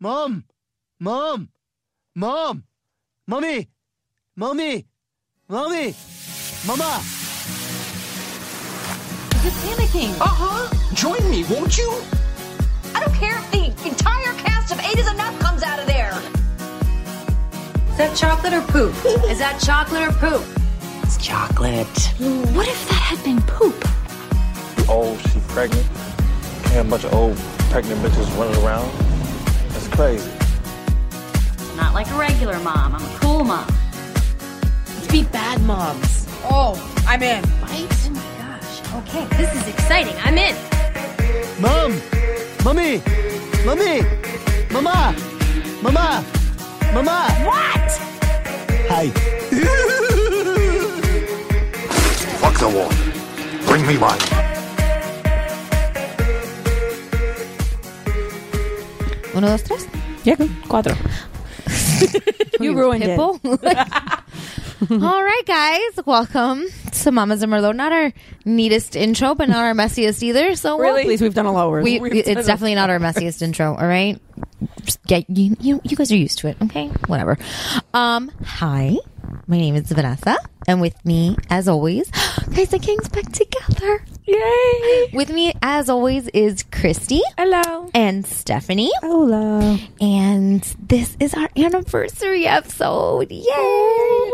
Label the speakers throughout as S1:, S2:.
S1: Mom! Mom! Mom! Mommy! Mommy! Mommy! Mama!
S2: You're panicking.
S3: Uh huh. Join me, won't you?
S2: I don't care if the entire cast of Eight is Enough comes out of there. Is that chocolate or poop? Is that chocolate or poop?
S3: It's chocolate.
S2: What if that had been poop?
S4: old, she pregnant. And a bunch of old pregnant bitches running around. That's crazy.
S5: Not like a regular mom. I'm a cool mom.
S6: Let's be bad moms.
S7: Oh, I'm in.
S5: Oh my gosh. Okay, this is exciting. I'm in.
S1: Mom! Mommy! Mommy! Mama! Mama! Mama!
S5: What?
S1: Hi.
S8: Fuck the water. Bring me one.
S6: Uno, dos, tres.
S9: Ya, cuatro. You ruined it.
S6: Hippo. All right, guys, welcome to Mamas and Merlot. Not our neatest intro, but not our messiest either. So we'll-
S9: Please, we've done a lower.
S6: we, we- it's definitely not our messiest intro. All right, Just get you, you. You guys are used to it. Okay, whatever. Um, hi, my name is Vanessa, and with me, as always, guys, the gang's back together.
S9: Yay!
S6: With me, as always, is Christy
S9: Hello. Oh.
S6: and Stephanie.
S9: Hello.
S6: and this is our anniversary episode. Yay!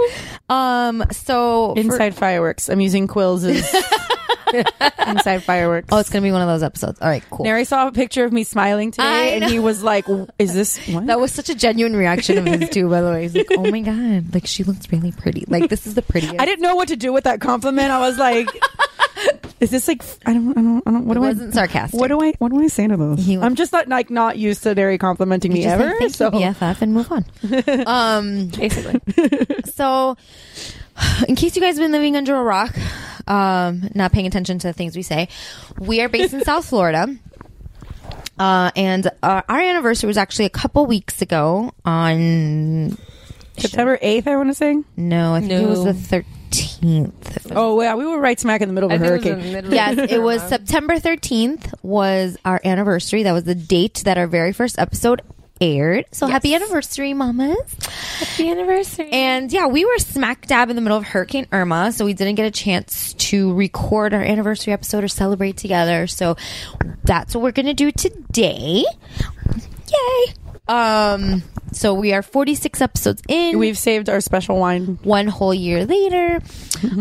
S6: Um, so for-
S9: Inside fireworks. I'm using quills as inside fireworks.
S6: oh, it's gonna be one of those episodes. All right, cool.
S9: Nary saw a picture of me smiling today,
S6: I
S9: and he was like, "Is this what?
S6: that was such a genuine reaction of his too. By the way, he's like, "Oh my god, like she looks really pretty. Like this is the prettiest."
S9: I didn't know what to do with that compliment. I was like, "Is this like I don't I don't I don't what
S6: It
S9: do
S6: wasn't
S9: I
S6: sarcastic.
S9: What do I what do I say to those?
S6: He was-
S9: I'm just not like not used to Nary complimenting me
S6: Just
S9: ever.
S6: like, thank
S9: so
S6: you, BFF, and move on. um,
S9: basically,
S6: so in case you guys have been living under a rock um not paying attention to the things we say we are based in south florida uh and uh, our anniversary was actually a couple weeks ago on
S9: September eighth. I want to say.
S6: no i think it was
S7: No.
S6: the 13th
S9: Oh yeah, we were right smack in the middle of a hurricane.
S6: yes it was september 13th was our anniversary that was the date that our very first episode aired so happy anniversary mamas
S7: the anniversary.
S6: And yeah, we were smack dab in the middle of Hurricane Irma, so we didn't get a chance to record our anniversary episode or celebrate together. So that's what we're gonna do today. Yay! Um, so we are 46 episodes in.
S9: We've saved our special wine.
S6: one whole year later.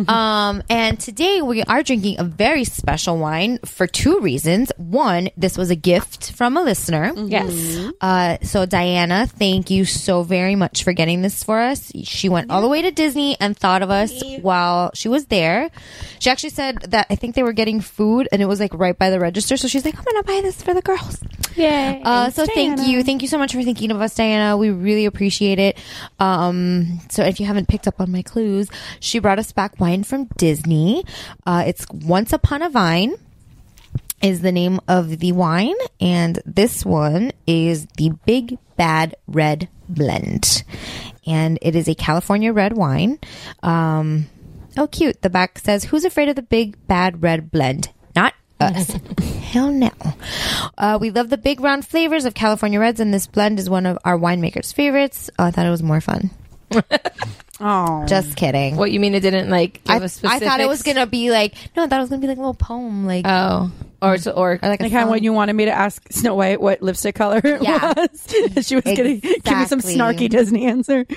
S6: um, and today we are drinking a very special wine for two reasons. One, this was a gift from a listener.
S7: yes.
S6: Uh, so Diana, thank you so very much for getting this for us. She went all the way to Disney and thought of us while she was there. She actually said that I think they were getting food and it was like right by the register. So she's like, I'm gonna buy this for the girls.
S7: Yay.
S6: Uh, so thank you, thank you so much for thinking of us, Diana. We really appreciate it. Um, so if you haven't picked up on my clues, she brought us back wine from Disney. Uh, it's Once Upon a Vine is the name of the wine, and this one is the Big Bad Red Blend, and it is a California red wine. Um, oh, cute! The back says, "Who's afraid of the Big Bad Red Blend?" Not us. Hell no. Uh, we love the big round flavors of California Reds, and this blend is one of our winemakers' favorites. Oh, I thought it was more fun.
S9: Oh,
S6: Just kidding.
S7: What you mean it didn't like give
S6: I,
S7: a
S6: I
S7: specific?
S6: thought it was gonna be like no, I thought it was gonna be like a little poem, like
S7: Oh, or so- or,
S6: or like a
S9: like how
S6: song.
S9: when you wanted me to ask Snow White what lipstick color it
S6: Um, Yeah.
S9: was, she was going to give me some
S6: Exactly.
S9: snarky Disney answer.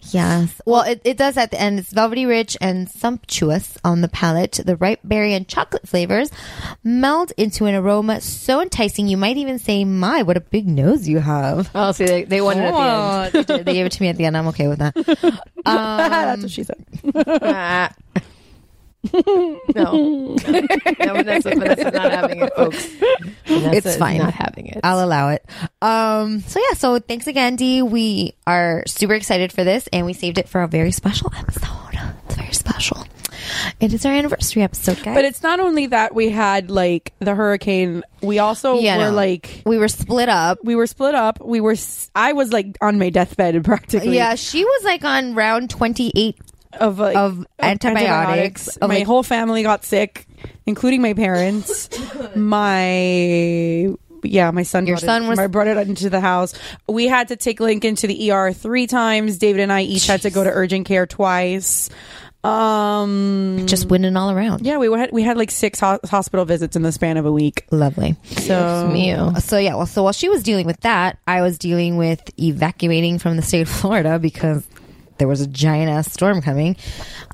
S6: Yes. Well, it, it does at the end. It's velvety rich and sumptuous on the palate. The ripe berry and chocolate flavors meld into an aroma so enticing you might even say, My, what a big nose you have.
S7: oh, see, they, they won it at
S6: they did. They gave it to me at the end. I'm okay with that.
S9: That's what she said.
S6: Um,
S7: the end. no, no, Vanessa, Vanessa's not having it, folks. Vanessa is
S6: fine.
S7: Not having it.
S6: I'll allow it. Um, so yeah, so thanks again, Dee. We are super excited for this and we saved it for a very special episode. It's very special. It is our anniversary episode, guys.
S9: But it's not only that we had like the hurricane, we also
S6: Yeah,
S9: were
S6: no.
S9: like,
S6: we were split up.
S9: we were split up. We were, s- I was like on my deathbed practically.
S6: Yeah, she was like on round 28
S9: Of, like,
S6: of antibiotics, of,
S9: my
S6: like-
S9: whole family got sick, including my parents. my yeah, my son.
S6: Your
S9: brought
S6: son
S9: it,
S6: was-
S9: I brought it into the house. We had to take Lincoln to the ER three times. David and I each had to go to urgent care twice. Um,
S6: Just winning all around.
S9: yeah, we had we had like six ho- hospital visits in the span of a week.
S6: Lovely.
S9: So
S6: So yeah, well, so while she was dealing with that, I was dealing with evacuating from the state of Florida because there was a giant ass storm coming.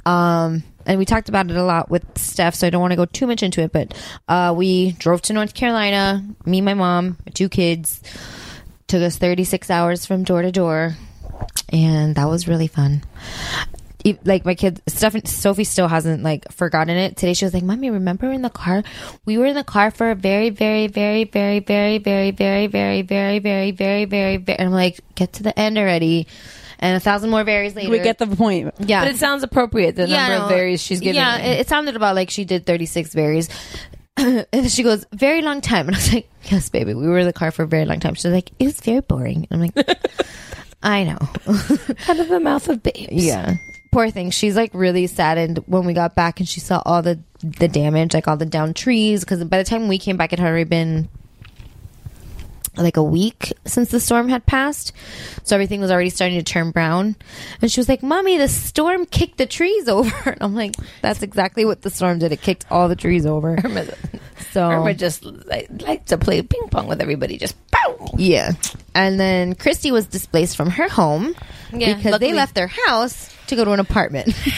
S6: Um, and we talked about it a lot with Steph, so I don't want to go too much into it. But uh, we drove to North Carolina. Me, my mom, my two kids. Took us 36 hours from door to door, and that was really fun. E- Like my kids, Steph, Sophie still hasn't like forgotten it. Today she was like, "Mommy, remember in the car? We were in the car for a very, very, very, very, very, very, very, very, very, very, very, very." ve-" And I'm like, "Get to the end already." And a thousand more varies later.
S9: we get the point.
S6: yeah,
S7: But it sounds appropriate. The number
S6: no,
S7: of varies she's giving.
S6: Yeah,
S7: me.
S6: it, it sounded about like she did 36 varies. and then she goes, very long time. And I was like, yes, baby, we were in the car for a very long time. She's like, it was very boring. And I'm like, I know.
S7: out of the mouth of babes.
S6: Yeah. Poor thing. She's like really saddened when we got back and she saw all the the damage, like all the down trees. Because by the time we came back, it had already been like a week since the storm had passed. So everything was already starting to turn brown. And she was like, Mommy, the storm kicked the trees over. And I'm like, That's exactly what the storm did. It kicked all the trees over.
S7: Irma,
S6: So
S7: Irma just like, likes to play ping pong with everybody. Just pow.
S6: Yeah. And then Christy was displaced from her home
S7: Yeah,
S6: because
S7: luckily-
S6: they left their house to go to an apartment.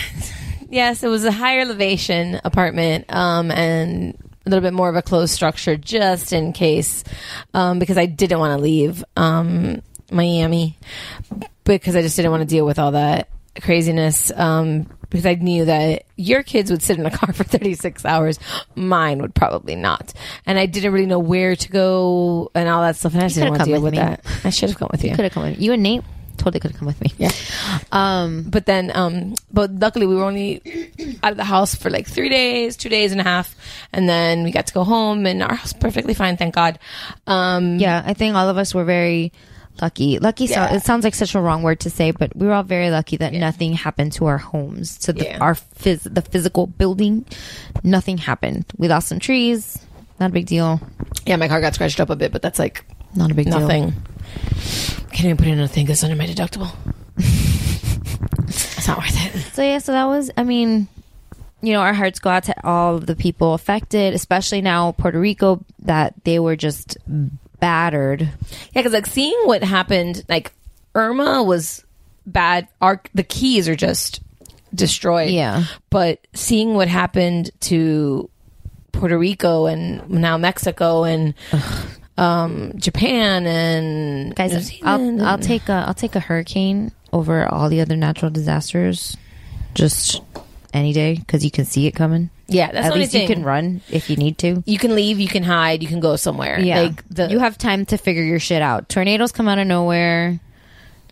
S7: Yes, it was a higher elevation apartment um, and a little bit more of a closed structure just in case um, because I didn't want to leave um, Miami because I just didn't want to deal with all that craziness um, because I knew that your kids would sit in a car for 36 hours. Mine would probably not. And I didn't really know where to go and all that stuff. And I just
S6: could've
S7: didn't want to
S6: come
S7: deal
S6: with
S7: with
S6: me.
S7: that. I should have come with you.
S6: could have come with you and Nate. Totally could have come with me. Yeah. Um.
S7: but then um but luckily we were only out of the house for like three days two days and a half and then we got to go home and our house perfectly fine thank god um
S6: Yeah. I think all of us were very lucky. Lucky.
S7: Yeah.
S6: So, it sounds like such a wrong word to say, but we were all very lucky that nothing happened to our homes, to the,
S7: Yeah.
S6: our phys- the physical building. Nothing happened. We lost some trees. Not a big deal.
S7: yeah my car got scratched up a bit but that's like
S6: Not a big deal.
S7: nothing can't even put in another thing that's under my deductible it's not worth it
S6: So yeah, so that was. I mean, you know, our hearts go out to all of the people affected, especially now Puerto Rico, that they were just battered.
S7: Yeah, because like seeing what happened, like Irma was bad. Our the keys are just destroyed.
S6: Yeah.
S7: but seeing what happened to Puerto Rico and now Mexico and um, Japan and New
S6: guys
S7: Zealand
S6: I'll, I'll
S7: and-
S6: take a i'll take a hurricane over all the other natural disasters just any day because you can see it coming
S7: yeah, that's
S6: at least you can
S7: run.
S6: run if you need to
S7: You can leave. You can hide. You can go somewhere.
S6: yeah
S7: like the,
S6: you have time to figure your shit out tornadoes come out of nowhere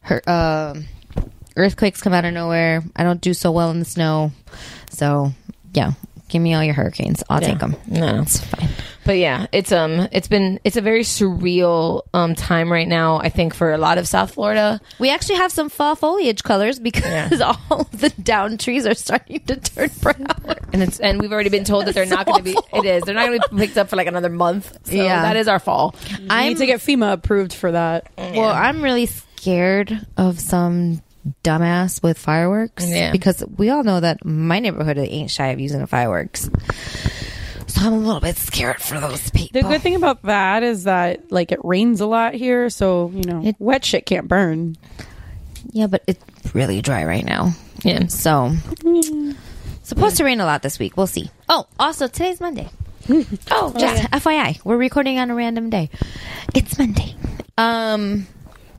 S6: Her, um earthquakes come out of nowhere i don't do so well in the snow so yeah give me all your hurricanes i'll take 'em. take them
S7: No, no.
S6: it's fine
S7: But yeah, it's um, it's been it's a very surreal um time right now. I think for a lot of South Florida.
S6: we actually have some fall foliage colors because all of the down trees are starting to turn brown
S7: and it's and we've already been told that they're not going to be. It is they're not going to be picked up for like another month. So
S6: Yeah.
S7: that is our fall.
S9: I need to get FEMA approved for that.
S6: Well, I'm really scared of some dumbass with fireworks
S7: Yeah.
S6: because we all know that my neighborhood ain't shy of using the fireworks. So I'm a little bit scared for those people.
S9: The good thing about that is that like it rains a lot here, so you know
S6: It-
S9: wet shit can't burn.
S6: yeah, but it's really dry right now.
S7: Yeah.
S6: So supposed to rain a lot this week. We'll see. Oh, also today's Monday. oh, just FYI, we're recording on a random day. It's Monday. Um,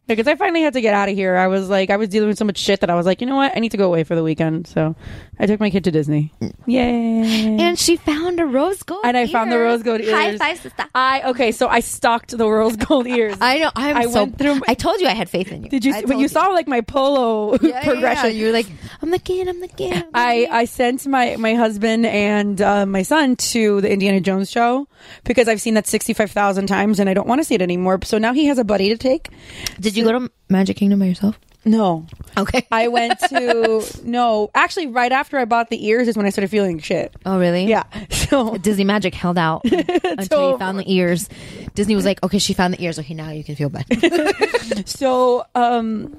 S9: Because I finally had to get out of here. I was like, I was dealing with so much shit that I was like, you know what? I need to go away for the weekend. So I took my kid to Disney. Yay!
S6: and she found a rose gold.
S9: And I found the
S6: ear.
S9: rose gold ears.
S6: High five, sister.
S9: I okay. So I stocked the rose gold ears.
S6: I know. I'm
S9: I
S6: so.
S9: went through my-
S6: I told you I had faith in you.
S9: Did you?
S6: I
S9: But
S6: told
S9: you, saw like my polo
S6: Yeah, yeah,
S9: progression.
S6: yeah. You were like, I'm the kid. I'm the kid. I'm the
S9: I,
S6: kid."
S9: I sent my, my husband and uh, my son to the Indiana Jones show because I've seen that 65,000 times and I don't want to see it anymore. So now he has a buddy to take.
S6: did you go to Magic Kingdom by yourself?
S9: No.
S6: Okay.
S9: I went to no, actually right after I bought the ears is when I started feeling shit.
S6: Oh, really?
S9: Yeah. So
S6: Disney Magic held out until you found the ears. Disney was like, okay, she found the ears. Okay, now you can feel better.
S9: so um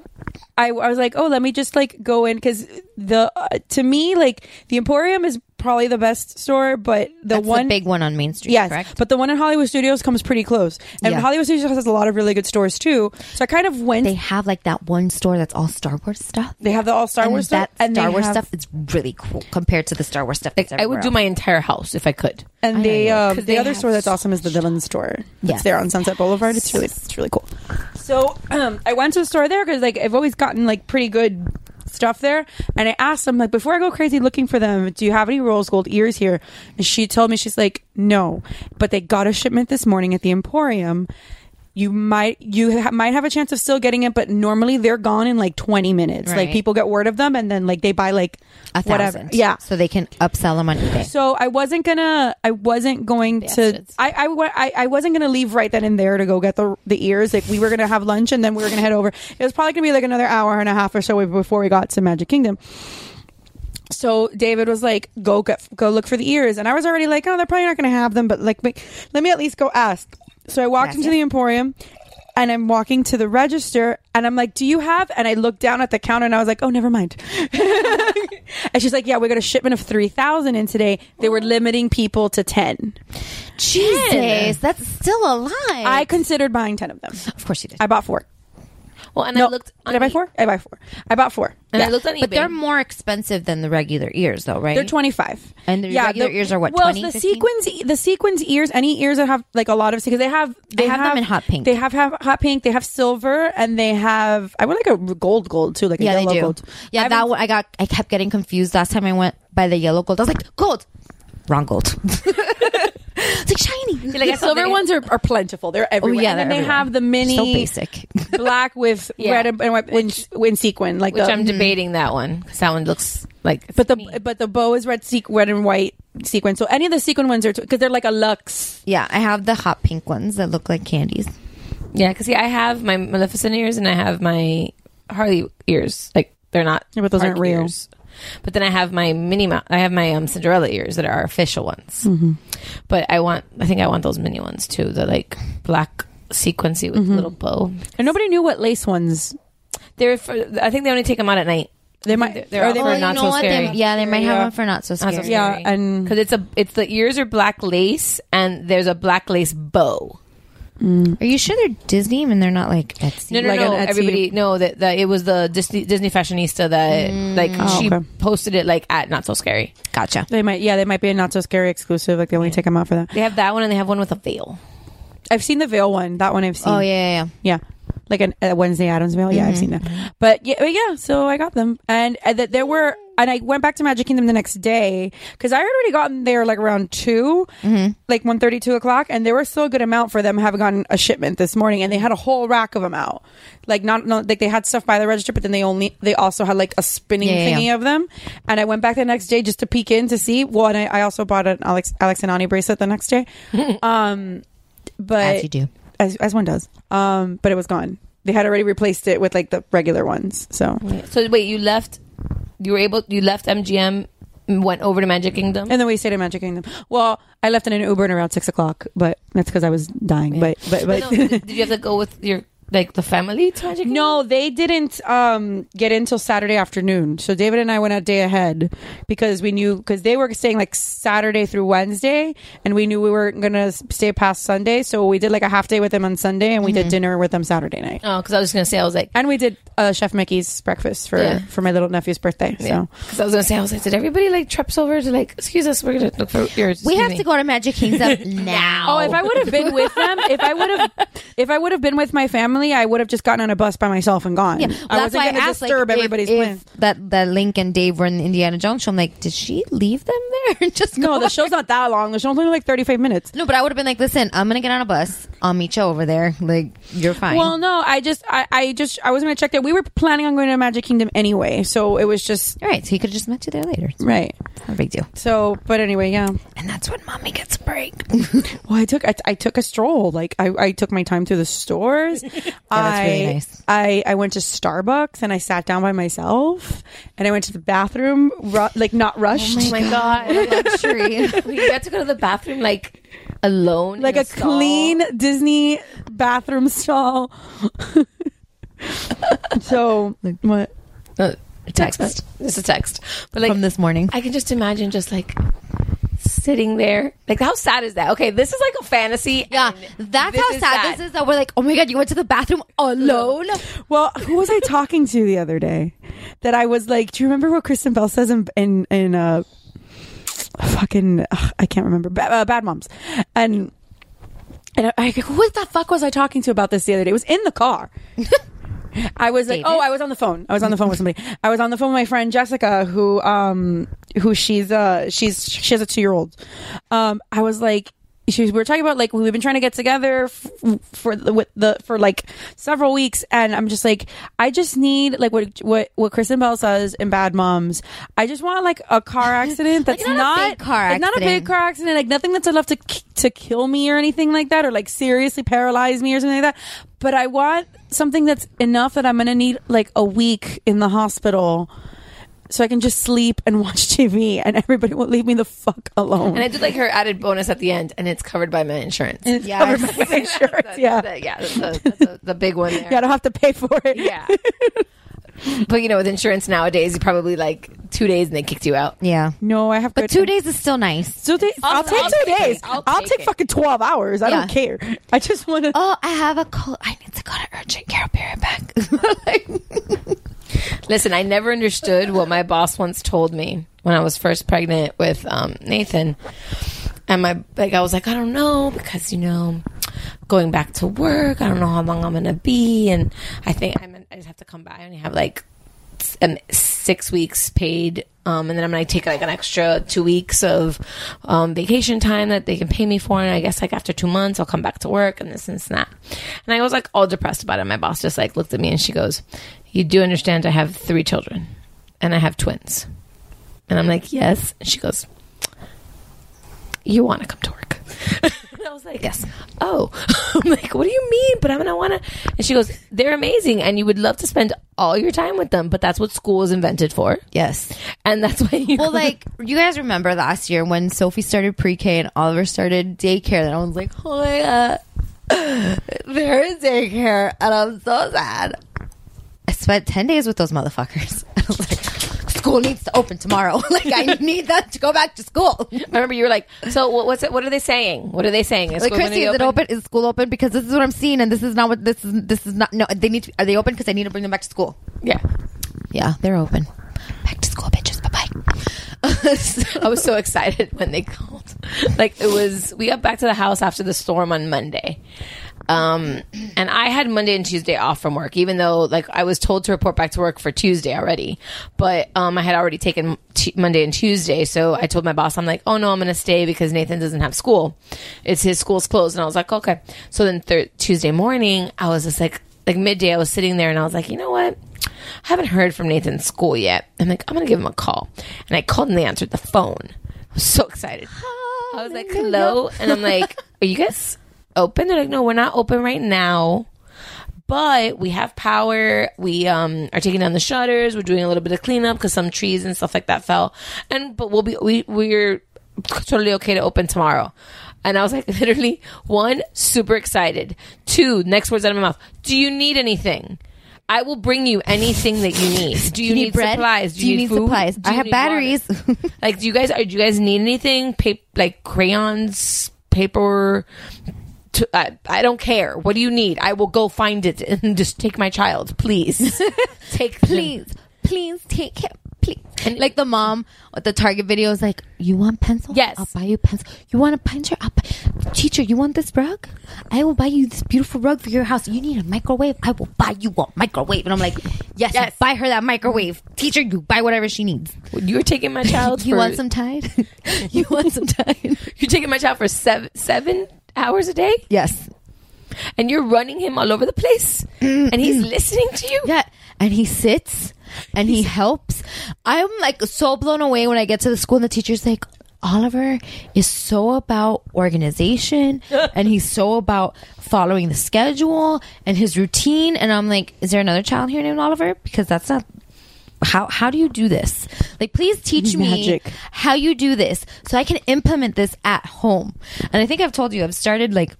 S9: I, I was like, oh, let me just like go in because the uh, to me like the Emporium is probably the best store, but the
S6: That's
S9: one
S6: the big one on Main Street,
S9: Yes,
S6: correct?
S9: but the one in Hollywood Studios comes pretty close, and
S6: Yeah.
S9: Hollywood Studios has a lot of really good stores too. So I kind of went.
S6: they
S9: They,
S6: have like that one store that's all Star Wars stuff.
S9: have the all Star
S6: and
S9: Wars
S6: that
S9: stuff, and
S6: Star
S9: they
S6: Wars
S9: have-
S6: stuff is really cool compared to the Star Wars stuff. That's
S7: I would do my entire house if I could.
S9: And they,
S6: know,
S9: um, the
S7: they
S9: other
S7: have
S9: store that's awesome is the Dylan store.
S6: Yes.
S9: It's there on Sunset Boulevard. It's really, it's really cool. So um, I went to the store there because like I've always gotten like pretty good stuff there, and I asked them like before I go crazy looking for them, do you have any rose gold ears here? And she told me she's like, no, but they got a shipment this morning at the Emporium. You might you ha- might have a chance of still getting it, but normally they're gone in like twenty minutes. Like
S6: Right.
S9: people get word of them, and then like they buy like
S6: a thousand,
S9: whatever. Yeah,
S6: so they can upsell them on eBay.
S9: so I wasn't gonna. I wasn't going
S7: Bastards.
S9: to. I, I wa- I I wasn't gonna leave right then and there to go get the the ears. Like we were gonna have lunch and then we were gonna head over. It was probably gonna be like another hour and a half or so before we got to Magic Kingdom. So David was like, "Go get, go look for the ears," and I was already like, "Oh, they're probably not gonna have them, but like, wait, let me at least go ask." So I walked into the Emporium. And I'm walking to the register and I'm like, Do you have? And I looked down at the counter and I was like, Oh, never mind. And she's like, "Yeah, we got a shipment of three thousand in today. They were limiting people to ten.
S6: Jesus, that's still alive.
S9: I considered buying ten of them.
S6: of course you did.
S9: I bought four.
S7: Well, and
S9: No,
S7: I looked. On
S9: did I buy
S7: E-
S9: four? I buy four. I bought four.
S7: And I
S9: Yeah.
S7: looked on eBay.
S6: but they're more expensive than the regular ears, though, right?
S9: They're twenty five,
S6: And the regular ears are what,
S9: Well,
S6: 20,
S9: the
S6: 15?
S9: sequins, e, the sequins ears, any ears that have like a lot of because they have they
S6: have them in hot pink.
S9: They have, have hot pink. They have silver, and they have I would like a gold gold too, like a
S6: yeah, they
S9: yellow
S6: do.
S9: gold.
S6: Yeah,
S9: I
S6: that
S9: haven't-
S6: one I got. I kept getting confused last time I went by the yellow gold. I was like, gold, wrong gold. it's like shiny.
S7: like, I
S9: The silver ones are, are plentiful. They're
S6: Oh
S9: everywhere.
S6: yeah,
S9: and then
S6: they're
S9: they have the
S6: everywhere.
S9: mini
S6: So basic.
S9: black with
S7: Yeah.
S9: red and and white which, in, sequin, like
S7: which
S9: the-
S7: I'm debating that one because that one looks like.
S9: Mm-hmm. But the but the bow is red sequ- red and white sequin. So any of the sequin ones are because they're like a luxe.
S6: yeah, I have the hot pink ones that look like candies.
S7: yeah, because see, I have my Maleficent ears and I have my Harley ears. Like they're not.
S9: Yeah, but those
S7: Harley
S9: aren't real.
S7: Ears. But then I have my mini. Mou- I have my um, Cinderella ears that are official ones.
S9: Mm-hmm.
S7: But I want. I think I want those mini ones too. The like black sequency
S9: Mm-hmm.
S7: with little bow.
S9: And nobody knew what lace ones
S7: They're. For, I think they only take them out at night.
S9: they might.
S7: they're
S9: are
S7: all
S6: Oh,
S9: they
S7: for
S9: might-
S7: not so scary.
S6: They, yeah, they might have one for not so
S7: Not
S6: scary.
S7: so scary.
S9: Yeah, and
S7: because it's a it's the ears are black lace and there's a black lace bow.
S6: Are you sure they're Disney and they're not like Etsy?
S7: No, no,
S9: Like
S7: no.
S9: an Etsy-
S7: Everybody, no. That, that it was the Disney, Disney fashionista that like she
S9: okay.
S7: posted it like at not so scary.
S6: Gotcha.
S9: they might. Yeah, they might be a not so scary exclusive. Like they only take them out for that.
S7: They have that one and they have one with a veil.
S9: I've seen the veil one. That one I've seen.
S6: Oh yeah, yeah, yeah.
S9: Yeah. Like an, a Wednesday Adams meal. Yeah,
S6: Mm-hmm.
S9: I've seen that. But yeah, but yeah, so I got them. And uh, th- there were, and I went back to Magic Kingdom the next day because I had already gotten there like around 2,
S6: Mm-hmm.
S9: like 1 o'clock. And there were still a good amount for them having gotten a shipment this morning. And they had a whole rack of them out. Like, not, not like they had stuff by the register, but then they only, they also had like a spinning
S6: Yeah, yeah,
S9: thingy
S6: yeah.
S9: of them. And I went back the next day just to peek in to see. Well, and I, I also bought an Alex, Alex and Ani bracelet the next day. um, but
S6: As you do.
S9: as, as one does. Um, but it was gone. They had already replaced it with like the regular ones. So
S7: So wait, you left? You were able? You left MGM, and went over to Magic Kingdom.
S9: and then we stayed at Magic Kingdom. Well, I left in an Uber and around six o'clock, but that's because I was dying. But but but.
S7: No, did you have to go with your like the family to Magic? Kingdom?
S9: No, they didn't um, get in till Saturday afternoon. So David and I went a day ahead because we knew because they were staying like Saturday through Wednesday, and we knew we weren't gonna stay past Sunday. So we did like a half day with them on Sunday, and we did dinner with them Saturday night.
S7: Mm-hmm. Oh, because I was gonna say I was like.
S9: And we did uh, Chef Mickey's breakfast for,
S7: Yeah.
S9: for my little nephew's birthday. So
S7: Because I was gonna say, I was like, did everybody like trips over to like, excuse us, we're gonna look for yours.
S6: We have to go to Magic Kingdom now.
S9: Oh, if I would have been with them, if I would have, if I would have been with my family, I would have just gotten on a bus by myself and gone.
S6: Yeah,
S9: Mm. I
S6: that's
S9: wasn't
S6: why I
S9: gonna
S6: was just like,
S9: disturb
S6: if-
S9: everybody's
S6: if
S9: plans.
S6: That that Link and Dave were in Indiana Jones show. I'm like, did she leave them there? and Just
S9: No,
S6: go
S9: the show's not that long. The show's only like thirty-five minutes.
S6: No, but I would have been like, listen, I'm gonna get on a bus. I'll meet you over there. Like you're fine.
S9: Well, no, I just, I, I just, I was going to check that. We were planning on going to Magic Kingdom anyway, so it was just
S6: all right. So he could have just met you there later. It's
S9: right.
S6: not a big deal.
S9: So, but anyway, yeah.
S6: And that's when mommy gets a break.
S9: Oh Well, I took, I, I took a stroll. Like I, I took my time through the stores. I,
S6: really nice.
S9: I, I went to Starbucks and I sat down by myself, and I went to the bathroom, ru- like not rushed.
S7: Oh my god.
S6: Luxury.
S7: you had to go to the bathroom like alone.
S9: like
S7: in
S9: a
S7: stall.
S9: clean Disney bathroom stall. so what?
S7: Uh, text. It's a text. But like
S6: From this morning.
S7: I can just imagine just like sitting there. Like how sad is that? Okay, this is like a fantasy.
S6: Yeah,
S7: and
S6: that's
S7: this
S6: how sad,
S7: is
S6: this is. That we're like, oh my god, you went to the bathroom alone.
S9: Well, who was I talking to the other day? That I was like, do you remember what Kristen Bell says in in, in uh, fucking ugh, I can't remember Ba- uh, Bad Moms, and and I, I who the fuck was I talking to about this the other day? It was in the car. I was like, oh, I was on the phone. I was on the phone with somebody. I was on the phone with my friend Jessica, who um, who she's uh, she's she has a two year old. Um, I was like, she was, we were talking about like we've been trying to get together f- for the, with the for like several weeks, and I'm just like, I just need like what what what Kristen Bell says in Bad Moms. I just want like a car accident that's
S6: not a
S9: not
S6: big car
S9: like, not a big
S6: accident.
S9: car accident, like nothing that's enough to k- to kill me or anything like that, or like seriously paralyze me or something like that. But I want something that's enough that I'm gonna need like a week in the hospital, so I can just sleep and watch TV, and everybody will leave me the fuck alone.
S7: And I did like her added bonus at the end, and it's covered by my insurance.
S6: Yes.
S9: insurance, yeah,
S7: The- yeah, that's the, that's the, the big one there.
S9: yeah, I don't have to pay for it.
S7: Yeah. but you know, with insurance nowadays, you probably like two days and they kicked you out.
S6: yeah,
S9: No, I have.
S6: but
S9: good-
S6: two days is still nice.
S9: Two days. I'll,
S7: I'll-
S9: take
S7: I'll
S9: two
S7: take it.
S9: days. I'll
S7: I'll
S9: take,
S7: take it.
S9: fucking twelve hours. I don't
S6: Yeah.
S9: care. I just want to.
S6: Oh, I have a cold. I need to go to urgent care. I'll be right back.
S7: Listen, I never understood what my boss once told me when I was first pregnant with um, Nathan. And my like I was like, I don't know, because you know, going back to work, I don't know how long I'm gonna be and I think I'm I just have to come by and have like s- an six weeks paid um, and then I'm gonna take like an extra two weeks of um, vacation time that they can pay me for and I guess like after two months I'll come back to work and this and that and I was like all depressed about it my boss just like looked at me and she goes you do understand I have three children and I have twins and I'm like yes and she goes you want to come to work and I was like yes oh I'm like what do you mean but I'm gonna wanna and she goes they're amazing and you would love to spend all your time with them but that's what school is invented for
S6: yes.
S7: and that's why you
S6: Well, like you guys remember last year when Sophie started pre-K and Oliver started daycare, and I was like, oh my god, there is daycare, and I'm so sad. I spent ten days with those motherfuckers. I was like, school needs to open tomorrow. like I need them to go back to school.
S7: I remember you were like, so what, what's it? What are they saying? What are they saying? Is
S6: Like
S7: school gonna
S6: Christy,
S7: be
S6: is it open? Is school open? Because this is what I'm seeing, and this is not what this is. This is not. No, they need to. Are they open? Because I need to bring them back to school.
S7: Yeah,
S6: Yeah, they're open. Back to school, bitches. Bye bye.
S7: I was so excited when they called. Like it was, we got back to the house after the storm on Monday, um, and I had Monday and Tuesday off from work, even though like I was told to report back to work for Tuesday already, but um, I had already taken t- Monday and Tuesday, so I told my boss, I'm like, oh no, I'm gonna stay because Nathan doesn't have school, it's his school's closed, and I was like, okay. So then thir- Tuesday morning, I was just like, like midday, I was sitting there and I was like, you know what? I haven't heard from Nathan's school yet. I'm like, I'm gonna give him a call. And I called and they answered the phone. I was so excited. I was like, hello. And I'm like, are you guys open? They're like, no, we're not open right now. But we have power. We um, are taking down the shutters. We're doing a little bit of cleanup because some trees and stuff like that fell. And but we'll be we we're totally okay to open tomorrow. And I was like, literally, one, super excited. Two, next words out of my mouth. Do you need anything? I will bring you anything that you need. Do you,
S6: you need
S7: need,
S6: bread?
S7: supplies?
S6: Do you need
S7: food?
S6: supplies?
S7: Do
S6: I
S7: you
S6: have
S7: need water?
S6: batteries.
S7: like, do you guys? Are, do you guys need anything? Pa- like crayons, paper. T- I, I don't care. What do you need? I will go find it and just take my child, please. take them.
S6: please, please take him. Please. And like the mom at the Target video is like, you want pencil?
S7: Yes.
S6: I'll buy you pencil. You want a pincher? I'll buy- Teacher, you want this rug? I will buy you this beautiful rug for your house. You need a microwave? I will buy you a microwave. And I'm like, yes,
S7: Yes.
S6: buy her that microwave. Teacher, you buy whatever she needs.
S7: You're taking my child.
S6: you
S7: for-
S6: want some Tide? you want some Tide?
S7: You're taking my child for seven seven hours a day.
S6: yes.
S7: and you're running him all over the place, and he's listening to you.
S6: Mm-hmm. Yeah. And he sits and he helps. I'm like so blown away when I get to the school and the teacher's like, Oliver is so about organization and he's so about following the schedule and his routine. And I'm like, is there another child here named Oliver? Because that's not how how do you do this? Like please teach
S9: Magic.
S6: me how you do this so I can implement this at home. And I think I've told you I've started like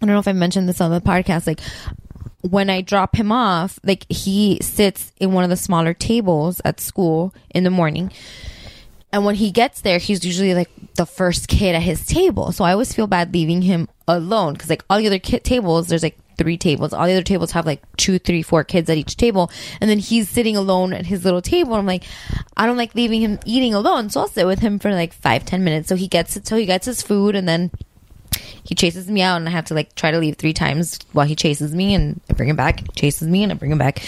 S6: I don't know if I mentioned this on the podcast like when I drop him off, like he sits in one of the smaller tables at school in the morning. And when he gets there, he's usually like the first kid at his table. So I always feel bad leaving him alone because like all the other kid tables, there's like three tables. All the other tables have like two, three, four kids at each table, and then he's sitting alone at his little table. I'm like, I don't like leaving him eating alone, so I'll sit with him for like five, ten minutes. So he gets it, so he gets his food, and then he chases me out and I have to like try to leave three times while he chases me and I bring him back, chases me and I bring him back.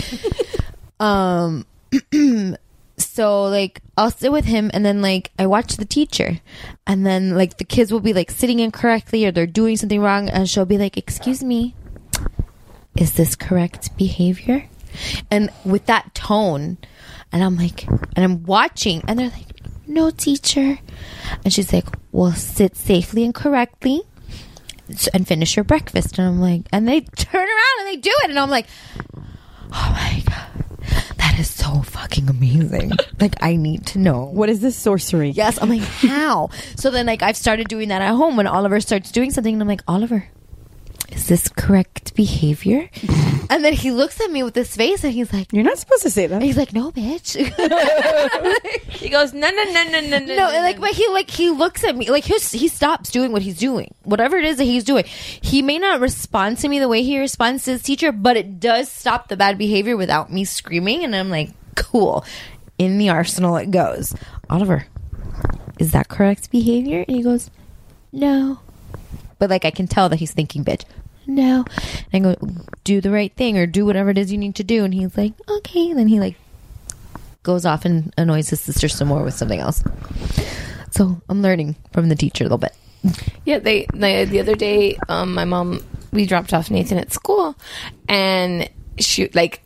S6: um so like I'll sit with him and then like I watch the teacher and then like the kids will be like sitting incorrectly or they're doing something wrong and she'll be like, "Excuse me. Is this correct behavior?" And with that tone and I'm like and I'm watching and they're like, "No, teacher." And she's like, "Well, sit safely and correctly." s- and finish your breakfast. And I'm like, and they turn around and they do it. And I'm like, oh my God, that is so fucking amazing. like, I need to know.
S9: What is this sorcery?
S6: Yes. I'm like, how? so then, like, I've started doing that at home when Oliver starts doing something. And I'm like, Oliver, is this correct behavior? and then he looks at me with this face and he's like,
S9: You're not supposed to say that.
S6: and he's like, no, bitch.
S7: He goes, no, no, no, no, no, no,
S6: no, and like, but he like he looks at me like he's, he stops doing what he's doing, whatever it is that he's doing. He may not respond to me the way he responds to his teacher, but it does stop the bad behavior without me screaming. And I'm like, cool. In the arsenal it goes. Oliver, is that correct behavior? And he goes, no. But like, I can tell that he's thinking, bitch. No, and I go do the right thing or do whatever it is you need to do, and he's like, okay. And then he like goes off and annoys his sister some more with something else. So I'm learning from the teacher a little bit.
S7: Yeah, they, they the other day, um, my mom we dropped off Nathan at school, and she like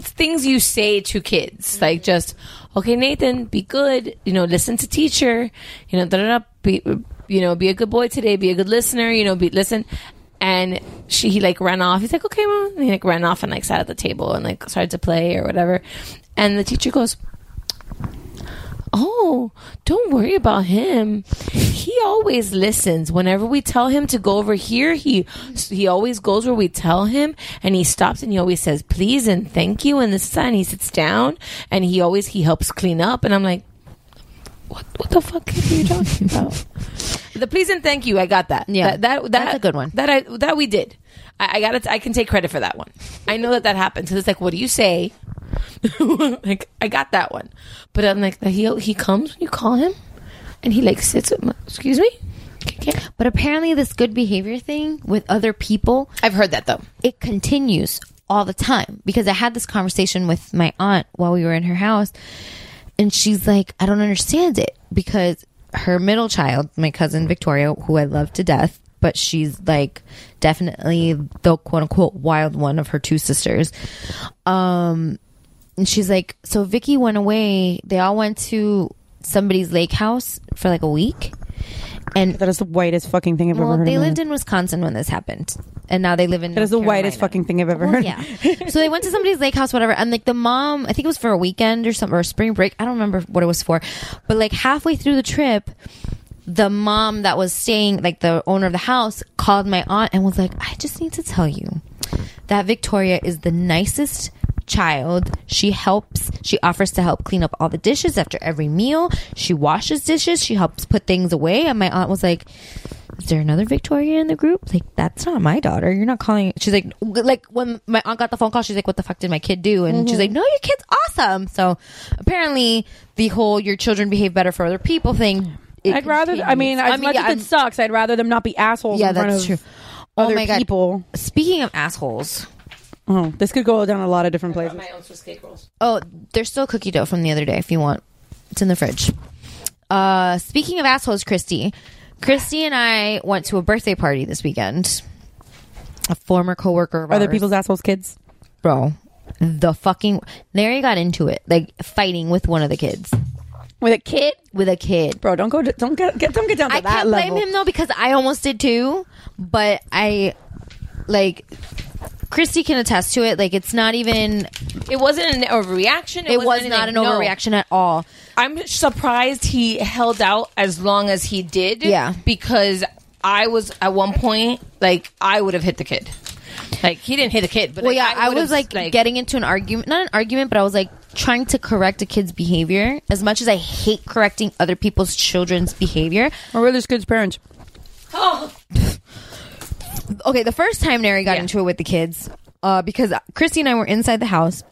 S7: things you say to kids, like just okay, Nathan, be good, you know, listen to teacher, you know, da da da, be you know, be a good boy today, be a good listener, you know, be listen. And she he like ran off. He's like, okay, mom. And he like ran off and like sat at the table and like started to play or whatever. And the teacher goes, Oh, don't worry about him. He always listens. Whenever we tell him to go over here, he he always goes where we tell him, and he stops and he always says please and thank you and this and he sits down and he always he helps clean up. And I'm like, what what the fuck are you talking about? the please and thank you, I got that.
S6: Yeah.
S7: that, that, that
S6: That's a good one.
S7: That I that we did. I, I got it. I can take credit for that one. I know that that happened. So it's like, what do you say? like I got that one, but I'm like he he comes when you call him, and he like sits. With my, excuse me.
S6: But apparently, this good behavior thing with other people,
S7: I've heard that though.
S6: it continues all the time because I had this conversation with my aunt while we were in her house, and she's like, I don't understand it because her middle child, my cousin Victoria, who I love to death, but she's like definitely the quote unquote wild one of her two sisters. Um, and she's like, so Vicky went away. They all went to somebody's lake house for like a week, and
S9: That is the whitest fucking thing I've ever
S6: well,
S9: heard.
S6: they
S9: in my
S6: lived
S9: life.
S6: in Wisconsin when this happened, and now they live in.
S9: That is the whitest
S6: fucking.
S9: fucking thing I've ever
S6: Well,
S9: heard.
S6: yeah. so they went to somebody's lake house, whatever, and like the mom, I think it was for a weekend or something or spring break. I don't remember what it was for, but like halfway through the trip, the mom that was staying, like the owner of the house, called my aunt and was like, "I just need to tell you that Victoria is the nicest." Child, she helps. She offers to help clean up all the dishes after every meal. She washes dishes. She helps put things away. And my aunt was like, is there another Victoria in the group? Like, that's not my daughter. You're not calling. She's like, like when my aunt got the phone call, she's like, what the fuck did my kid do? And she's like, no, your kid's awesome. So apparently, the whole your children behave better for other people thing. it
S9: I'd rather. I
S6: continues.
S9: mean, as much
S6: yeah,
S9: as it sucks, I'd rather them not be assholes.
S6: yeah,
S9: in front
S6: that's
S9: of
S6: true. Oh
S9: other
S6: my God.
S9: people.
S6: Speaking of assholes,
S9: Oh, this could go down a lot of different places.
S6: oh, there's still cookie dough from the other day. If you want, it's in the fridge. Uh, speaking of assholes, Christy, Christy and I went to a birthday party this weekend. a former coworker of
S9: Other
S6: ours.
S9: people's assholes, kids.
S6: bro. The fucking Larry got into it, like fighting with one of the kids,
S9: With a kid,
S6: with a kid.
S9: bro. Don't go. Don't get. get don't get down to
S6: I
S9: that
S6: can't
S9: level.
S6: blame him though because I almost did too, but I like Christy can attest to it. Like it's not even
S7: It wasn't an overreaction.
S6: it was
S7: wasn't
S6: not an
S7: anything. No.
S6: overreaction at all.
S7: I'm surprised he held out as long as he did.
S6: Yeah.
S7: Because I was at one point like I would have hit the kid. Like he didn't hit the kid, but
S6: Well,
S7: like,
S6: yeah, I,
S7: would
S6: was
S7: have,
S6: like, getting into an argument, not an argument, but I was like trying to correct a kid's behavior. As much as I hate correcting other people's children's behavior,
S9: Or really good parents.
S6: okay, the first time Nary got
S7: Yeah.
S6: into it with the kids, uh, because Christy and I were inside the house.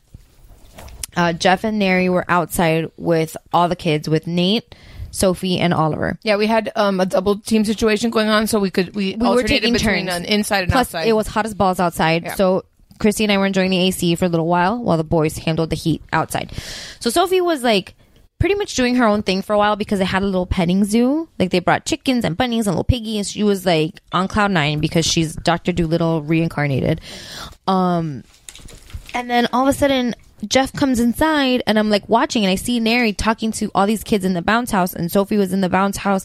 S6: Uh, Jeff and Nary were outside with all the kids, with Nate, Sophie, and Oliver.
S7: Yeah, we had um, a double team situation going on, so we could we,
S6: We were taking
S7: between
S6: turns,
S7: an inside and
S6: Plus,
S7: outside.
S6: it was hot as balls outside,
S7: Yeah.
S6: so Christy and I were enjoying the AC for a little while while the boys handled the heat outside. So Sophie was like pretty much doing her own thing for a while because they had a little petting zoo. Like they brought chickens and bunnies and little piggy, and she was like on cloud nine because she's Doctor Doolittle reincarnated. Um, and then all of a sudden, Jeff comes inside, and I'm like watching, and I see Neri talking to all these kids in the bounce house, and Sophie was in the bounce house,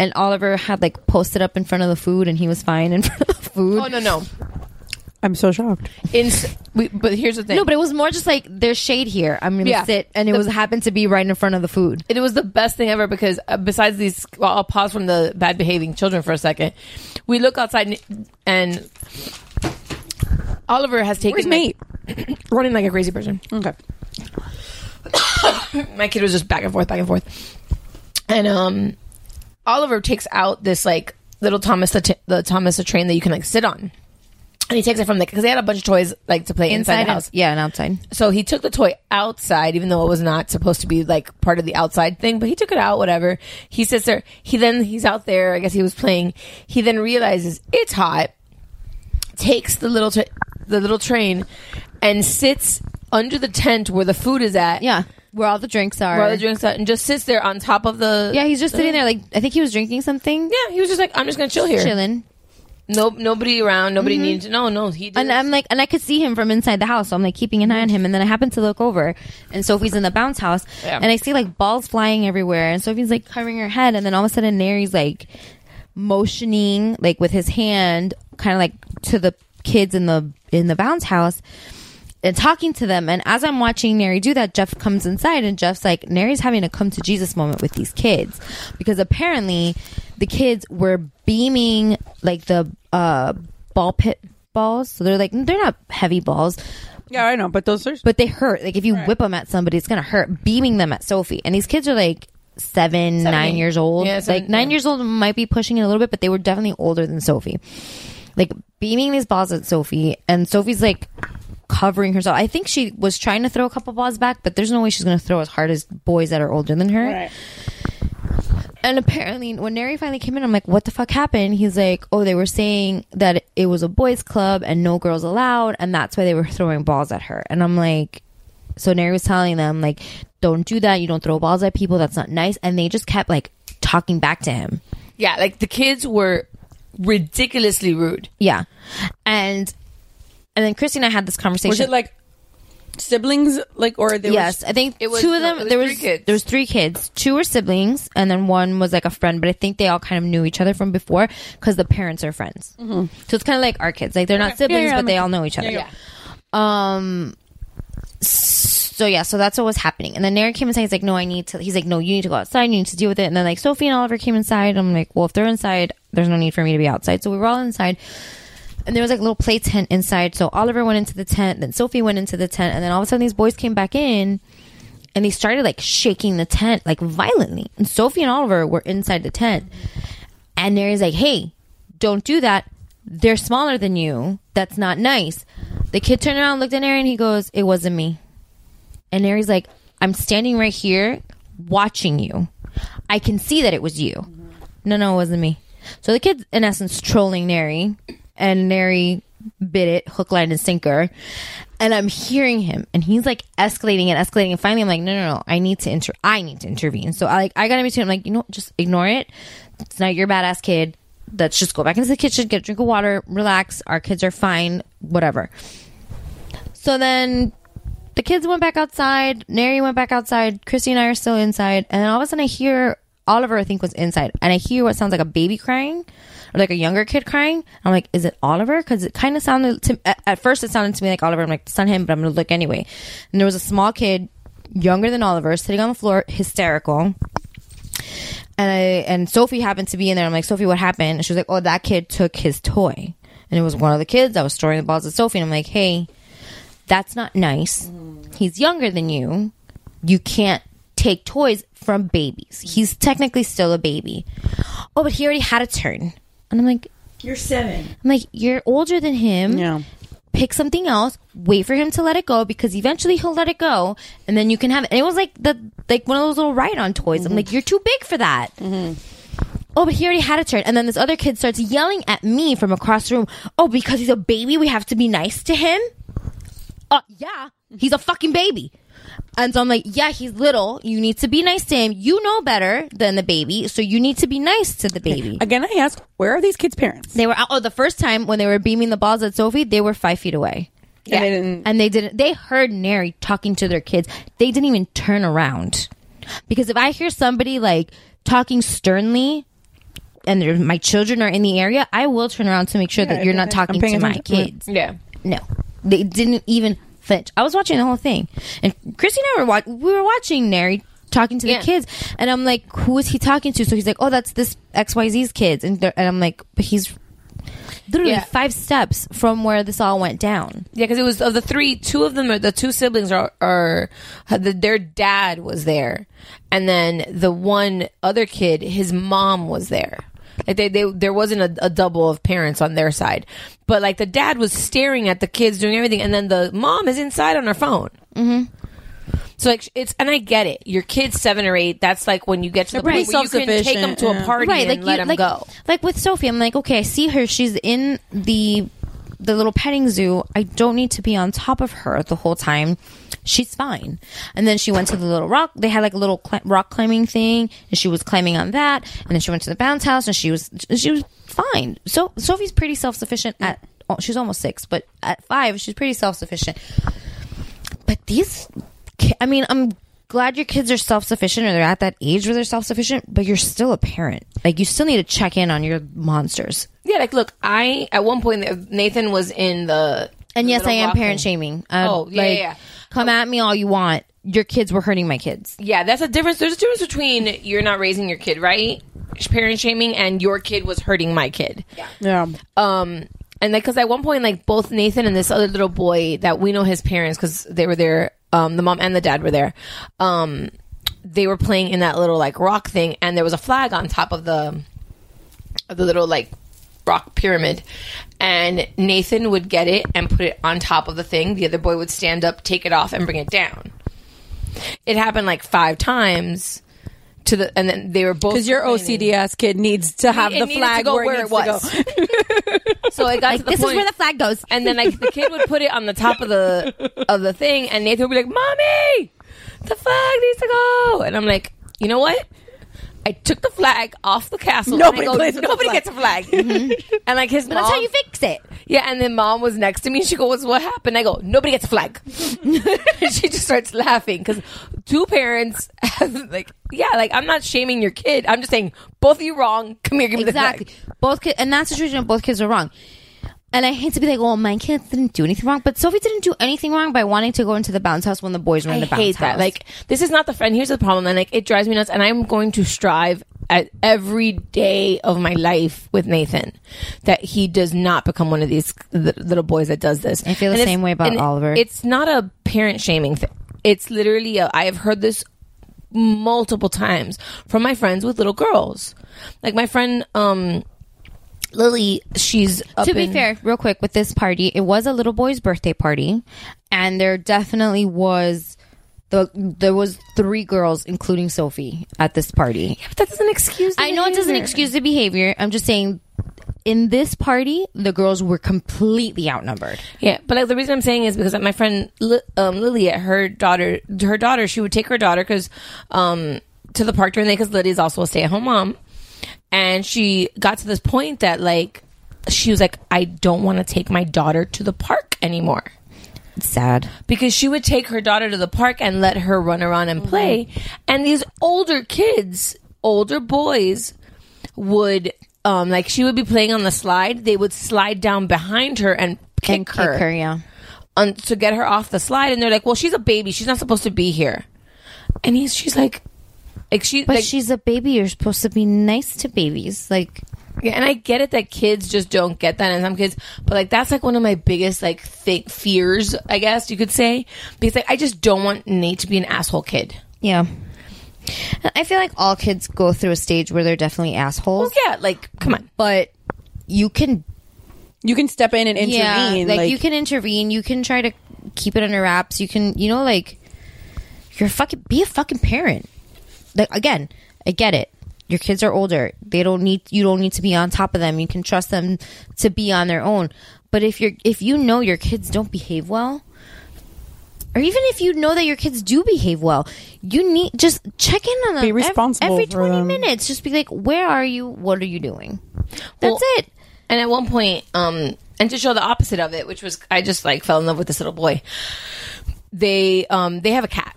S6: and Oliver had like posted up in front of the food, and he was fine in front of the food.
S7: oh no no.
S9: I'm so shocked.
S7: In, we, but here's the thing.
S6: No, but it was more just like there's shade here. I'm gonna
S7: Yeah.
S6: sit, and it was happened to be right in front of the food.
S7: it was the best thing ever because uh, besides these, well, I'll pause from the bad behaving children for a second. We look outside and, and Oliver has taken
S9: Where's
S7: like-
S9: mate?
S7: running like a crazy person.
S9: Okay.
S7: my kid was just back and forth, back and forth. And um, Oliver takes out this like little Thomas the, t- the Thomas the train that you can like sit on, and he takes it from the because they had a bunch of toys like to play inside, the house.
S6: and, yeah, and outside.
S7: So he took the toy outside, even though it was not supposed to be like part of the outside thing, but he took it out, whatever. He sits there. He then, he's out there. I guess he was playing. He then realizes it's hot, takes the little, t- the little train and sits under the tent where the food is at.
S6: Yeah, where all the drinks are.
S7: Where the drinks at and just sits there on top of the.
S6: yeah, he's just sitting there. Like I think he was drinking something.
S7: Yeah, he was just like, I'm just gonna chill here.
S6: chilling. Mm-hmm.
S7: No, nobody around. Nobody needs. No, no, he. Did.
S6: And I'm like, and I could see him from inside the house. So I'm like keeping an eye on him. And then I happen to look over, and Sophie's in the bounce house,
S7: Yeah.
S6: and I see like balls flying everywhere. And Sophie's like covering her head, and then all of a sudden, Nary's like motioning, like with his hand, kind of like to the kids in the in the bounce house. And talking to them, and as I'm watching Nary do that, Jeff comes inside, and Jeff's like, "Nary's having a come to Jesus moment with these kids, because apparently, the kids were beaming like the uh, ball pit balls. So they're like, they're not heavy balls,
S9: Yeah, I know, but those are.
S6: but they hurt. Like if you whip 'em whip them at somebody, it's gonna hurt. Beaming them at Sophie, and these kids are like seven, nine
S7: eight.
S6: years old.
S7: Yeah, seven,
S6: like nine
S7: yeah.
S6: years old might be pushing it a little bit, but they were definitely older than Sophie. Like beaming these balls at Sophie, and Sophie's like covering herself. I think she was trying to throw a couple balls back, but there's no way she's gonna throw as hard as boys that are older than her. And apparently, when Neri finally came in, I'm like, "What the fuck happened?" He's like, "Oh, they were saying that it was a boys' club and no girls allowed, and that's why they were throwing balls at her." And I'm like, "So Neri was telling them like, don't do that. You don't throw balls at people. That's not nice." And they just kept like talking back to him.
S7: yeah, like the kids were ridiculously rude.
S6: Yeah, and and then Christy and I had this conversation.
S9: Was it like siblings? Like or they?
S6: yes,
S9: Were,
S6: I think
S7: It was-
S6: two of them.
S7: no, it was
S6: there
S7: three
S6: was
S7: kids.
S6: there was three kids. Two were siblings, and then one was like a friend. But I think they all kind of knew each other from before because the parents are friends. So it's kind of like our kids. Like they're not siblings,
S9: Yeah, yeah,
S6: but
S9: I'm
S6: they
S9: with
S6: all know each other. Um. So yeah, so that's what was happening. And then Nary came inside. He's like, "No, I need to." He's like, "No, you need to go outside. You need to deal with it." And then like Sophie and Oliver came inside. I'm like, "Well, if they're inside, there's no need for me to be outside." So we were all inside. And there was like a little play tent inside. So Oliver went into the tent, then Sophie went into the tent, and then all of a sudden these boys came back in and they started like shaking the tent like violently. And Sophie and Oliver were inside the tent. And Nary's like, hey, don't do that. They're smaller than you. That's not nice. The kid turned around, looked at Nary, and he goes, it wasn't me. And Nary's like, I'm standing right here watching you. I can see that it was you. No, no, it wasn't me. So the kid's in essence trolling Nary, and Nary bit it hook, line, and sinker. And I'm hearing him, and he's like escalating and escalating. And finally, I'm like, no, no, no, I need to inter, I need to intervene. So I like, I got him between. I'm like, you know, just ignore it. It's not your badass kid. let's just go back into the kitchen, get a drink of water, relax. Our kids are fine, whatever. So then the kids went back outside. Nary went back outside. Christy and I are still inside. And then all of a sudden I hear Oliver, I think, was inside. And I hear what sounds like a baby crying or like a younger kid crying. I'm like, is it Oliver? Because it kind of sounded to at, at first, it sounded to me like Oliver. I'm like, it's not him, but I'm going to look anyway. And there was a small kid, younger than Oliver, sitting on the floor, hysterical and I and Sophie happened to be in there. I'm like, Sophie, what happened? And she was like, Oh, that kid took his toy, and it was one of the kids that was throwing the balls at Sophie. And I'm like, Hey, that's not nice.
S10: Mm-hmm.
S6: He's younger than you. You can't take toys from babies. He's technically still a baby. Oh, but he already had a turn. And I'm like,
S10: You're seven.
S6: I'm like, you're older than him.
S9: Yeah.
S6: Pick something else. Wait for him to let it go because eventually he'll let it go, and then you can have. It. And it was like the like one of those little ride-on toys. I'm like, you're too big for that. Oh, but he already had a turn. And then this other kid starts yelling at me from across the room. Oh, because he's a baby, we have to be nice to him. Uh, yeah, he's a fucking baby. And so I'm like, yeah, he's little. You need to be nice to him. You know better than the baby, so you need to be nice to the baby.
S9: Again, I ask, where are these kids' parents?
S6: They were out. Oh, the first time when they were beaming the balls at Sophie, they were five feet away.
S9: Yeah. And they didn't.
S6: And they didn't. They heard Neri talking to their kids. They didn't even turn around because if I hear somebody like talking sternly. And they're- my children are in the area, I will turn around to make sure that you're not talking to
S9: paying
S6: my
S9: attention. Mm.
S6: kids.
S7: Yeah.
S6: No, they didn't even flinch. I was watching the whole thing, and Christy and I were watching. We were watching Neri talking to the
S7: Yeah.
S6: kids, and I'm like, "Who is he talking to?" So he's like, "Oh, that's this X Y Z's kids," and they're- and I'm like, "But he's literally
S7: Yeah.
S6: five steps from where this all went down."
S7: Yeah, because it was of the three, two of them, are, the two siblings are, are the, their dad was there, and then the one other kid, his mom was there. Like they, they there wasn't a, a double of parents on their side, but like the dad was staring at the kids doing everything, and then the mom is inside on her phone. Mm-hmm. So like it's and I get it. Your kid's seven or eight. That's like when you get to the
S9: pretty
S7: point where you can take them
S9: self-sufficient,
S7: to a
S9: yeah.
S7: party and let them
S6: like,
S7: go.
S6: Like with Sophie, I'm like, okay, I see her. She's in the the little petting zoo. I don't need to be on top of her the whole time. She's fine. And then she went to the little rock. They had like a little cli- rock climbing thing, and she was climbing on that. And then she went to the bounce house, and she was she was fine. So Sophie's pretty self sufficient at. oh, She's almost six, but at five, she's pretty self sufficient. But these, ki- I mean, I'm glad your kids are self sufficient or they're at that age where they're self sufficient, but you're still a parent. Like, you still need to check in on your monsters.
S7: Yeah, like look, I at one point Nathan was in the
S6: And yes,
S7: little
S6: I am
S7: rock
S6: parent
S7: thing.
S6: shaming. Uh,
S7: Oh, yeah,
S6: like,
S7: yeah, yeah.
S6: Come at me all you want. Your kids were hurting my kids.
S7: Yeah, that's a difference. There's a difference between you're not raising your kid right, parent shaming, and your kid was hurting my kid. Yeah.
S9: Yeah.
S6: Oh,
S7: Um, and like, because at one point, like both Nathan and this other little boy that we know his parents because they were there, um, the mom and the dad were there. Um, they were playing in that little like rock thing, and there was a flag on top of the of the little like rock pyramid. And Nathan would get it and put it on top of the thing. The other boy would stand up, take it off, and bring it down. It happened like five times to the, and then they were both
S9: Because your
S7: complaining.
S9: OCD ass kid needs to have
S7: It
S9: the
S7: needed to
S9: flag
S7: go
S9: where,
S7: where
S9: it,
S7: it
S9: needs to
S7: was.
S9: go.
S7: So it got to the
S6: This
S7: point,
S6: is where the flag goes.
S7: and then like the kid would put it on the top of the of the thing, and Nathan would be like, "Mommy, the flag needs to go." And I'm like, "You know what? I took the flag off the castle. and I
S9: Nobody plays with the
S7: Nobody
S9: flag."
S7: gets a flag." And like his mom,
S6: That's how you fix it.
S7: yeah. And then mom was next to me, and she goes, "What happened?" I go, "Nobody gets a flag." And she just starts laughing because two parents, have, like, yeah, like I'm not shaming your kid. I'm just saying both of you wrong. Come here, give me
S6: Exactly.
S7: the flag.
S6: Both kids, and that's the truth. you know, Both kids are wrong. And I hate to be like, well, my kids didn't do anything wrong, but Sophie didn't do anything wrong by wanting to go into the bounce house when the boys were in the
S7: I
S6: bounce
S7: hate
S6: house.
S7: that. Like, this is not the friend. Here's the problem, and like, it drives me nuts. And I'm going to strive at every day of my life with Nathan that he does not become one of these li- little boys that does this. I
S6: feel the same way about Oliver.
S7: It's not a parent shaming thing. It's literally a, I have heard this multiple times from my friends with little girls. Like my friend um Lily, she's up
S6: to be
S7: in-
S6: fair, real quick with this party, it was a little boy's birthday party, and there definitely was the there was three girls, including Sophie, at this party.
S7: But that doesn't excuse. the
S6: I know it doesn't
S7: behavior.
S6: excuse the behavior. I'm just saying, in this party, the girls were completely outnumbered.
S7: Yeah, but like the reason I'm saying is because my friend Li- um, Lily, her daughter, her daughter, she would take her daughter because um, to the park during the day because Lily's also a stay at home mom, and she got to this point that like she was like, I don't want to take my daughter to the park anymore
S6: It's sad.
S7: because she would take her daughter to the park and let her run around and play and these older kids older boys would um like she would be playing on the slide they would slide down behind her and kick
S6: And
S7: her,
S6: kick her, yeah.
S7: on, to get her off the slide and they're like well she's a baby she's not supposed to be here and he's she's like like she
S6: But
S7: like,
S6: she's a baby. You're supposed to be nice to babies. Like,
S7: Yeah, and I get it that kids just don't get that, and some kids, but like that's like one of my biggest like th- fears, I guess you could say, because like I just don't want Nate to be an asshole kid.
S6: yeah. I feel like all kids go through a stage where they're definitely assholes,
S7: Well, yeah, like come on,
S6: but you can
S9: You can step in and intervene.
S6: like, you can intervene. You can try to keep it under wraps. You can, you know, like you're fucking be a fucking parent. Like again, I get it. Your kids are older. They don't need you don't need to be on top of them. You can trust them to be on their own. But if you're if you know your kids don't behave well, or even if you know that your kids do behave well, you need just check in on them
S9: Be
S6: ev-
S9: responsible
S6: every
S9: for
S6: twenty
S9: them.
S6: minutes. Just be like, where are you? What are you doing? That's
S7: Well,
S6: it.
S7: And at one point, um, and to show the opposite of it, which was I just like fell in love with this little boy. They um they have a cat,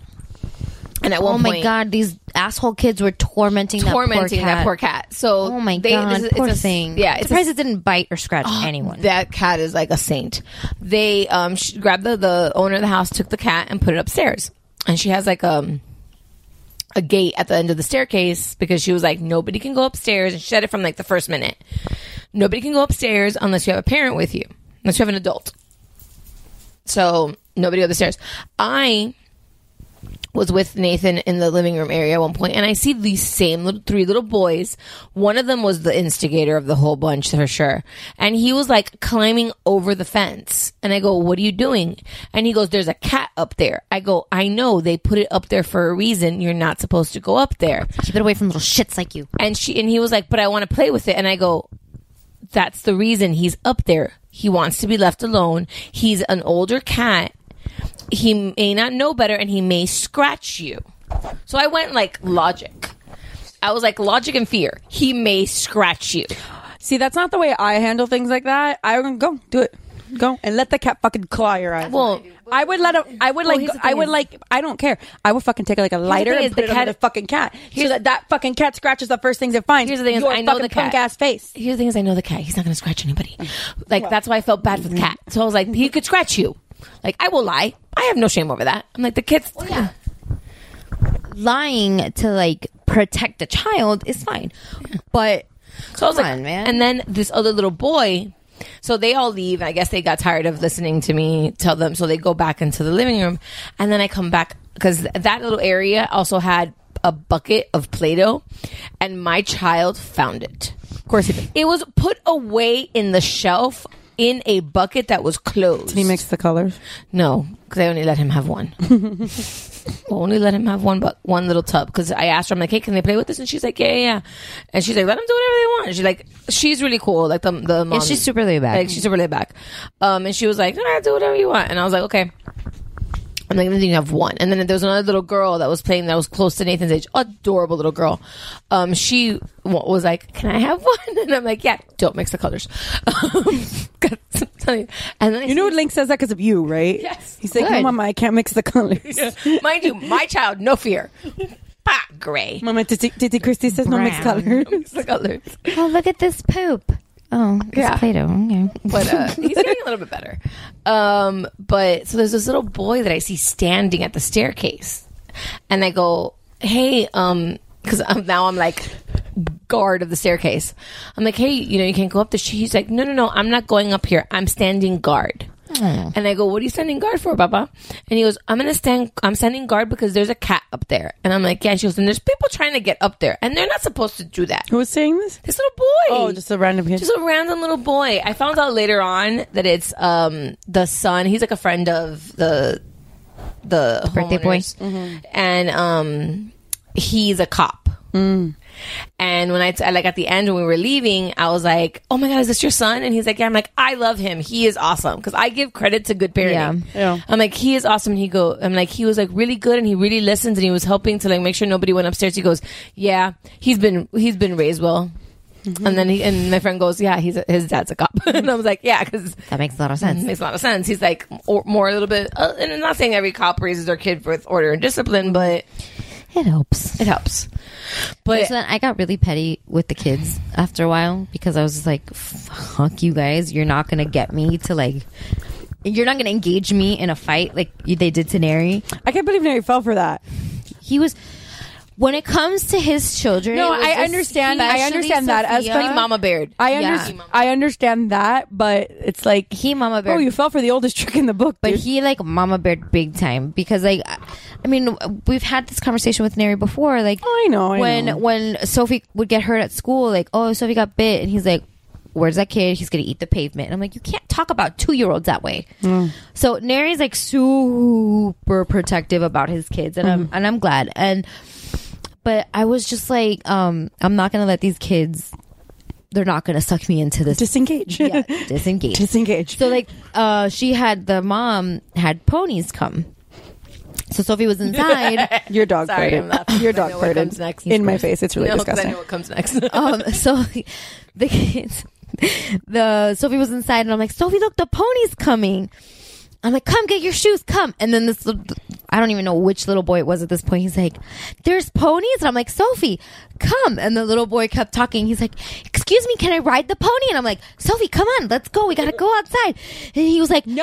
S7: and at one
S6: Oh my
S7: point-
S6: god, these asshole kids were tormenting,
S7: tormenting
S6: that poor cat.
S7: So
S6: Oh my
S7: they-
S6: god,
S7: this is-
S6: poor
S7: it's a,
S6: thing.
S7: Yeah, it's a Oh,
S6: surprised it didn't bite or scratch anyone.
S7: That cat is like a saint. They um sh grabbed the the owner of the house, took the cat, and put it upstairs. And she has like um a gate at the end of the staircase because she was like nobody can go upstairs, and she said it from like the first minute. Nobody can go upstairs unless you have a parent with you, unless you have an adult. So nobody go upstairs. I was with Nathan in the living room area at one point, and I see these same little, three little boys. One of them was the instigator of the whole bunch for sure, and he was like climbing over the fence. And I go, "What are you doing?" And he goes, "There's a cat up there." I go, "I know they put it up there for a reason. You're not supposed to go up there."
S6: Keep it away from little shits like you.
S7: And she and he was like, "But I want to play with it." And I go, "That's the reason he's up there. He wants to be left alone. He's an older cat. He may not know better and he may scratch you." So I went like logic. I was like logic and fear. He may scratch you.
S9: See, that's not the way I handle things like that. I would go do it, go and let the cat fucking claw your eyes.
S7: Well-
S9: I would let him. I would like.
S7: here's the
S9: I
S7: thing
S9: would
S7: is-
S9: like. I don't care. I would fucking take like a lighter
S7: thing
S9: and
S7: is
S9: put
S7: the
S9: it on
S7: cat-
S9: the fucking cat so
S7: Here's-
S9: that that fucking cat scratches the first things it finds.
S7: Here's the thing is,
S9: your
S7: I know
S9: fucking
S7: the cat.
S9: punk ass face.
S7: Here's the thing is I know the cat. He's not going to scratch anybody. Like that's why I felt bad for the cat. So I was like, he could scratch you. Like I will lie. I have no shame over that. I'm like the kids.
S6: Lying to like protect a child is fine, but
S7: So I was
S6: Come
S7: like,
S6: on, man.
S7: and then this other little boy. So they all leave. I guess they got tired of listening to me tell them. So they go back into the living room, and then I come back because that little area also had a bucket of Play-Doh, and my child found it.
S9: Of course he did.
S7: It was put away in the shelf in a bucket that was closed.
S9: He mixed the colors.
S7: No, because I only let him have one. I only let him have one, but one little tub. Because I asked her, I'm like, "Hey, can they play with this?" And she's like, "Yeah, yeah." yeah." And she's like, "Let them do whatever they want." And she's like, "She's really cool." Like the the mom,
S6: she's super laid back.
S7: Like she's super laid back. Um, and she was like, "No, do whatever you want." And I was like, "Okay." I'm like, then you have one. And then there was another little girl that was playing that was close to Nathan's age. Adorable little girl. Um, she wa- was like, can I have one? And I'm like, yeah, don't mix the colors. God, I'm telling you. and then I
S9: You know
S7: see-
S9: what Link says that because of you, right?
S7: Yes.
S9: He's like, no,
S6: Good.
S9: Mama, I can't mix the colors.
S7: Mind you, my child, no fear. Pa, gray.
S9: Mama, Titi Titi Christie says no mix
S6: Brown.
S9: colors.
S7: The colors.
S6: oh look at this poop. Oh, it's
S7: Yeah.
S6: Play-Doh. Okay.
S7: But uh, he's doing a little bit better. Um, but so there's this little boy that I see standing at the staircase, and I go, "Hey," um, because now I'm like guard of the staircase. I'm like, "Hey, you know, you can't go up the." sh-" He's like, "No, no, no, I'm not going up here. I'm standing guard." And I go, "What are you standing guard for, Baba?" And he goes, "I'm gonna stand. I'm standing guard because there's a cat up there." And I'm like, "Yeah." And she goes, "And there's people trying to get up there, and they're not supposed to do that."
S9: Who was saying this?
S7: This little boy.
S9: Oh, just a random kid.
S7: Just a random little boy. I found out later on that it's um the son. He's like a friend of the the,
S6: birthday boy.
S9: Mm-hmm.
S7: homeowners. and um he's a cop.
S9: Mm.
S7: And when I, t- like, at the end when we were leaving, I was like, oh my God, is this your son? And he's like, yeah. I'm like, I love him. He is awesome. Cause I give credit to good parenting.
S9: Yeah. Yeah.
S7: I'm like, he is awesome. And he go, I'm like, he was like really good and he really listens and he was helping to like make sure nobody went upstairs. He goes, yeah, he's been, he's been raised well. And then he, and my friend goes, yeah, he's a, his dad's a cop. and I was like, yeah, cause
S6: That makes a lot of sense.
S7: makes a lot of sense. He's like or, more a little bit, uh, and I'm not saying every cop raises their kid with order and discipline, but
S6: It helps. uh,
S7: it helps. But
S6: So then I got really petty with the kids after a while because I was just like, "Fuck you guys! You're not gonna get me to like, you're not gonna engage me in a fight like you- they did to Neri."
S9: I can't believe Neri fell for that.
S6: He was. When it comes to his children,
S9: No,
S6: it was
S9: I understand- I
S6: especially
S9: understand that. As
S6: Sophia.
S9: for
S7: Mama Baird,
S9: I
S6: Yeah.
S9: understand. I understand that, but it's like
S6: He mama bear.
S9: Oh, you fell for the oldest trick in the book,
S6: but
S9: dude.
S6: he like mama beared big time because like I- i mean we've had this conversation with neri before like
S9: Oh, I know, I
S6: when
S9: know.
S6: when sophie would get hurt at school like oh sophie got bit and he's like where's that kid he's gonna eat the pavement and i'm like you can't talk about two-year-olds that way
S9: Mm.
S6: so neri's like super protective about his kids and
S9: Mm-hmm.
S6: i'm and i'm glad and but i was just like um i'm not gonna let these kids they're not gonna suck me into this
S9: disengage.
S6: yeah, disengage
S9: disengage.
S6: so like uh she had the mom had ponies come. So Sophie was inside.
S9: Your dog
S7: Sorry, I'm
S9: birded.
S7: laughing.
S9: Your
S7: I
S9: dog
S7: know what
S9: birded
S7: comes next.
S9: in my face. It's really
S7: no, 'cause I
S9: disgusting.
S7: know what comes next.
S6: um so the kids the Sophie was inside and I'm like, "Sophie, look, the pony's coming." I'm like, "Come get your shoes, come." And then this little, I don't even know which little boy it was at this point. He's like, "There's ponies." And I'm like, "Sophie, come." And the little boy kept talking. He's like, "Excuse me, can I ride the pony?" And I'm like, "Sophie, come on. Let's go. We got to go outside." And he was like,
S9: No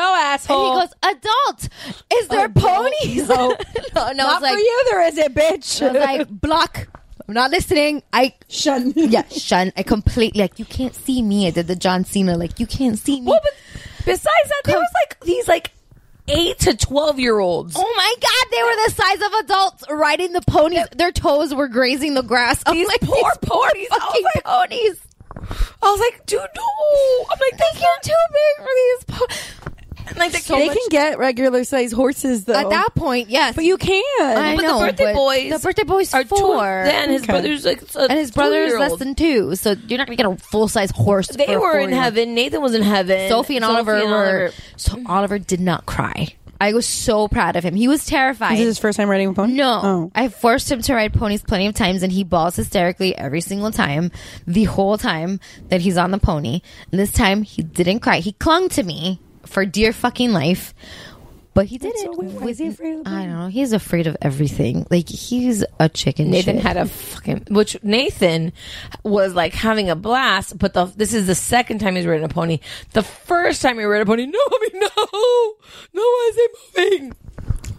S6: And
S9: asshole.
S6: he goes, "Adult. Is there ponies?"
S9: No.
S6: no, no, I was
S9: Not
S6: like,
S9: for you, there is it, bitch.
S6: I was like, block. I'm not listening. I
S9: Shun.
S6: yeah, shun. I completely like you can't see me. I did the John Cena like you can't see me.
S7: Well, but besides that, there was like these like eight to twelve year olds.
S6: oh my god, they were the size of adults riding the ponies. Their toes were grazing the grass. I'm
S7: These
S6: like,
S7: poor ponies. I was
S6: fucking
S7: like-
S6: ponies.
S7: I was like, dude, no. I'm like, they can't too big for these. Po-. And like the
S9: they can get regular sized horses though.
S6: At that point, yes.
S9: but you can.
S6: I
S7: but
S6: know,
S7: the birthday
S6: but
S7: boys,
S6: the birthday boys
S7: are
S6: are
S7: two-
S6: four.
S7: Then his
S9: Okay.
S7: brother's like, a
S6: and his brother is less
S7: two-year-old.
S6: than two, so you're not gonna get a full size horse. for
S7: They
S6: a
S7: were in
S6: four-year-old.
S7: heaven. Nathan was in heaven.
S6: Sophie and Oliver
S7: and
S6: were.
S7: Oliver-
S6: So Oliver did not cry. I was so proud of him. He was terrified.
S9: Is this his first time riding a pony?
S6: No,
S9: Oh.
S6: I forced him to ride ponies plenty of times, and he bawls hysterically every single time, the whole time that he's on the pony. And this time, he didn't cry. He clung to me for dear fucking life, but he did
S9: That's
S6: it.
S9: so weird. Why
S6: with-
S9: is he afraid of the
S6: I don't know. He's afraid of everything. Like he's a chicken.
S7: Nathan
S6: shit.
S7: had a fucking which Nathan was like having a blast, but the this is the second time he's ridden a pony. The first time he rode a pony, no, I mean, no, no, why is it moving?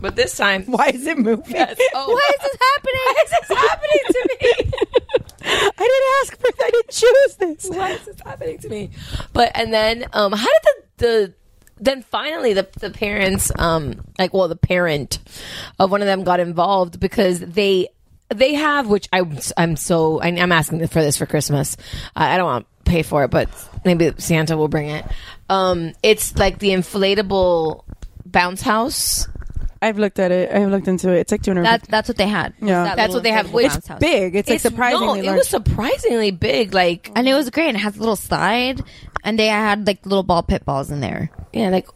S7: But this time,
S9: Why is it moving?
S7: Yes. Oh.
S6: Why is this happening?
S7: Why is this happening to me?
S9: I didn't ask for that. I didn't choose this.
S7: Why is this happening to me? But and then um how did the the then finally the the parents um like well the parent of one of them got involved because they they have which I I'm so I, I'm asking for this for Christmas. I I don't want to pay for it, but maybe Santa will bring it. Um, it's like the inflatable bounce house.
S9: I've looked at it. I've looked into it. It's like 200.
S6: That, that's what they had. was
S9: Yeah.
S6: that
S7: That's
S6: little
S7: what they have.
S6: inflatable
S7: Which-
S6: bounce house.
S9: big. It's, like
S7: no,
S9: surprisingly
S7: it
S9: large.
S7: was surprisingly big. Like
S6: and it was great. And it has a little slide, and they had like little ball pit balls in there.
S7: yeah, like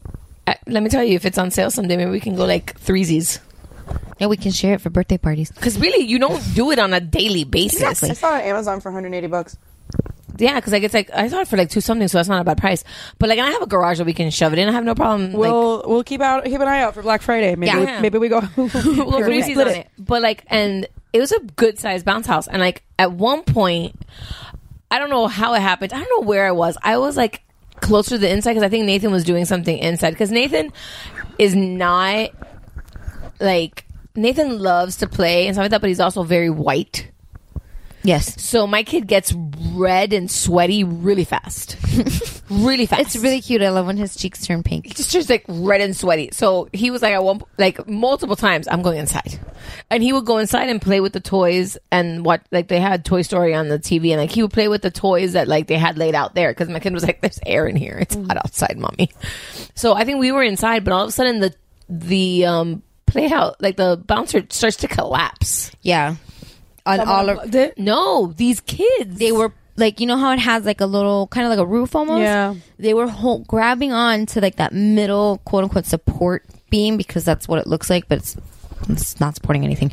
S7: I, let me tell you, if it's on sale someday, maybe we can go like threesies.
S6: Yeah, we can share it for birthday parties.
S7: Because really, you don't do it on a daily basis.
S6: Exactly.
S9: I saw it on Amazon for 180 bucks.
S7: Yeah, because like it's like I saw it for like two something, so that's not a bad price. But like, and I have a garage that we can shove it in. I have no problem. like,
S9: We'll we'll keep out keep an eye out for Black Friday. Maybe
S7: Yeah.
S9: we, maybe we go. we'll
S7: we'll
S9: split
S7: threesies on it. But like, and it was a good sized bounce house. And like at one point, I don't know how it happened. I don't know where I was. I was like closer to the inside because I think Nathan was doing something inside. Because Nathan is not like Nathan loves to play and stuff like that, but he's also very white.
S6: Yes.
S7: So my kid gets red and sweaty really fast. really fast.
S6: It's really cute. I love when his cheeks turn pink.
S7: just just like red and sweaty. So he was like at one like multiple times I'm going inside. And he would go inside and play with the toys and what like they had Toy Story on the TV and like he would play with the toys that like they had laid out there cuz my kid was like there's air in here.
S6: Mm.
S7: It's hot outside, mommy. So I think we were inside but all of a sudden the the um play out like the bouncer starts to collapse.
S6: Yeah. on all of
S9: plugged it?
S7: No, these kids.
S6: they were like you know how it has like a little kind of like a roof almost
S9: Yeah.
S6: they were hol- grabbing on to like that middle quote unquote support beam because that's what it looks like but it's it's not supporting anything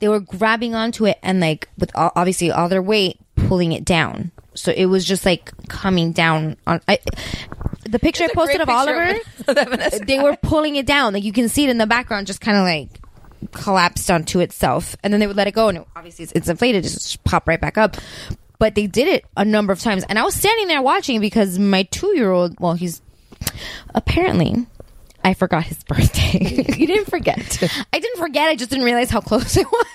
S6: they were grabbing onto it and like with all, obviously all their weight pulling it down so it was just like coming down on I, the picture i posted of oliver they were pulling it down like you can see it in the background just kind of like collapsed onto itself and then they would let it go and it- obviously it's, it's inflated it just pop right back up but they did it a number of times and i was standing there watching because my two-year-old well he's apparently i forgot his birthday
S7: You didn't forget.
S6: i didn't forget i just didn't realize how close it was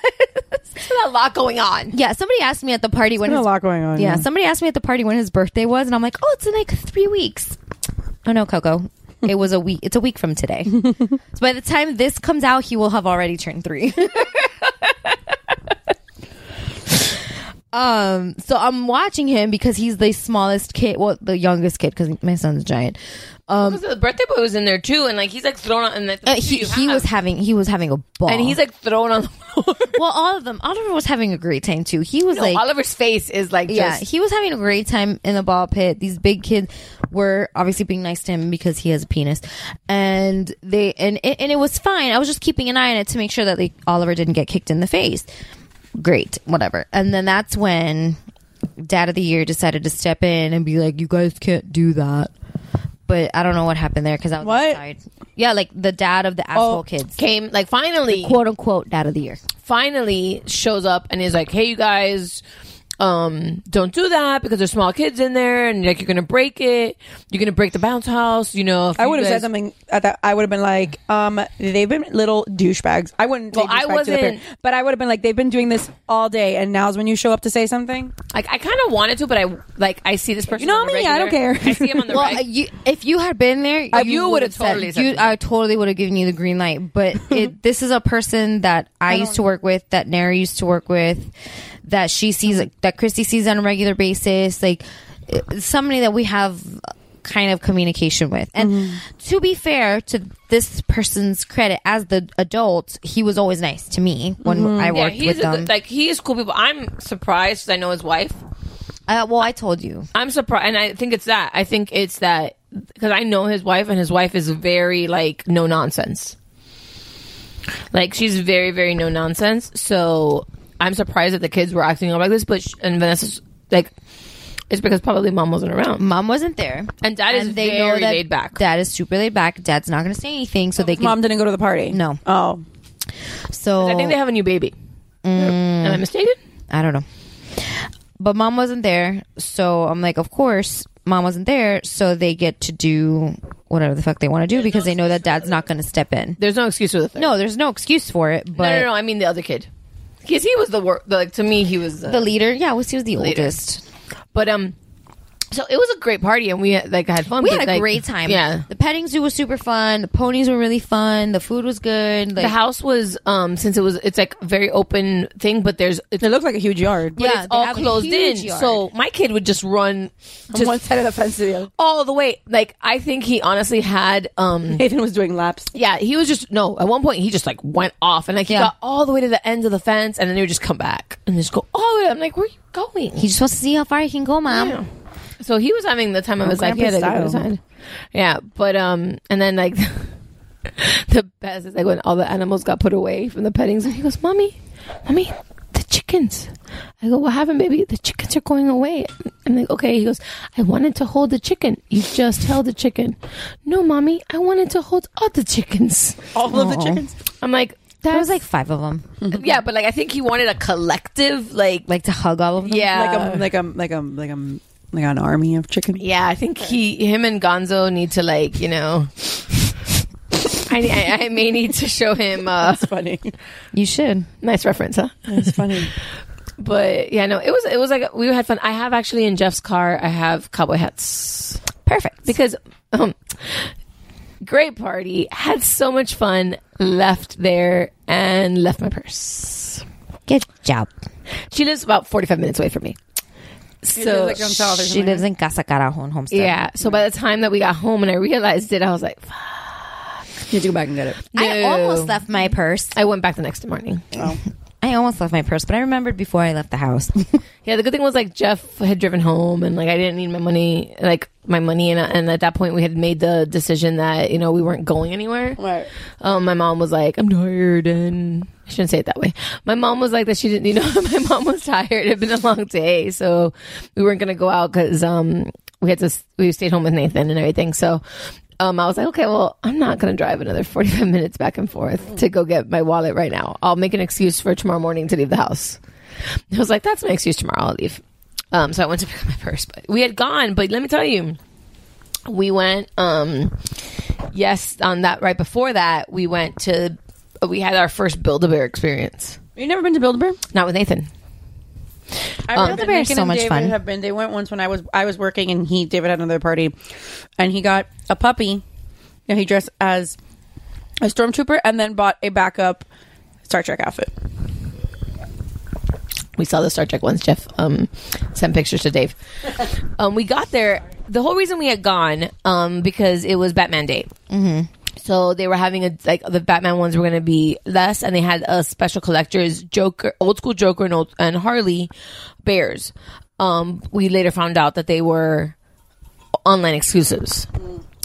S7: a lot going on.
S6: yeah somebody asked me at the party when
S9: There's a
S6: his-
S9: lot going on.
S6: yeah, somebody asked me at the party when his birthday was, and I'm like, oh, it's in like three weeks. Oh no, Coco, it was a week. It's a week from today. so by the time this comes out, he will have already turned three. um, so I'm watching him because he's the smallest kid, well, the youngest kid because my son's a giant. Um,
S7: The birthday boy was in there too, and like he's like thrown on. And the,
S6: uh, he he was having he was having a ball,
S7: and he's like thrown on the floor.
S6: well, all of them. Oliver was having a great time too. He was
S7: No,
S6: like
S7: Oliver's face is like
S6: Yeah,
S7: just
S6: he was having a great time in the ball pit. These big kids were obviously being nice to him because he has a penis, and they and it- and it was fine. I was just keeping an eye on it to make sure that like Oliver didn't get kicked in the face. Great, whatever. And then that's when Dad of the Year decided to step in and be like, "You guys can't do that." But I don't know what happened there because I was
S9: What?
S6: outside. Yeah, like the dad of the asshole kids,
S7: Oh, came like finally,
S6: quote unquote, Dad of the Year.
S7: finally shows up and is like, "Hey, you guys." Um, don't do that because there's small kids in there, and like you're gonna break it. You're gonna break the bounce house. You know, if
S9: I
S7: you
S9: would have
S7: guys-
S9: said something at that. I would have been like, um, they've been little douchebags. I wouldn't.
S7: Well,
S9: say
S7: I
S9: douchebag to the parent,
S7: wasn't-
S9: but I would have been like, they've been doing this all day, and now's when you show up to say something.
S7: Like I kind of wanted to, but I like I see this person.
S9: know
S7: on the
S9: me, I don't
S7: regular.
S9: care.
S7: I see him on the
S6: Well,
S7: reg-
S6: uh, you, if you had been there,
S7: I- Uh, you would have
S6: said-
S7: totally said
S6: you-
S7: something.
S6: I totally would have given you the green light. But it, this is a person that I, used to work with, that Nara used to work with, that she sees, that Christy sees on a regular basis. Like it- somebody that we have kind of communication with. And
S7: Mm-hmm.
S6: to be fair to this person's credit, as the adult, he was always nice to me when I
S7: Mm-hmm. yeah,
S6: worked
S7: he's
S6: with
S7: a
S6: them.
S7: good, like he is cool people. I'm surprised 'cause I know his wife.
S6: uh, well, I told you.
S7: I'm surprised, and I think it's that. I think it's that because I know his wife, and his wife is very like no nonsense. Like she's very very no nonsense. So I'm surprised that the kids were acting up like this. But sh- and Vanessa's like. It's because probably mom wasn't around.
S6: Mom wasn't there,
S7: And dad is very laid back.
S6: Dad is super laid back. Dad's not going to say anything, so they can
S9: Mom didn't go to the party.
S6: No.
S9: Oh,
S6: So
S7: I think they have a new baby.
S6: Mm.
S7: Am I mistaken?
S6: I don't know. But mom wasn't there, so I'm like, of course, mom wasn't there, so they get to do whatever the fuck they want to do because they know that dad's not going to step in.
S7: There's no excuse for the third.
S6: No, there's no excuse for it. But
S7: no, no, no. I mean the other kid, because he was the work. Like to me, he was the,
S6: the leader, yeah, was he was the oldest.
S7: But um, so it was a great party, and we like had fun.
S6: We
S7: but,
S6: had a
S7: like,
S6: great time.
S7: Yeah,
S6: the petting zoo was super fun. The ponies were really fun. The food was good. Like,
S7: the house was um, since it was it's like a very open thing, but there's it's,
S9: it looked like a huge yard.
S7: but
S6: Yeah,
S7: it's
S6: they
S7: all
S6: have a
S7: closed in.
S6: huge yard.
S7: So my kid would just run
S9: Just one
S7: just
S9: side of the fence to the other.
S7: all the way. Like I think he honestly had um.
S9: Nathan was doing laps.
S7: Yeah, he was just no. At one point, he just like went off and like he
S6: Yeah.
S7: got all the way to the end of the fence, and then he would just come back and just go all the way. I'm like, where are you going?
S6: he just wants to see how far he can go, mom.
S7: So he was having the time of his life. He had a good
S9: grandpa style.
S7: time. Yeah, but um, and then like the best is like when all the animals got put away from the petting zoo. He goes, "Mommy, mommy, the chickens." I go, "What happened, baby? The chickens are going away." I'm like, "Okay." He goes, "I wanted to hold the chicken. You just held the chicken." No, mommy, I wanted to hold all the chickens.
S9: All of the chickens.
S7: I'm like.
S6: There
S7: That's
S6: was like five of them,
S7: yeah, but like I think he wanted a collective, like
S6: like to hug all of them.
S7: yeah,
S9: Like a like a like a like a like an army of chickens.
S7: Uh. Yeah, I think he, him, and Gonzo need to like you know. I, I, I may need to show him. Uh,
S9: It's funny.
S6: you should.
S7: nice reference, huh?
S9: It's funny.
S7: But yeah, no, it was it was like we had fun. I have actually in Jeff's car. I have cowboy hats
S6: Perfect.
S7: because um, great party had so much fun. Left there and left my purse.
S6: Good job.
S7: She lives about forty five minutes away from me. So
S9: like, on top or
S6: She lives in Casa Carajo in Homestead.
S7: yeah. So by the time that we got home and I realized it, I was like, "Fuck."
S9: You have to go back and get it.
S6: I
S7: No.
S6: almost left my purse.
S7: I went back the next morning.
S6: I almost left my purse, but I remembered before I left the house.
S7: Yeah, the good thing was like Jeff had driven home, and like I didn't need my money, like my money, and, and at that point we had made the decision that you know we weren't going anywhere.
S9: Right.
S7: Um, my mom was like, "I'm tired," and I shouldn't say it that way. My mom was like that. She didn't, you know, my mom was tired. It had been a long day, so we weren't gonna go out because um we had to s- we stayed home with Nathan and everything. So. Um, I was like, okay, well, I'm not gonna drive another 45 minutes back and forth to go get my wallet right now. I'll make an excuse for tomorrow morning to leave the house. I was like, that's my excuse tomorrow. I'll leave. Um, so I went to pick up my purse, but we had gone. But let me tell you, we went. Um, yes, on that right before that, we went to. We had our first Build a Bear experience,
S9: You never been to Build a Bear?
S7: not with Nathan.
S9: I
S7: Um,
S9: remember
S6: Build-A-Bear is
S9: Lincoln
S6: so
S9: and
S6: much
S9: David
S6: fun.
S9: Have been. They went once when I was I was working and he David had another party, and he got a puppy. And he dressed as a stormtrooper and then bought a backup Star Trek outfit.
S7: We saw the Star Trek ones. Jeff um, sent pictures to Dave. um, we got there. The whole reason we had gone um, because it was Batman Day. Mm-hmm. So they were having a like the Batman ones were going to be less, and they had a special collectors Joker, old school Joker, and, old, and Harley bears. Um, we later found out that they were online exclusives.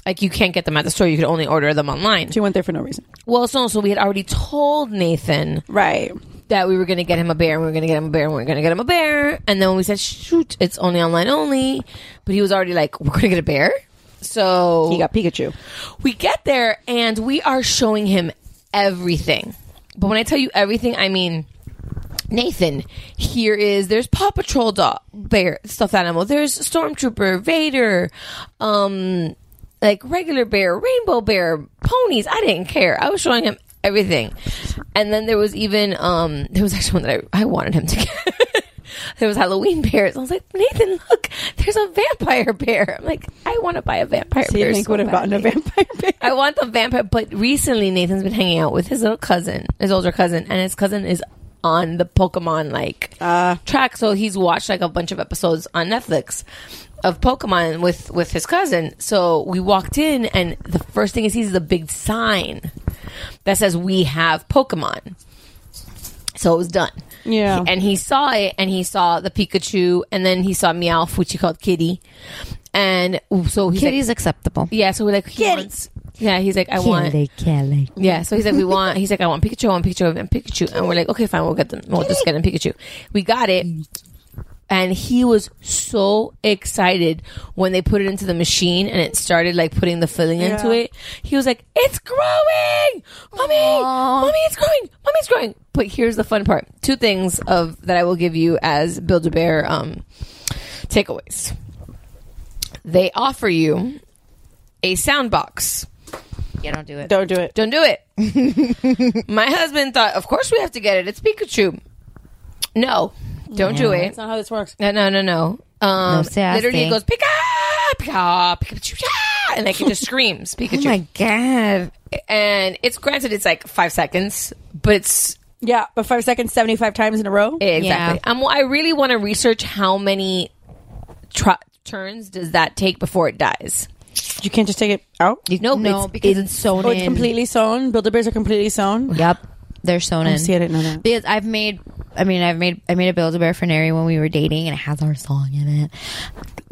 S7: Like you can't get them at the store; you could only order them online.
S9: She went there for no reason.
S7: Well, so so we had already told Nathan
S9: Right.
S7: that we were going to get him a bear and we were going to get him a bear and we were going to get him a bear. And then when we said, shoot, it's only online only, but he was already like, we're going to get a bear. So
S9: He got Pikachu.
S7: we get there and we are showing him everything. But when I tell you everything, I mean Nathan. Here is there's Paw Patrol dog, bear stuffed animal. There's Stormtrooper, Vader, um, like regular bear, rainbow bear, ponies. I didn't care. I was showing him everything. And then there was even um, there was actually one that I, I wanted him to get. there was Halloween bears. I was like, Nathan, look, there's a vampire bear. I'm like, I want to buy a vampire
S9: Do
S7: bear.
S9: you think
S7: so
S9: would have gotten a
S7: badly.
S9: vampire bear?
S7: I want the vampire, but recently Nathan's been hanging out with his little cousin, his older cousin, and his cousin is on the Pokemon like track. So he's watched like a bunch of episodes on Netflix of Pokemon with with his cousin. So we walked in, and the first thing he sees is a big sign that says "We have Pokemon." So it was done.
S9: Yeah.
S7: He- and he saw it, and he saw the Pikachu, and then he saw Meowth, which he called Kitty. And so he's like-
S6: Kitty's acceptable.
S7: yeah, so we're like, he wants. Yeah, he's like, I want.
S6: Kelly.
S7: Yeah, so he's like, we want. He's like, I want Pikachu, I want Pikachu, I want Pikachu, and we're like, okay, fine, we'll get them. We'll just get him Pikachu. We got it, and he was so excited when they put it into the machine and it started like putting the filling into it. He was like, it's growing, mommy, mommy, it's growing, mommy, it's growing. But here's the fun part: two things of that I will give you as Build a Bear um, takeaways. They offer you a sound box.
S6: Yeah, don't do it.
S9: Don't do it.
S7: Don't do it. My husband thought, of course we have to get it. It's Pikachu. No, don't do it.
S9: That's not how this works.
S7: No, no, no, no. Um,
S6: No sassy.
S7: literally, it goes Pika, Pika, Pikachu, yeah! and like it just screams
S6: Oh
S7: Pikachu.
S6: my god.
S7: and it's granted, it's like five seconds, but it's
S9: Yeah, but five seconds, seventy-five times in a row.
S7: Exactly. Um, well, I really want to research how many tr- turns does that take before it dies.
S9: You can't just take it out.
S6: You,
S7: No,
S6: no,
S7: it's
S6: because it's sewn
S9: Oh,
S6: in.
S9: it's completely sewn. Build a bears are completely sewn.
S6: Yep, they're sewn in.
S9: Oh, see, I didn't know that.
S6: Because I've made, I mean, I've made, I made a Build a Bear for Neri when we were dating, and it has our song in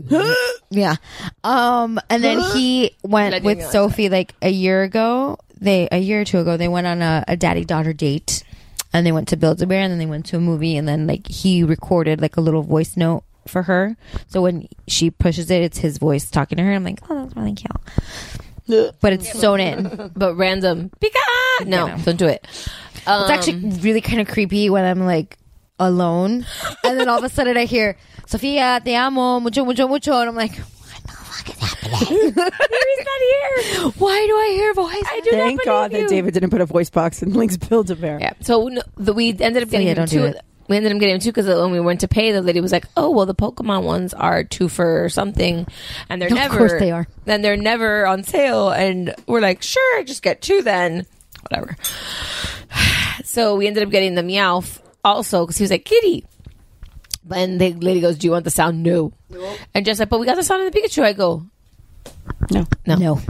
S6: it. yeah, um, and then he
S7: I
S6: went
S7: didn't
S6: with
S7: realize
S6: Sophie like a year ago. They a year or two ago, they went on a, a daddy daughter date, and they went to Build a Bear, and then they went to a movie, and then like he recorded like a little voice note for her. So when she pushes it, it's his voice talking to her. I'm like, oh, that's really cute. But it's sewn in.
S7: But random Pika, no,
S6: Yeah, no.
S7: don't do it.
S6: It's actually really kind of creepy when I'm like alone, and then all of a sudden I hear Sofia, te amo mucho, mucho, mucho, and I'm like, what the fuck is happening? here. Why do I hear a voice? I do
S9: Thank God that David didn't put a voice box in Link's Build a Bear.
S7: Yeah. So no, the, we ended up getting
S6: yeah,
S7: him
S6: don't
S7: two.
S6: do
S7: of
S6: it.
S7: the- We ended up getting him two because when we went to pay, the lady was like, "Oh, well, the Pokemon ones are two for something, and they're
S6: Of
S7: never.
S6: course they are.
S7: Then they're never on sale." And we're like, "Sure, just get two then, whatever." so we ended up getting the Meowth also because he was like kitty. And the lady goes, "Do you want the sound?" No. And just like, but we got the sound of the Pikachu. I go,
S9: No.
S7: no,
S6: No,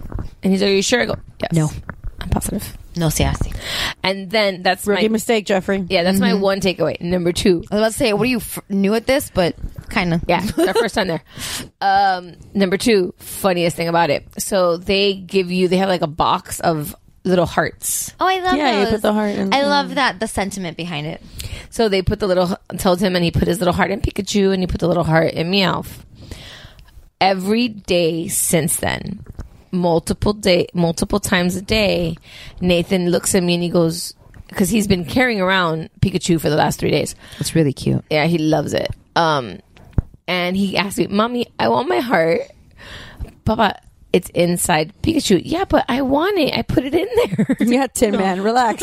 S7: And he's like, "Are you sure?" I go, "Yes."
S6: No.
S7: I'm positive.
S6: No se hace.
S7: And then that's
S9: Rookie
S7: my
S9: mistake, Jeffrey.
S7: yeah, that's
S6: Mm-hmm.
S7: my one takeaway. Number two,
S6: I was about to say, what are you f- new at this? But kind of.
S7: Yeah, it's our first time there. Um, number two, funniest thing about it. So they give you, they have like a box of little hearts.
S6: Oh, I love
S9: Yeah, you
S6: those.
S9: put the heart in-
S6: I love that the sentiment behind it.
S7: So they put the little, told him, and he put his little heart in Pikachu, and he put the little heart in Meowth. Every day since then, multiple day, multiple times a day, Nathan looks at me and he goes, because he's been carrying around Pikachu for the last three days.
S6: It's really cute.
S7: Yeah, he loves it. Um, and he asked me, "Mommy, I want my heart." Papa, it's inside Pikachu. Yeah, but I want it. I put it in there.
S9: Yeah, Tin Man, relax.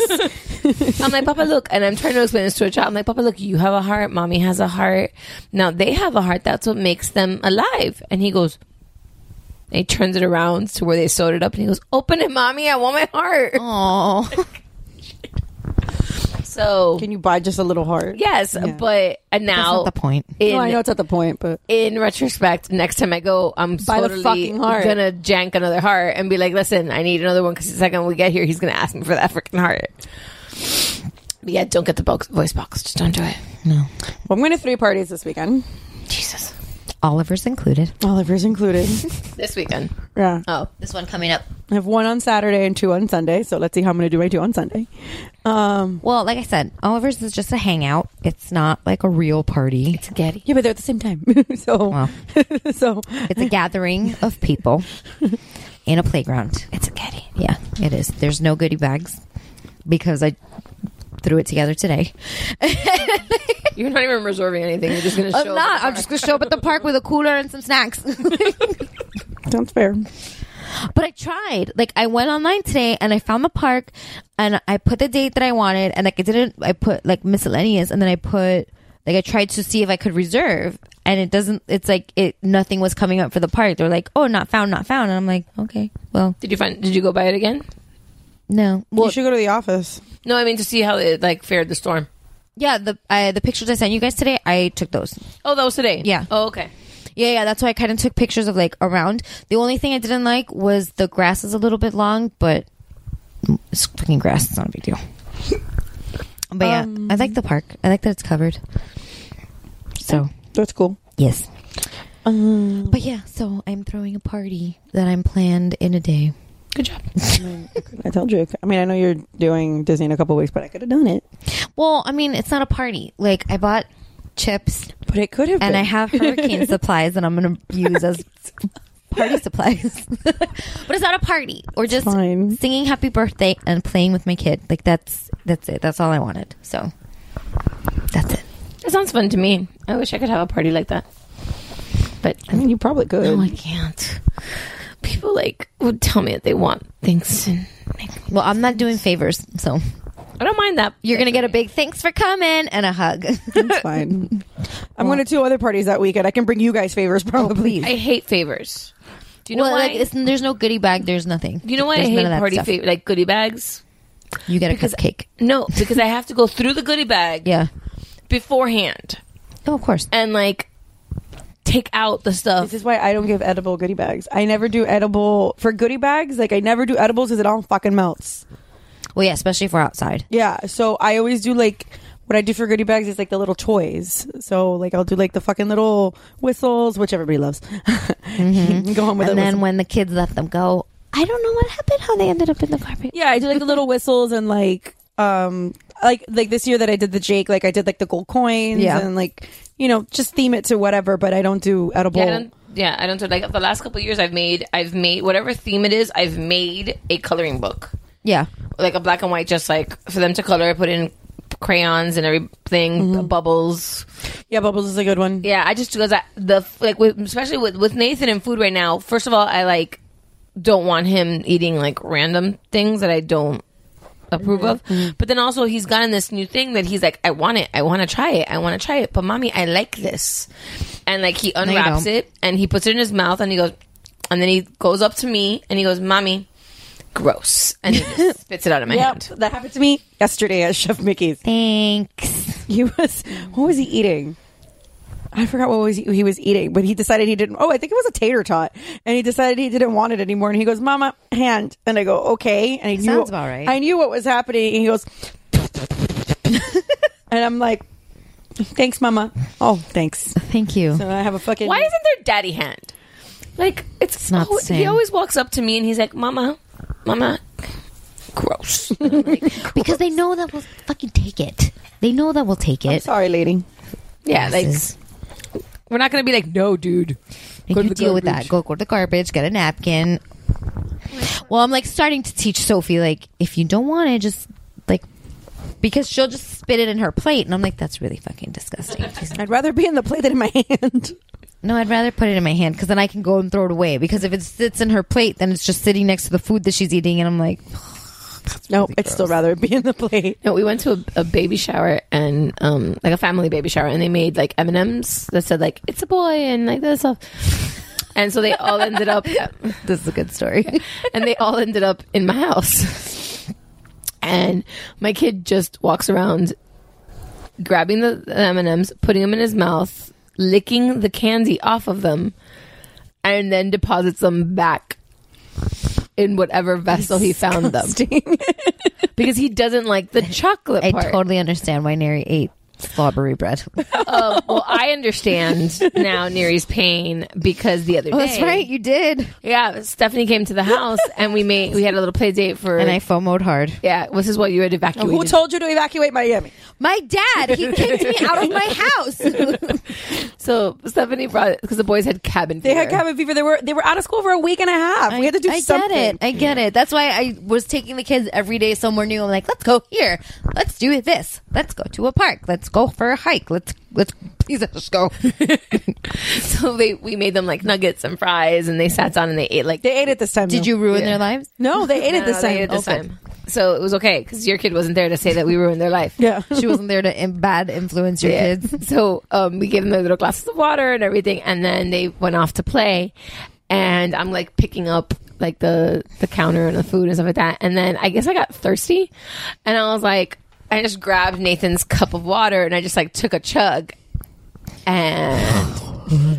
S7: I'm like, Papa, look, and I'm trying to explain this to a child. I'm like, Papa, look, you have a heart. Mommy has a heart. Now they have a heart. That's what makes them alive. And he goes. And he turns it around to where they sewed it up, and he goes, "Open it, mommy! I want my heart."
S6: Oh,
S7: So
S9: Can you buy just a little heart?
S7: yes, but and now
S6: the point.
S7: in-
S9: No, I know it's at the point, but
S7: in retrospect, next time I go, I'm
S9: Buy the
S7: totally
S9: fucking heart.
S7: gonna jank another heart and be like, "Listen, I need another one because the second we get here, he's gonna ask me for that freaking heart." But yeah, don't get the box, voice box. Just don't do it.
S9: well, I'm going to three parties this weekend.
S7: Jesus,
S6: Oliver's included.
S9: Oliver's included.
S7: this weekend.
S9: yeah.
S7: Oh,
S6: This one coming up.
S9: I have one on Saturday and two on Sunday, so let's see how I'm going to do my two on Sunday. Um,
S6: Well, like I said, Oliver's is just a hangout. It's not like a real party.
S7: it's Getty.
S9: yeah, but they're at the same time. so,
S6: Well,
S9: so
S6: it's a gathering of people in a playground. It's a getty. Yeah, it is. There's no goodie bags because I threw it together today.
S7: You're not even reserving anything. You're just gonna. Show up
S6: I'm
S7: at
S6: not.
S7: the
S6: I'm
S7: park.
S6: just gonna show up at the park with a cooler and some snacks.
S9: sounds fair.
S6: But I tried. Like I went online today and I found the park and I put the date that I wanted and like I didn't I put like miscellaneous and then I put like I tried to see if I could reserve and it doesn't it's like it nothing was coming up for the park. They're like, "Oh, not found, not found." And I'm like, "Okay. Well,
S7: Did you find? Did you go buy it again?
S6: no.
S9: you
S6: Well,
S9: should go to the office.
S7: No, I mean to see how it like fared the storm.
S6: yeah, the I, the pictures I sent you guys today, I took those.
S7: Oh, that was today.
S6: Yeah.
S7: Oh, okay.
S6: Yeah, yeah, that's why I kind of took pictures of like around. The only thing I didn't like was the grass is a little bit long, but it's fucking grass. It's not a big deal. But yeah, I like the park. I like that it's covered. So
S9: That's cool.
S6: yes, but yeah, so I'm throwing a party that I'm planned in a day.
S7: Good job.
S9: I told you. I mean, I know you're doing Disney in a couple weeks, but I could have done it.
S6: Well, I mean, it's not a party. Like I bought chips
S9: But it could have
S6: and
S9: been.
S6: I have hurricane supplies that I'm going to use as party supplies. but it's not a party or just
S9: fine.
S6: singing happy birthday and playing with my kid. Like that's that's it. That's all I wanted. So that's it.
S7: That sounds fun to me. I wish I could have a party like that. But
S9: I mean, you probably could.
S7: No, I can't. People like would tell me that they want things, and like,
S6: Well, I'm not doing favors, so
S7: I don't mind that.
S6: you're gonna get a big thanks for coming and a hug.
S9: It's fine. I'm going to two other parties that weekend. I can bring you guys favors probably.
S7: I hate favors. Do you know
S6: well,
S7: why?
S6: like it's, there's no goodie bag. There's nothing.
S7: Do you know why I
S6: There's none
S7: hate
S6: of that
S7: party
S6: stuff.
S7: favor like goodie bags?
S6: You get a
S7: because-
S6: cupcake.
S7: No, because I have to go through the goodie bag
S6: Yeah.
S7: beforehand
S6: Oh, of course.
S7: and like take out the stuff.
S9: This is why I don't give edible goodie bags. I never do edible for goodie bags. Like I never do edibles because it all fucking melts.
S6: Well, yeah, especially if we're outside.
S9: Yeah. So I always do like what I do for goodie bags is like the little toys. So like I'll do like the fucking little whistles, which everybody loves.
S7: Mm-hmm.
S9: Go home with
S6: And
S9: a
S6: then
S9: whistle.
S6: when the kids let them go, I don't know what happened. How they ended up in the carpet.
S9: yeah, I do like the little whistles and like um like like this year that I did the Jake, like I did like the gold coins
S6: Yeah.
S9: and like you know just theme it to whatever. But I don't do edible.
S7: Yeah, I don't, yeah, I don't do like the last couple years. I've made, I've made whatever theme it is. I've made a coloring book.
S6: Yeah.
S7: like a black and white, just like for them to color. I put in crayons and everything, bubbles.
S9: yeah, bubbles is a good one.
S7: Yeah, I just because I the like with, especially with with Nathan and food right now. First of all, I like don't want him eating like random things that I don't approve
S6: Mm-hmm.
S7: of. But then also he's gotten this new thing that he's like, I want it, I want to try it, I want to try it. But mommy, I like this, and like he
S6: you
S7: unwraps
S6: don't.
S7: it and he puts it in his mouth and he goes, and then he goes up to me and he goes, mommy. Gross, and he just spits it out of my
S9: Yep,
S7: hand.
S9: that happened to me yesterday at Chef Mickey's.
S6: Thanks.
S9: He was what was he eating? I forgot what was he, he was eating, but he decided he didn't. Oh, I think it was a tater tot, and he decided he didn't want it anymore. And he goes, "Mama, hand," and I go, "Okay." And he knew
S6: Sounds about right.
S9: I knew what was happening, and he goes, and I'm like, "Thanks, Mama." Oh, thanks.
S6: Thank you.
S9: And I have a fucking.
S7: Why isn't there daddy hand? Like it's,
S6: It's not the
S7: oh, He
S6: same.
S7: always walks up to me and he's like, "Mama, mama, gross."
S6: because they know that we'll fucking take it. They know that we'll take it.
S9: Sorry, lady.
S7: yeah, like
S6: This
S7: we're not gonna be like, "No, dude."
S6: You
S7: Go
S6: can
S7: to the
S6: deal with that.
S7: garbage.
S6: Go go to the garbage. Get a napkin. Well, I'm like starting to teach Sophie like if you don't want it, just like because she'll just spit it in her plate, and I'm like that's really fucking disgusting. Please
S9: I'd rather be in the plate than in my hand.
S6: No, I'd rather put it in my hand because then I can go and throw it away. Because if it sits in her plate, then it's just sitting next to the food that she's eating, and I'm like,
S9: No, I'd still rather be in the plate.
S7: No, we went to a, a baby shower and um, like a family baby shower, and they made like M and M's that said like "It's a boy" and like this stuff. And so they all ended up,
S6: "This is a good story."
S7: and they all ended up in my house. And my kid just walks around, grabbing the M and M's, putting them in his mouth, licking the candy off of them, and then deposits them back in whatever vessel he found them because he doesn't like the chocolate
S6: I
S7: part.
S6: totally understand why Neri ate slobbery bread.
S7: Oh, well, I understand now Neri's pain because the other day.
S6: Oh, you did.
S7: Yeah, Stephanie came to the house and we made we had a little play date for.
S6: And I fomoed hard.
S7: yeah, this is what you had evacuated.
S9: Who told you to evacuate Miami?
S6: My dad, he kicked me out of my house.
S7: so Stephanie brought it because the boys had cabin.
S9: They had cabin fever. They were they were out of school for a week and a half. we had to do
S6: I
S9: something.
S6: get it. I get it. That's why I was taking the kids every day somewhere new. I'm like, let's go here. Let's do this. Let's go to a park. Let's go for a hike. Let's let's please let's go.
S7: So they we made them like nuggets and fries, and they sat down and they ate like.
S9: They ate it this time.
S6: Did
S9: though.
S6: you ruin their lives?
S9: No, they ate it
S7: No,
S9: this
S7: they
S9: time.
S7: ate it this
S9: Okay.
S7: time. So it was okay because your kid wasn't there to say that we ruined their life.
S9: Yeah.
S6: She wasn't there to im- bad influence your
S7: Yeah.
S6: kids.
S7: So um, we gave them their little glasses of water and everything, and then they went off to play. And I'm like picking up like the the counter and the food and stuff like that. And then I guess I got thirsty, and I was like, I just grabbed Nathan's cup of water and I just like took a chug. And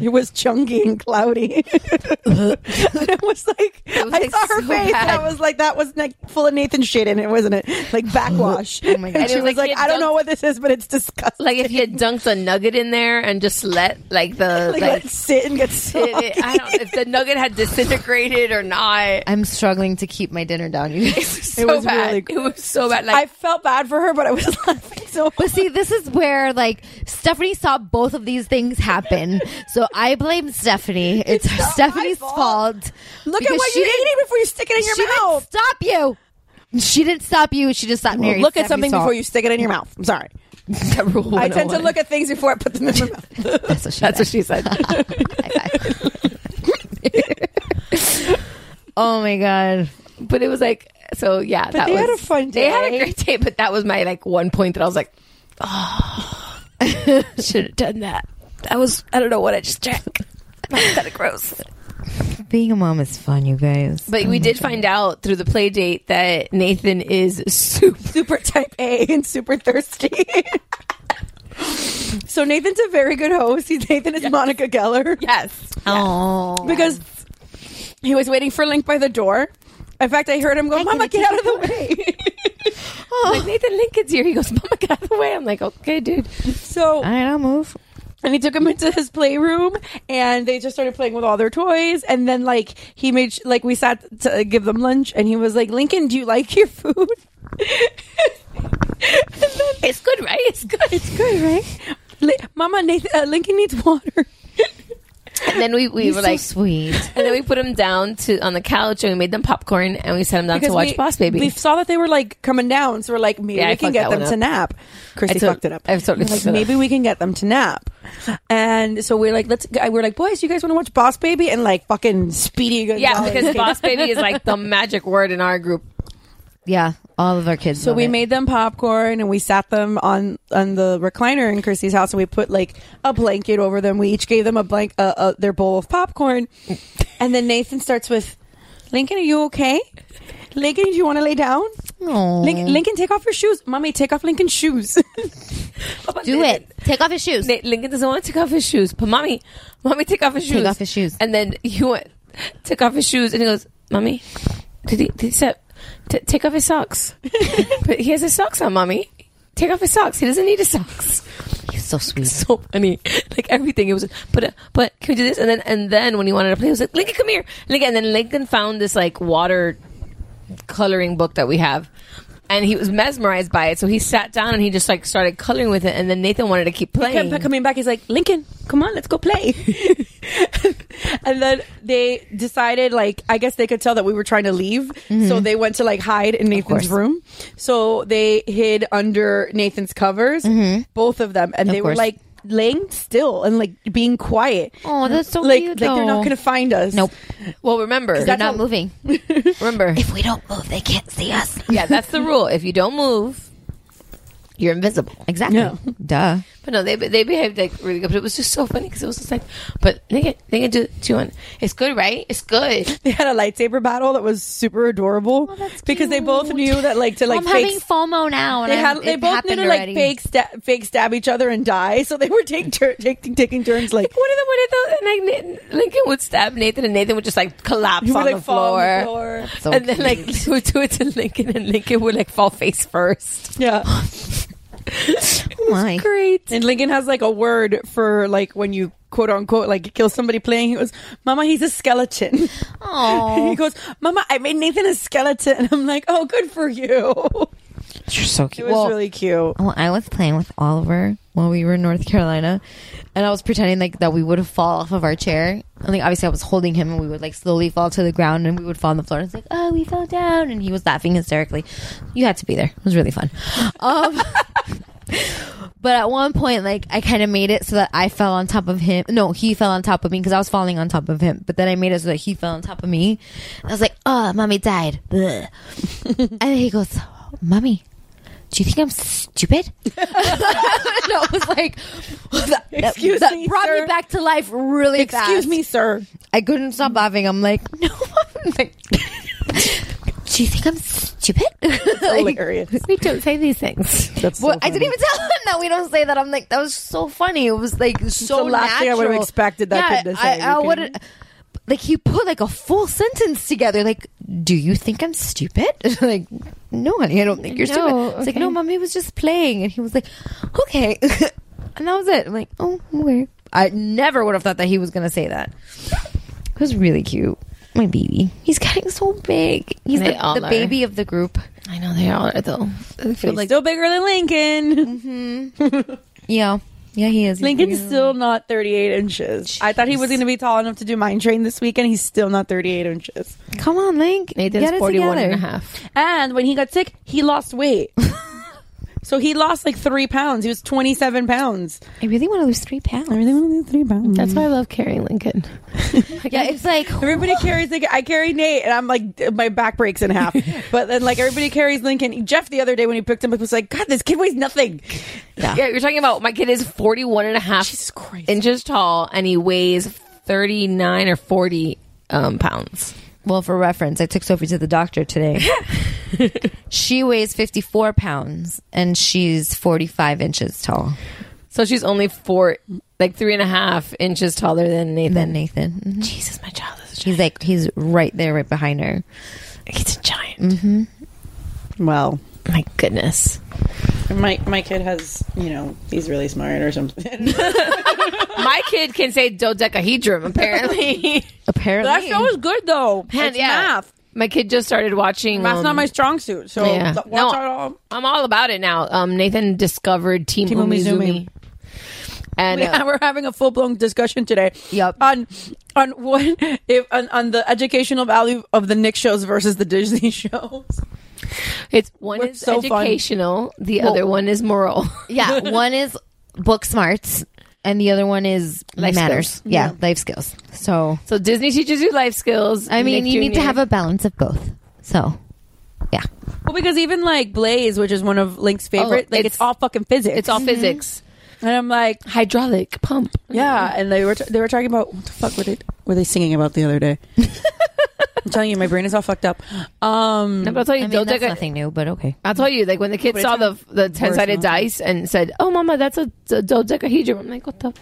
S9: It was chunky and cloudy. and it was like,
S7: was,
S9: I
S7: like,
S9: saw her
S7: so
S9: face.
S7: bad.
S9: I was like, that was like full of Nathan shit in it, wasn't it? Like backwash. oh
S6: my God.
S9: And she
S7: It was
S9: was
S7: like
S9: like,
S7: he had
S9: I don't know
S7: dunked-
S9: what this is, but it's disgusting.
S7: like if you had dunked a nugget in there and just let like the
S9: Like,
S7: like,
S9: let it sit and get soggy.
S7: it- it- I don't if the nugget had disintegrated or not.
S6: I'm struggling to keep my dinner down, you guys.
S7: So
S9: was
S7: bad.
S9: really-
S7: it was so bad. Like
S9: I felt bad for her, but I was laughing so
S6: But see, this is where like Stephanie saw both of these things happen. So I blame Stephanie. It's,
S9: not
S6: Stephanie's
S9: my
S6: fault.
S9: fault. Look at
S6: because
S9: what
S6: she
S9: you're
S6: didn't-
S9: eating before you stick it in your
S6: she
S9: mouth.
S6: didn't stop you. She didn't stop you. She just stopped Mary.
S9: look at something before you stick it in your mouth. I'm sorry.
S7: that rule
S9: I tend to
S7: 101.
S9: look at things before I put them in my mouth.
S6: That's what she
S7: That's what
S6: said.
S7: she said.
S6: oh my god.
S7: but it was like so yeah that
S9: they
S7: was
S9: had a fun
S7: they had a
S9: day.
S7: great day but that was my like one point that i was like oh should have done that i was i don't know what i just drank kind of gross
S6: Being a mom is fun, you guys.
S7: but we did find out through the play date that nathan is super
S9: super type A and super thirsty. so Nathan's a very good host. He's Nathan is Monica Geller
S7: yes
S6: Oh.
S9: because he was waiting for Link by the door. In fact, I heard him go, "Mama, get out of the way."
S7: like nathan lincoln's here he goes mama get out of the way i'm like okay dude
S9: so
S6: All right, I'll move.
S9: and he took him into his playroom and they just started playing with all their toys and then like he made sh- like we sat to give them lunch and he was like lincoln do you like your food
S7: it's good right it's good
S9: it's good right Li- mama nathan uh, lincoln needs water
S7: and then we, we
S6: He's
S7: were
S6: so
S7: like
S6: sweet.
S7: and then we put him down to on the couch and we made them popcorn and we set him down to watch
S9: we,
S7: boss baby
S9: we saw that they were like coming down so we're like maybe
S7: Yeah, I
S9: we can
S7: fucked
S9: get
S7: that
S9: them
S7: one
S9: to
S7: up.
S9: nap christy
S7: I tot-
S9: fucked it up
S7: I totally
S9: We're
S7: fucked
S9: like
S7: it up.
S9: maybe we can get them to nap and so we're like let's I- we're like boys you guys want to watch boss baby and like fucking speedy
S7: Yeah,
S9: Gonzales
S7: because
S9: came.
S7: boss baby is like the magic word in our group.
S6: Yeah, all of our kids.
S9: So
S6: love
S9: we
S6: it.
S9: made them popcorn and we sat them on on the recliner in Christy's house and we put like a blanket over them. We each gave them a blank uh, uh, their bowl of popcorn, and then Nathan starts with, "Lincoln, are you okay?" Lincoln, do you want to lay down?
S6: Mm.
S9: Lincoln, Lincoln, take off your shoes. Mommy, take off Lincoln's shoes.
S6: Do it. Take off his shoes.
S7: Na- Lincoln doesn't want to take off his shoes, but mommy, mommy, take off his shoes.
S6: Take off his shoes.
S7: And then he went, took off his shoes, and he goes, mommy, did he, did he say, t- take off his socks? but he has his socks on, mommy. Take off his socks. He doesn't need his socks.
S6: He's so sweet.
S7: So funny, like everything. It was, but uh, but can we do this? And then and then when he wanted to play, he was like, Lincoln, come here, Lincoln. And then Lincoln found this like water coloring book that we have. And he was mesmerized by it, so he sat down and he just like started coloring with it. And then Nathan wanted to keep playing.
S9: Kept coming back, he's like, Lincoln, come on, let's go play. and then they decided, like, I guess they could tell that we were trying to leave.
S6: Mm-hmm.
S9: So they went to, like, hide in Nathan's room. So they hid under Nathan's covers, both of them. And they were,
S6: Mm-hmm. course.
S9: like, laying still and, like, being quiet.
S6: Oh, that's so
S9: like,
S6: cute,
S9: like they're
S6: though.
S9: not going to find us.
S6: Nope.
S7: Well, remember,
S6: They're not moving.
S7: remember,
S6: If we don't move, they can't see us.
S7: yeah, that's the rule. If you don't move, you're invisible.
S6: Exactly.
S9: No.
S6: Duh.
S7: But no, they they behaved like really good. But it was just so funny because it was just like, but they can they can do do one. It's good, right? It's good.
S9: They had a lightsaber battle that was super adorable because they both knew that, like, to, like,
S6: Oh, I'm
S9: fake
S6: having FOMO now, and
S9: They,
S6: I,
S9: had, they
S6: it
S9: both knew
S6: happened
S9: to like
S6: already.
S9: fake, sta- fake stab each other and die, so they were taking tur- taking taking turns like
S7: One of them would have and like Na- Lincoln would stab Nathan, and Nathan would just like collapse
S9: you would
S7: on,
S9: like
S7: the
S9: fall
S7: floor.
S9: on the floor.
S6: So
S7: and then like we would do it to Lincoln, and Lincoln would like fall face first.
S9: Yeah,
S6: oh my.
S7: Great.
S9: and Lincoln has like a word for like when you quote unquote like kill somebody playing. He goes, "Mama, he's a skeleton." he
S6: Oh,
S9: goes, "Mama, I made Nathan a skeleton." And I'm like, "Oh, good for you." it
S6: you're so cute.
S9: was
S6: Well,
S9: really cute.
S6: Well, I was playing with Oliver when we were in North Carolina, and I was pretending like that we would fall off of our chair. I think obviously I was holding him, and we would like slowly fall to the ground, and we would fall on the floor. And it's like, oh, we fell down, and he was laughing hysterically. You had to be there; it was really fun. Um, but at one point, like I kind of made it so that I fell on top of him. No, he fell on top of me because I was falling on top of him. But then I made it so that he fell on top of me. And I was like, oh, mommy died. Ugh. and he goes, mommy. Do you think I'm stupid? no, it was like that, that-
S9: Excuse
S6: that
S9: me,
S6: brought
S9: sir.
S6: me back to life really fast.
S9: Excuse me, sir.
S6: I couldn't stop laughing. I'm like, no, I'm like, do you think I'm stupid? Like,
S9: Hilarious.
S7: We don't say these things.
S9: That's so
S6: well, I
S9: funny.
S6: didn't even tell him that we don't say that. I'm like, that was so funny. It was like so
S9: the last thing I would've
S6: natural.
S9: expected that
S6: Yeah,
S9: kid to
S6: I,
S9: say.
S6: I
S9: You
S6: wouldn't. Like he put like a full sentence together. Like, do you think I'm stupid? like, no, honey, I don't think you're stupid.
S7: No,
S6: It's like,
S7: okay.
S6: no, mommy was just playing, and he was like, okay, and that was it. I'm like, oh, okay. I never would have thought that he was gonna say that. It was really cute. My baby, he's getting so big. He's
S7: They
S6: the,
S7: all
S6: the
S7: are.
S6: baby of the group.
S7: I know they all are though. I feel
S9: He's still bigger than Lincoln.
S6: Yeah, yeah, he is. He's
S9: Lincoln's
S6: bigger.
S9: still not 38 inches. I thought he was going to be tall enough to do Mind Train this weekend. He's still not 38 inches.
S6: Come on, Link.
S7: Nathan's
S6: Get it
S7: 41 and a
S6: together.
S7: half.
S9: And when he got sick, he lost weight. so he lost like three pounds. He was 27 pounds.
S6: I really want to lose three pounds.
S9: only three pounds.
S7: That's why I love carrying Lincoln.
S6: yeah, it's like
S9: Everybody carries like I carry Nate and I'm like my back breaks in half. but then like everybody carries Lincoln. Jeff the other day when he picked him up was like, God, this kid weighs nothing.
S7: Yeah, you're talking about my kid is 41 and a half inches tall and he weighs 39 or 40 um, pounds.
S6: well, for reference, I took Sophie to the doctor today. she weighs fifty four pounds and she's forty five inches tall
S7: So she's only four, like three and a half inches taller than Nathan.
S6: than Nathan. Mhm.
S7: Jesus, my child is a giant.
S6: He's like he's right there, right behind her.
S7: He's a giant.
S6: Mm-hmm.
S9: Well,
S7: My goodness.
S9: my my kid has, you know, he's really smart or something.
S7: my kid can say dodecahedron, apparently.
S6: Apparently,
S9: that show is good though.
S7: Man,
S9: it's math.
S7: My kid just started watching.
S9: That's
S7: um,
S9: not my strong suit. So
S7: yeah.
S9: watch
S7: No.
S9: out all.
S7: I'm all about it now. Um, Nathan discovered Team
S9: Team
S7: Umizoomi.
S9: Umizoomi.
S7: And
S9: Yeah,
S7: uh,
S9: we're having a full blown discussion today.
S6: Yep.
S9: On on what if on, on the educational value of the Nick shows versus the Disney shows.
S7: uh, it's one
S9: We're
S7: is
S9: so fun.
S7: educational, the other one is moral.
S6: yeah. One is book smarts, and the other one is
S7: Life
S6: manners.
S7: skills.
S6: Yeah, life skills. So
S7: So Disney teaches you life skills.
S6: I mean,
S7: Nick
S6: you need to
S7: Jr.
S6: have a balance of both. So, yeah.
S9: Well, because even like Blaze, which is one of Link's favorite, like it's,
S7: it's-
S9: all fucking physics.
S7: It's all
S6: Mm-hmm.
S7: physics.
S9: and I'm like,
S7: Hydraulic pump.
S9: yeah. And they were t- they were talking about what the fuck were they were they singing about the other day? I'm telling you, my brain is all fucked up. Um,
S7: But I'll tell you,
S6: I mean,
S7: Doja
S6: that's
S7: Cat-
S6: nothing new, but okay.
S7: I'll tell you, like when the kids saw the the ten sided dice and said, "Oh, mama, that's a, a dodecahedron," I'm like, "What the?"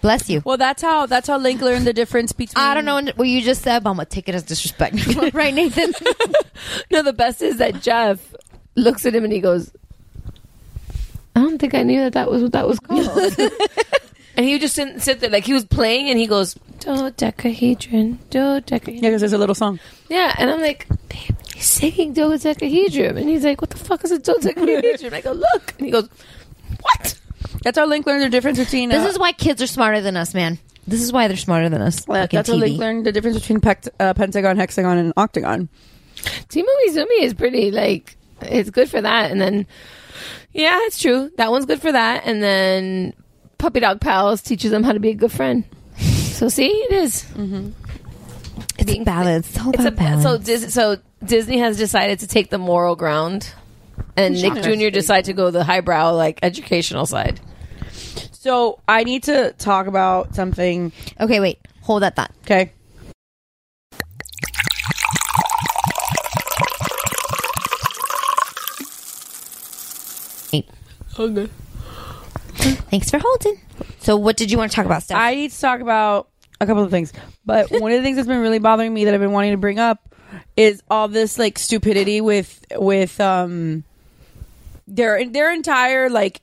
S6: Bless you.
S9: well, that's how that's how Link learned the difference between.
S6: I don't know what you just said, but I'm gonna take it as disrespect, right, Nathan?
S7: No, the best is that Jeff looks at him and he goes, "I don't think I knew that that was what that was called." and he would just sit, sit there like he was playing, and he goes, "Dodecahedron, dodecahedron."
S9: Yeah, because there's a little song.
S7: Yeah, and I'm like, "Babe, he's singing dodecahedron, and he's like, "What the fuck is a dodecahedron?" I go, "Look," and he goes, "What?"
S9: That's how Link learned the difference between. uh,
S6: this is why kids are smarter than us, man. This is why they're smarter than us.
S9: uh,
S6: Fucking
S9: that's how Link
S6: TV.
S9: learned the difference between pect- uh, pentagon, hexagon, and octagon.
S7: Timu Izumi is pretty like it's good for that, and then yeah, it's true. That one's good for that, and then Puppy Dog Pals teaches them how to be a good friend. So see, it is.
S6: It's balance. It's all
S7: It's
S6: about
S7: a
S6: balance.
S7: so Dis- so Disney has decided to take the moral ground, and Nick Jr. decided to go the highbrow like educational side.
S9: So I need to talk about something.
S6: okay, wait. Hold that thought.
S9: Okay.
S7: Okay.
S6: Thanks for holding. So, what did you want to talk about, Steph?
S9: I need to talk about a couple of things, but one of the things that's been really bothering me that I've been wanting to bring up is all this like stupidity with with um their their entire like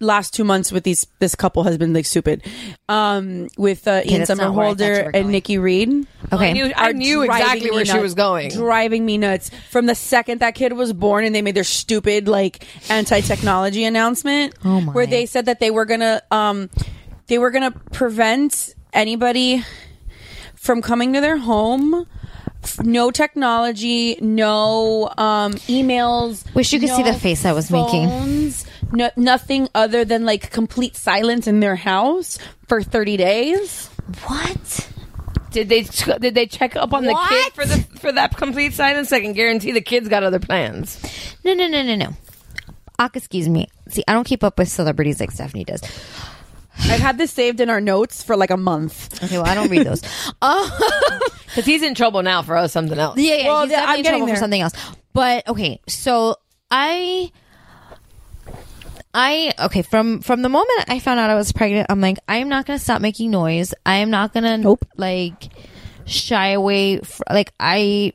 S9: last two months with these this couple has been like stupid um with uh, Ian
S6: that's not where I thought you were
S9: Somerhalder and
S6: going.
S9: Nikki Reed
S6: okay.
S7: I knew, I
S9: are
S7: knew
S9: driving
S7: exactly
S9: me
S7: where she
S9: nuts.
S7: was going.
S9: Driving me nuts. From the second that kid was born and they made their stupid like anti-technology announcement
S6: Oh, my.
S9: where they said that they were going to um they were going to prevent anybody from coming to their home F- no technology, no um, emails.
S6: Wish you could
S9: no
S6: see the face I was making.
S9: phones, No, nothing other than like complete silence in their house for thirty days.
S6: what?
S7: Did they did they check up on the
S6: What?
S7: kid for the for that complete silence? I can guarantee the kid's got other plans.
S6: No, no, no, no, no. Ak, excuse me. See, I don't keep up with celebrities like Stephanie does.
S9: I've had this saved in our notes for like a month.
S6: Okay, well, I don't read those. Oh,
S7: Because he's in trouble now for us something else.
S6: yeah, yeah.
S9: Well,
S6: he's
S9: yeah,
S6: definitely
S9: I'm
S6: in
S9: getting
S6: trouble
S9: there.
S6: for something else. But okay, so I, I okay from from the moment I found out I was pregnant, I'm like, I am not gonna stop making noise. I am not gonna
S9: Nope.
S6: like shy away. Fr- like I,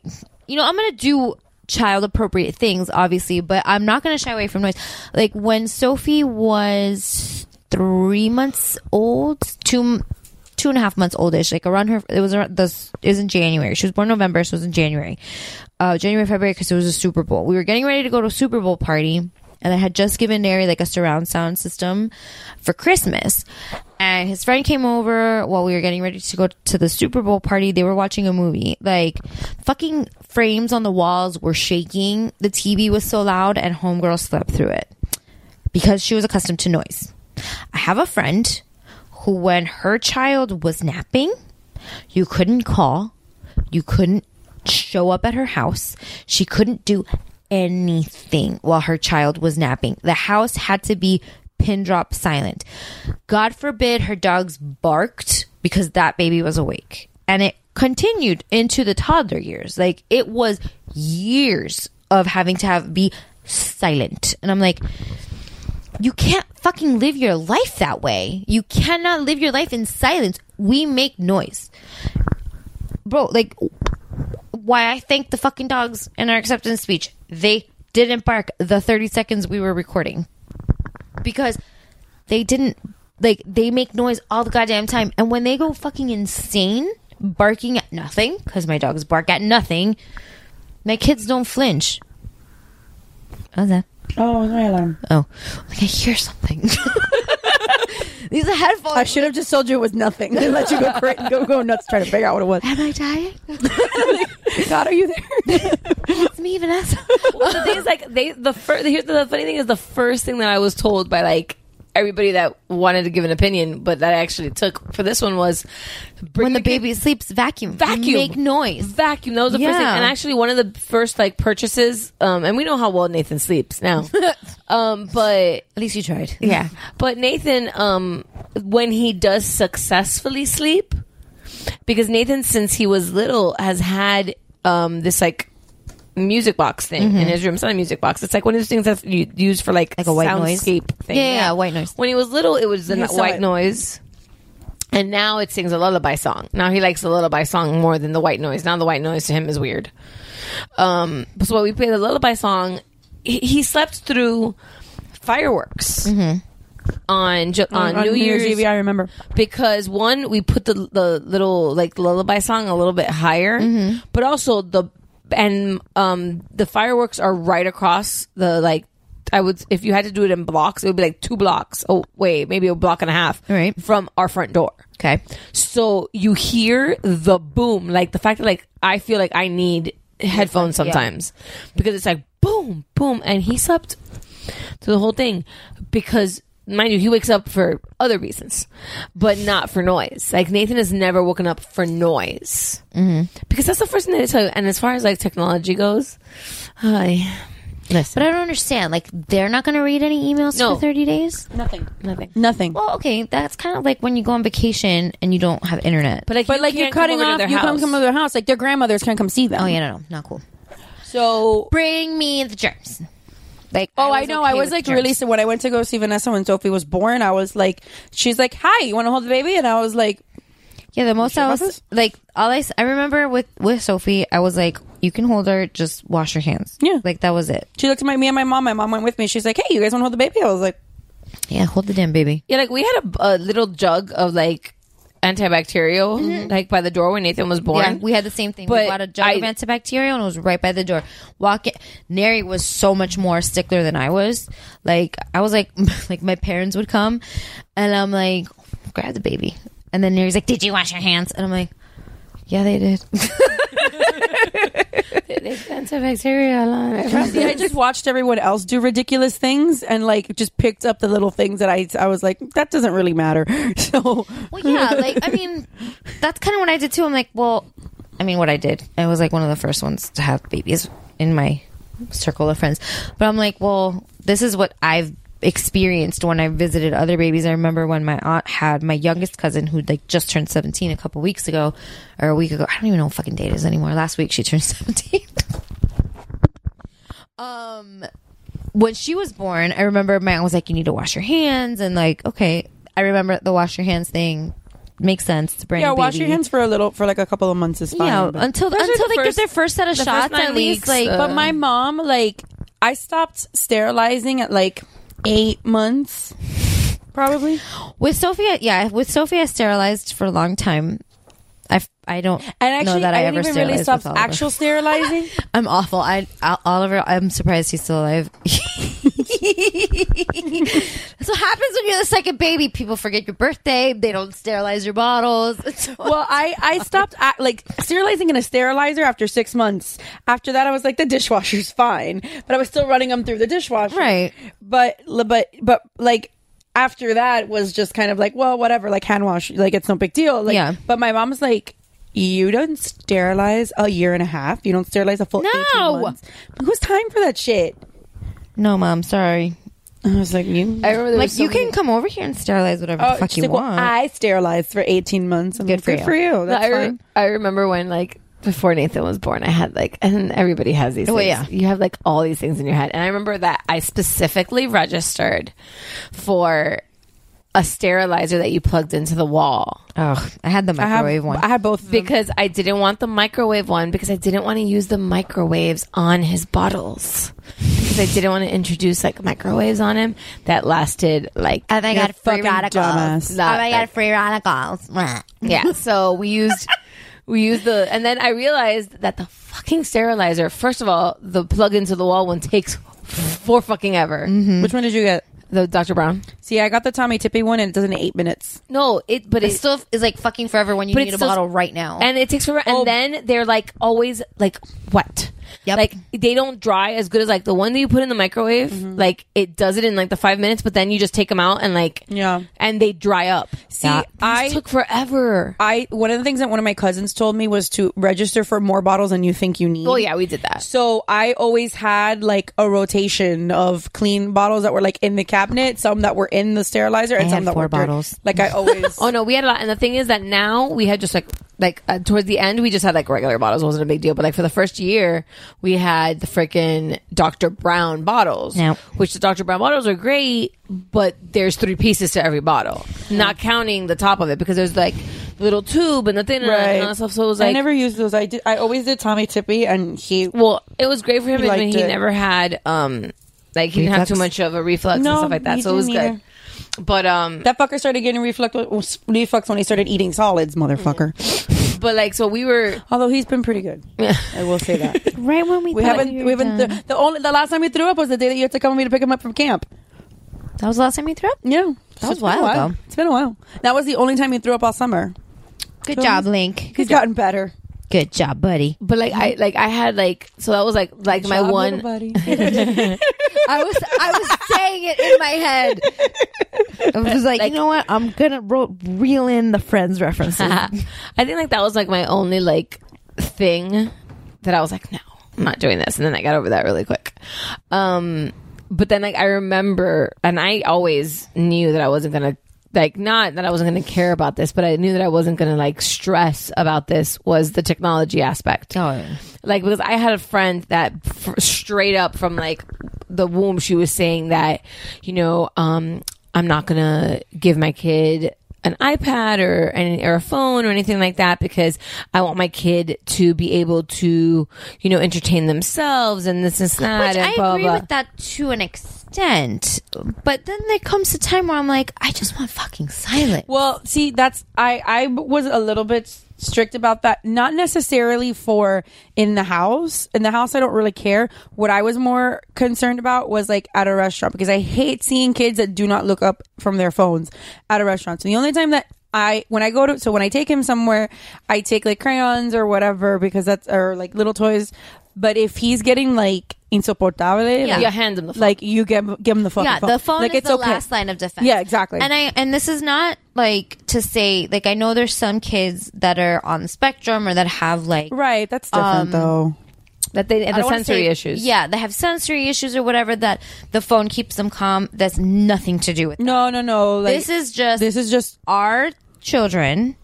S6: you know, I'm gonna do child appropriate things, obviously, but I'm not gonna shy away from noise. Like when Sophie was three months old, two. m- Two and a half months oldish, like around her. It was around this. It was in January. She was born November, so it was in January, uh, January, February, because it was a Super Bowl. We were getting ready to go to a Super Bowl party, and I had just given Nary like a surround sound system for Christmas. And his friend came over while we were getting ready to go to the Super Bowl party. They were watching a movie. Like, fucking frames on the walls were shaking. The TV was so loud, and Homegirl slept through it because she was accustomed to noise. I have a friend who, when her child was napping, you couldn't call, you couldn't show up at her house, she couldn't do anything while her child was napping. The house had to be pin drop silent. God forbid her dogs barked because that baby was awake. And it continued into the toddler years. Like it was years of having to have be silent. And I'm like, you can't fucking live your life that way. You cannot live your life in silence. We make noise. Bro, like why I thank the fucking dogs in our acceptance speech. They didn't bark the 30 seconds we were recording. Because they didn't like they make noise all the goddamn time and when they go fucking insane barking at nothing cuz my dogs bark at nothing, my kids don't flinch. How's that?
S9: Oh, my alarm.
S6: Oh, like I hear something. These are headphones.
S9: I should have just told you it was nothing and let you go cra- go go nuts trying to figure out what it was.
S6: Am I dying?
S9: God, are you there?
S6: It's me, Vanessa.
S7: Well, the thing is, like, they the first. Here's the, the funny thing is the first thing that I was told by like everybody that wanted to give an opinion, but that I actually took for this one was bring
S6: when the
S7: kid-
S6: baby sleeps, vacuum.
S7: Vacuum.
S6: Make noise.
S7: vacuum. That was the first thing,
S6: Yeah.
S7: and actually one of the first like purchases. Um, and we know how well Nathan sleeps now. um, but
S6: At least you tried.
S7: yeah, but Nathan, um, when he does successfully sleep, because Nathan since he was little has had um, this like music box thing in his room. It's not a music box. It's like one of those things that you use for like
S6: Mm-hmm. Like a white noise?
S7: soundscape thing.
S6: Yeah, yeah, yeah, white noise.
S7: When he was little, it was the
S9: You
S7: n-
S9: saw
S7: white
S9: it.
S7: noise. And now it sings a lullaby song. Now he likes the lullaby song more than the white noise. Now the white noise to him is weird. Um, so when we played the lullaby song, he, he slept through fireworks
S6: Mm-hmm.
S7: on, Ju- on New Year's
S9: Eve, I remember.
S7: because one we put the the little like lullaby song a little bit higher
S6: Mm-hmm.
S7: but also the and um the fireworks are right across the like I would if you had to do it in blocks it would be like two blocks oh wait maybe a block and a half
S6: Right.
S7: from our front door
S6: Okay.
S7: so you hear the boom like the fact that like I feel like I need headphones
S6: yeah.
S7: sometimes because it's like boom boom and he slept through the whole thing because mind you he wakes up for other reasons but not for noise like nathan has never woken up for noise mm-hmm. because that's the first thing they tell you and as far as like technology goes hi
S6: But I don't understand. Like, they're not going to read any emails
S7: No.
S6: for 30 days?
S7: nothing nothing
S9: Nothing.
S6: Well, okay. That's kind of like when you go on vacation and you don't have internet.
S7: but like,
S9: but like you're
S7: can't come
S9: cutting
S7: over to
S9: off,
S7: their
S9: you come
S7: house.
S9: come to their house. Like their grandmothers can't come see them.
S6: oh, yeah, no, no. Not cool.
S9: So
S6: Bring me the germs. Like,
S9: Oh, I, know.
S6: okay
S9: I was
S6: with
S9: like
S6: germs.
S9: really. So when I went to go see Vanessa when Sophie was born, I was like, she's like, "Hi, you want to hold the baby?" And I was like,
S6: Yeah, the most
S9: sure
S6: I
S9: about
S6: was
S9: this?
S6: like, all I, s- I remember with with Sophie, I was like, you can hold her, just wash your hands.
S9: Yeah.
S6: like that was it.
S9: she looked at my me and my mom. My mom went with me. She's like, "Hey, you guys want to hold the baby?" I was like,
S6: Yeah, hold the damn baby.
S7: Yeah, like we had a, a little jug of like antibacterial, like by the door when Nathan was born.
S6: Yeah, we had the same thing.
S7: But
S6: we bought a jug of
S7: I-
S6: antibacterial and it was right by the door. Walk it. Neri was so much more stickler than I was. Like I was like, like my parents would come, and I'm like, grab the baby, and then Neri's like, did you wash your hands? And I'm like, yeah, they did.
S9: yeah, I just watched everyone else do ridiculous things and like just picked up the little things that I I was like, that doesn't really matter. So
S6: Well, yeah, like I mean, that's kind of what I did too. I'm like, well, I mean, what I did, I was like one of the first ones to have babies in my circle of friends. But I'm like, well, this is what I've experienced when I visited other babies. I remember when my aunt had my youngest cousin who like just turned 17 a couple weeks ago or a week ago. I don't even know what fucking date it is anymore. Last week she turned 17. um when she was born, I remember my aunt was like, "You need to wash your hands," and like, okay, I remember the wash your hands thing makes sense. It's a Brand
S9: yeah,
S6: new
S9: wash
S6: baby.
S9: your hands for a little for like a couple of months is fine.
S6: Yeah,
S9: but-
S6: until
S7: Those are
S6: until
S7: the
S6: they
S7: first-
S6: get their first set of
S7: the first
S6: shots,
S7: nine
S6: at least.
S7: weeks,
S6: Like,
S7: uh,
S9: but my mom like I stopped sterilizing at like eight months, probably.
S6: with Sophia, yeah, with Sophia, I sterilized for a long time. I, f- I don't
S9: And actually,
S6: know that I,
S9: I,
S6: ever
S9: didn't even really
S6: sterilized with
S9: stop
S6: Oliver.
S9: actual sterilizing.
S6: I'm awful. I Al- Oliver. I'm surprised he's still alive. That's what happens when you're the second baby. People forget your birthday. They don't sterilize your bottles. It's so-
S9: well, I I stopped at, like sterilizing in a sterilizer after six months. After that, I was like the dishwasher's fine, but I was still running them through the dishwasher.
S6: Right.
S9: But but but like after that was just kind of like well whatever like hand wash like it's no big deal. Like,
S6: Yeah.
S9: But my mom's like. You don't sterilize a year and a half. You don't sterilize a full
S6: No!
S9: no. months. Who's time for that shit?
S6: no, mom. Sorry.
S9: I was like, you.
S7: I remember there
S6: Like
S7: was so
S6: you
S7: many-
S6: can come over here and sterilize whatever
S9: Oh,
S6: the fuck
S9: she's
S6: you
S9: like, well,
S6: want.
S9: I sterilized for eighteen months. I'm
S6: Good
S9: like,
S6: for you.
S9: good for you. That's
S7: I, re-
S9: fine.
S7: I remember when like before Nathan was born, I had like, and everybody has these.
S6: Well,
S7: things.
S6: yeah.
S7: you have like all these things in your head, and I remember that I specifically registered for a sterilizer that you plugged into the wall
S6: oh, I had the
S9: I have.
S6: microwave one.
S9: I have both. Of them.
S7: because I didn't want the microwave one because I didn't want to use the microwaves on his bottles because I didn't want to introduce like microwaves on him that lasted like
S6: oh my
S9: You're
S6: god, free
S9: fucking
S6: radicals!
S9: dumbass.
S6: Oh
S7: Not
S6: my
S7: like-
S6: god, free radicals!
S7: yeah. So we used we used the and then I realized that the fucking sterilizer. First of all, the plug into the wall one takes for fucking ever.
S6: Hmm.
S9: Which one did you get?
S7: The Dr. Brown.
S9: See, I got the Tommy Tippy one, and it does it in eight minutes.
S7: No, it but
S6: It
S7: it's
S6: still is like fucking forever when you
S7: But
S6: need a
S7: it's still- Oh.
S6: bottle right now.
S7: and it takes forever. And then they're like always like what?
S6: Yep.
S7: Like they don't dry as good as like the one that you put in the microwave. Like it does it in like the five minutes, but then you just take them out and like
S9: Yeah.
S7: and they dry up. See,
S9: I-
S7: took forever.
S9: I one of the things that one of my cousins told me was to register for more bottles than you think you need.
S7: Oh yeah, we did that.
S9: So I always had like a rotation of clean bottles that were like in the cabinet, some that were in the sterilizer, and
S6: I
S9: some
S6: had
S9: that
S6: four
S9: were dirty.
S6: bottles.
S9: Like I always.
S7: Oh no, we had a lot. And the thing is that now we had just like like uh, towards the end we just had like regular bottles. It wasn't a big deal, but like for the first year we had the freaking Dr. Brown bottles.
S6: Yeah.
S7: Which the Dr. Brown bottles are great, but there's three pieces to every bottle. Not counting the top of it because there's like the little tube and the thing and all that stuff. So it was like
S9: I never used those. I did. I always did Tommy Tippy, and he.
S7: well, it was great for him
S9: He
S7: and
S9: liked
S7: he
S9: it.
S7: never had um like he didn't have
S6: Reflux?
S7: too much of a reflux
S9: No,
S7: and stuff like that.
S9: he
S7: So it was good.
S9: didn't
S7: But um
S9: that fucker started getting reflux, reflux when he started eating solids, motherfucker.
S7: but like so we were
S9: Although he's been pretty good, I will say that.
S6: right when we
S9: We haven't. We haven't. The, the only. The last time we threw up was the day that you had to come with me to pick him up from camp.
S6: that was the last time we threw up.
S9: Yeah,
S6: That was a while ago.
S9: It's been a while. That was the only time you threw up all summer.
S6: Good
S9: Mm-hmm.
S6: job, Link.
S9: He's gotten better.
S6: Good job, buddy.
S7: But like I like I had like so that was like like my
S9: Job,
S7: one
S9: little buddy.
S6: I was I was saying it in my head. I was like, you know what? I'm gonna ro- reel in the Friends references.
S7: I think like that was like my only like thing that I was like no I'm not doing this and then I got over that really quick. Um but then like I remember and I always knew that I wasn't going to like not that I wasn't going to care about this but I knew that I wasn't going to like stress about this was the technology aspect. like because I had a friend that f- straight up from like the womb she was saying that you know um I'm not gonna give my kid an iPad or an or a phone or anything like that because I want my kid to be able to you know entertain themselves and this and that
S6: Which
S7: and
S6: I
S7: blah,
S6: agree
S7: blah.
S6: with that to an extent, but then there comes a time where I'm like, I just want fucking silence.
S9: Well, see, that's I I was a little bit strict about that. Not necessarily for in the house. In the house, I don't really care. What I was more concerned about was like at a restaurant because I hate seeing kids that do not look up from their phones at a restaurant. So the only time that I when I go to so when I take him somewhere, I take like crayons or whatever because that's or like little toys. But if he's getting like insoportable,
S6: Yeah.
S9: like,
S7: Yeah, hand him the phone.
S9: Like you give give him the fucking
S6: yeah,
S9: phone.
S6: the phone
S9: like
S6: is
S9: it's
S6: the
S9: okay.
S6: last line of defense.
S9: Yeah, exactly.
S6: And I and this is not like to say like I know there's some kids that are on the spectrum or that have like
S9: right. That's different
S6: Um,
S9: though.
S7: that they
S6: I
S7: the
S6: don't wanna
S7: sensory
S6: say-
S7: issues
S6: Yeah, they have sensory issues or whatever that the phone keeps them calm. That's nothing to do with that.
S9: No, no, no. Like,
S6: This is just
S9: this is just
S6: our children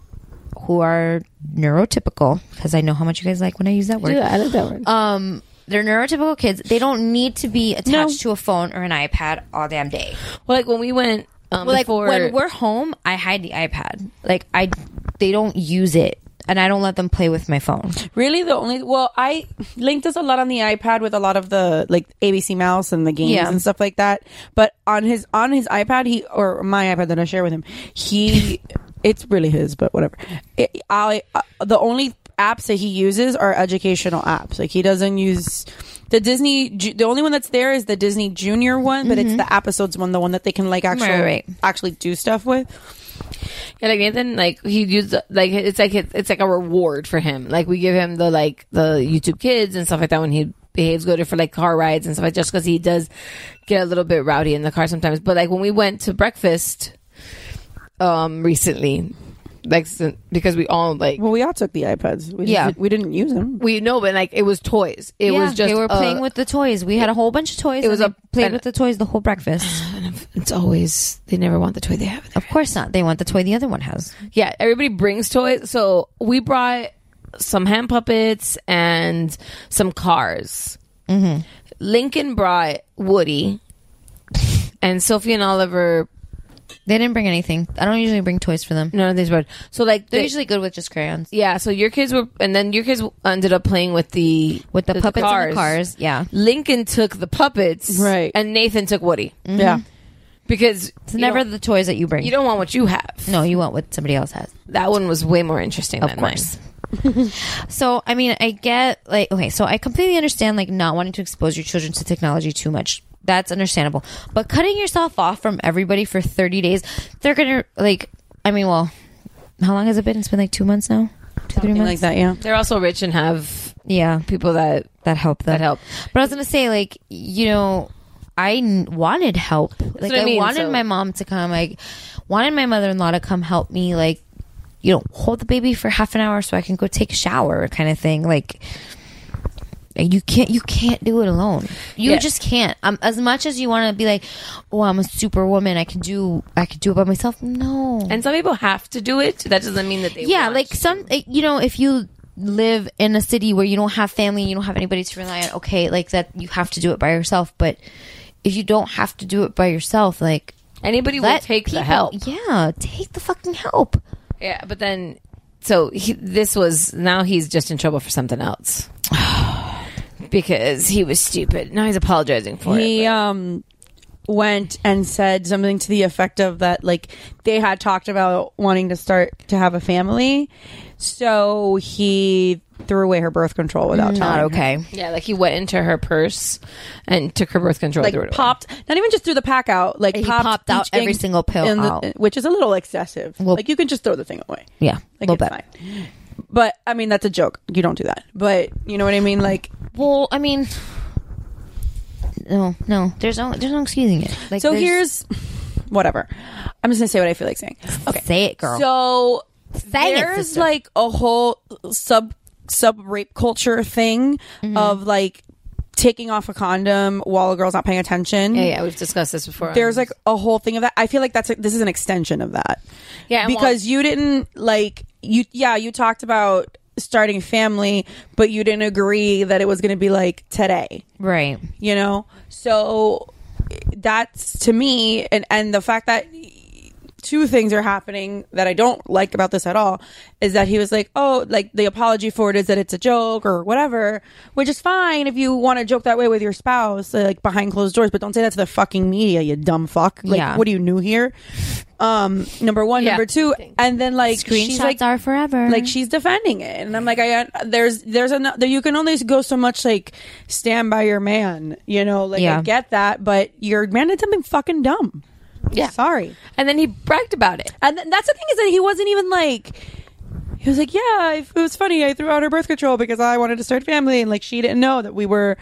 S6: who are neurotypical because I know how much you guys like when I use that word.
S7: I like that word
S6: Um, they're neurotypical kids. They don't need to be attached to a phone or an iPad all damn day.
S7: well like when we went um,
S6: Well, like
S7: before
S6: when we're home, I hide the iPad. Like I, they don't use it, and I don't let them play with my phone.
S9: really the only. Well, I Link does a lot on the iPad with a lot of the like ABC Mouse and the games
S6: Yeah.
S9: and stuff like that. But on his on his iPad, he or my iPad that I share with him, he it's really his, but whatever. It, I uh, the only apps that he uses are educational apps. Like he doesn't use. The Disney, Ju- the only one that's there is the Disney Junior one, but it's the episodes one, the one that they can like actually
S6: Mm-hmm. right, right.
S9: actually do stuff with.
S7: Yeah, like Nathan, like he used like it's like it's like a reward for him. Like we give him the like the YouTube Kids and stuff like that when he behaves good or for like car rides and stuff like just because he does get a little bit rowdy in the car sometimes. But like when we went to breakfast, um, recently, like sin- because we all like
S9: Well, we all took the iPads. We
S6: Yeah.
S9: didn't, we didn't use them.
S7: we know, but like it was toys. It was just
S6: they were
S7: a-
S6: playing with the toys. We had a whole bunch of toys. It was a played
S7: and-
S6: with the toys the whole breakfast.
S7: It's always they never want the toy they have.
S6: Of course not. They want the toy the other one has.
S7: Yeah, everybody brings toys. So we brought some hand puppets and some cars.
S6: Mm-hmm.
S7: Lincoln brought Woody, and Sophie and Oliver.
S6: They didn't bring anything. I don't usually bring toys for them.
S7: None of these brought. So like
S6: They're
S7: they-
S6: usually good with just crayons.
S7: yeah. So your kids were, and then your kids ended up playing with the
S6: With the puppets and the cars, yeah.
S7: Lincoln took the puppets,
S9: Right.
S7: and Nathan took Woody
S9: Yeah.
S7: because
S6: Mm. It's never
S7: the,
S6: the toys that you bring.
S7: you don't want what you have.
S6: no, you want what somebody else has.
S7: that one was way more interesting
S6: Of
S7: than
S6: course. so, I mean, I get like, okay, so I completely understand like not wanting to expose your children to technology too much. That's understandable. But cutting yourself off from everybody for 30 days, they're going to like, I mean, well, how long has it been? It's been like two months now? Two, three
S9: Something
S6: months?
S9: like that, yeah.
S7: They're also rich and have
S6: Yeah.
S7: people that
S6: that helped them.
S7: That helped.
S6: But I was gonna say, like, you know, I n- wanted help. Like,
S7: what I
S6: I,
S7: mean,
S6: wanted
S7: so-
S6: my mom to come. I wanted my mother in law to come help me. Like, you know, hold the baby for half an hour so I can go take a shower, kind of thing. Like. You can't. You can't do it alone. You
S7: Yeah.
S6: just can't. Um, as much as you want to be like, "Oh, I'm a superwoman. I can do. I can do it by myself." No.
S7: And some people have to do it. That doesn't mean that they
S6: yeah
S7: want
S6: like some eh, you know if you live in a city where you don't have family you don't have anybody to rely on okay like that you have to do it by yourself but if you don't have to do it by yourself like
S7: anybody will
S6: let
S7: take the
S6: people-
S7: help.
S6: yeah take the fucking help
S7: Yeah, but then so he, this was now he's just in trouble for something else because he was stupid. Now he's apologizing for
S9: he
S7: it.
S9: um went and said something to the effect of that like they had talked about wanting to start to have a family so he threw away her birth control without Mm. telling
S6: not
S9: her.
S6: okay
S7: but- Yeah, like he went into her purse and took her birth control.
S9: like
S7: through it away.
S9: popped not even just threw the pack out like
S6: He popped out
S9: each thing
S6: every single pill
S9: in the-
S6: out.
S9: which is a little excessive
S6: Well-
S9: like you can just throw the thing away
S6: yeah a
S9: like
S6: little
S9: it's
S6: bit
S9: fine but i mean that's a joke you don't do that but you know what i mean like
S6: well i mean no no there's no there's no excusing it like
S9: so
S6: there's-
S9: here's whatever i'm just gonna say what i feel like saying okay
S6: say it girl
S9: So
S6: Say it,
S9: there's
S6: sister.
S9: like a whole sub sub rape culture thing of like taking off a condom while a girl's not paying attention.
S7: Yeah, yeah, we've discussed this before.
S9: There's like a whole thing of that. I feel like that's a, this is an extension of that.
S7: Yeah, and
S9: because you didn't like you. Yeah, you talked about starting a family, but you didn't agree that it was going to be like today
S6: right
S9: you know so that's to me and and the fact that two things are happening that i don't like about this at all is that he was like oh like the apology for it is that it's a joke or whatever which is fine if you want to joke that way with your spouse uh, like behind closed doors but don't say that to the fucking media you dumb fuck like
S6: Yeah.
S9: what are you new here um number one
S7: Yeah.
S9: number two and then like
S6: screenshots
S9: she's like
S6: are forever
S9: like she's defending it and i'm like i uh, there's there's an there you can only go so much like stand by your man you know like
S6: Yeah.
S9: i get that but your man did something fucking dumb
S7: Yeah.
S9: sorry
S7: and then he bragged about it.
S9: and th- that's the thing is that he wasn't even like he was like yeah if it was funny i threw out her birth control because i wanted to start a family and like she didn't know that we were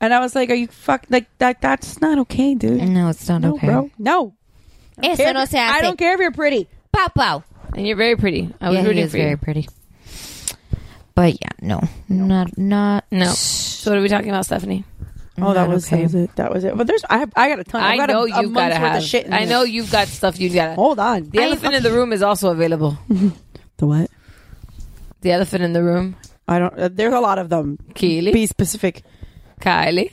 S9: and i was like are you fuck like that that's not okay dude
S6: no it's not
S9: no
S6: okay
S9: bro no
S6: Eso no se hace.
S9: i don't care if you're pretty
S6: Pow pow.
S7: And you're very pretty. I was
S6: Yeah, he
S7: rooting
S6: is
S7: for you.
S6: very pretty. But yeah, no, not not
S7: No. So what are we talking about, Stephanie?
S9: Oh, that
S6: Not
S9: was,
S6: okay.
S9: that was it. That was it. But there's, I have, I got a ton.
S7: I,
S9: I've got a,
S7: know
S9: a
S7: you've got
S9: month's
S7: to
S9: worth
S7: have.
S9: of shit. In
S7: I
S9: this.
S7: know you've got stuff you've got.
S6: Oh,
S9: Hold on.
S7: The elephant in the room is also available.
S9: The what?
S7: the elephant in the room,
S9: I don't. Uh, there's a lot of them.
S7: Keely,
S9: Be specific.
S7: Kylie.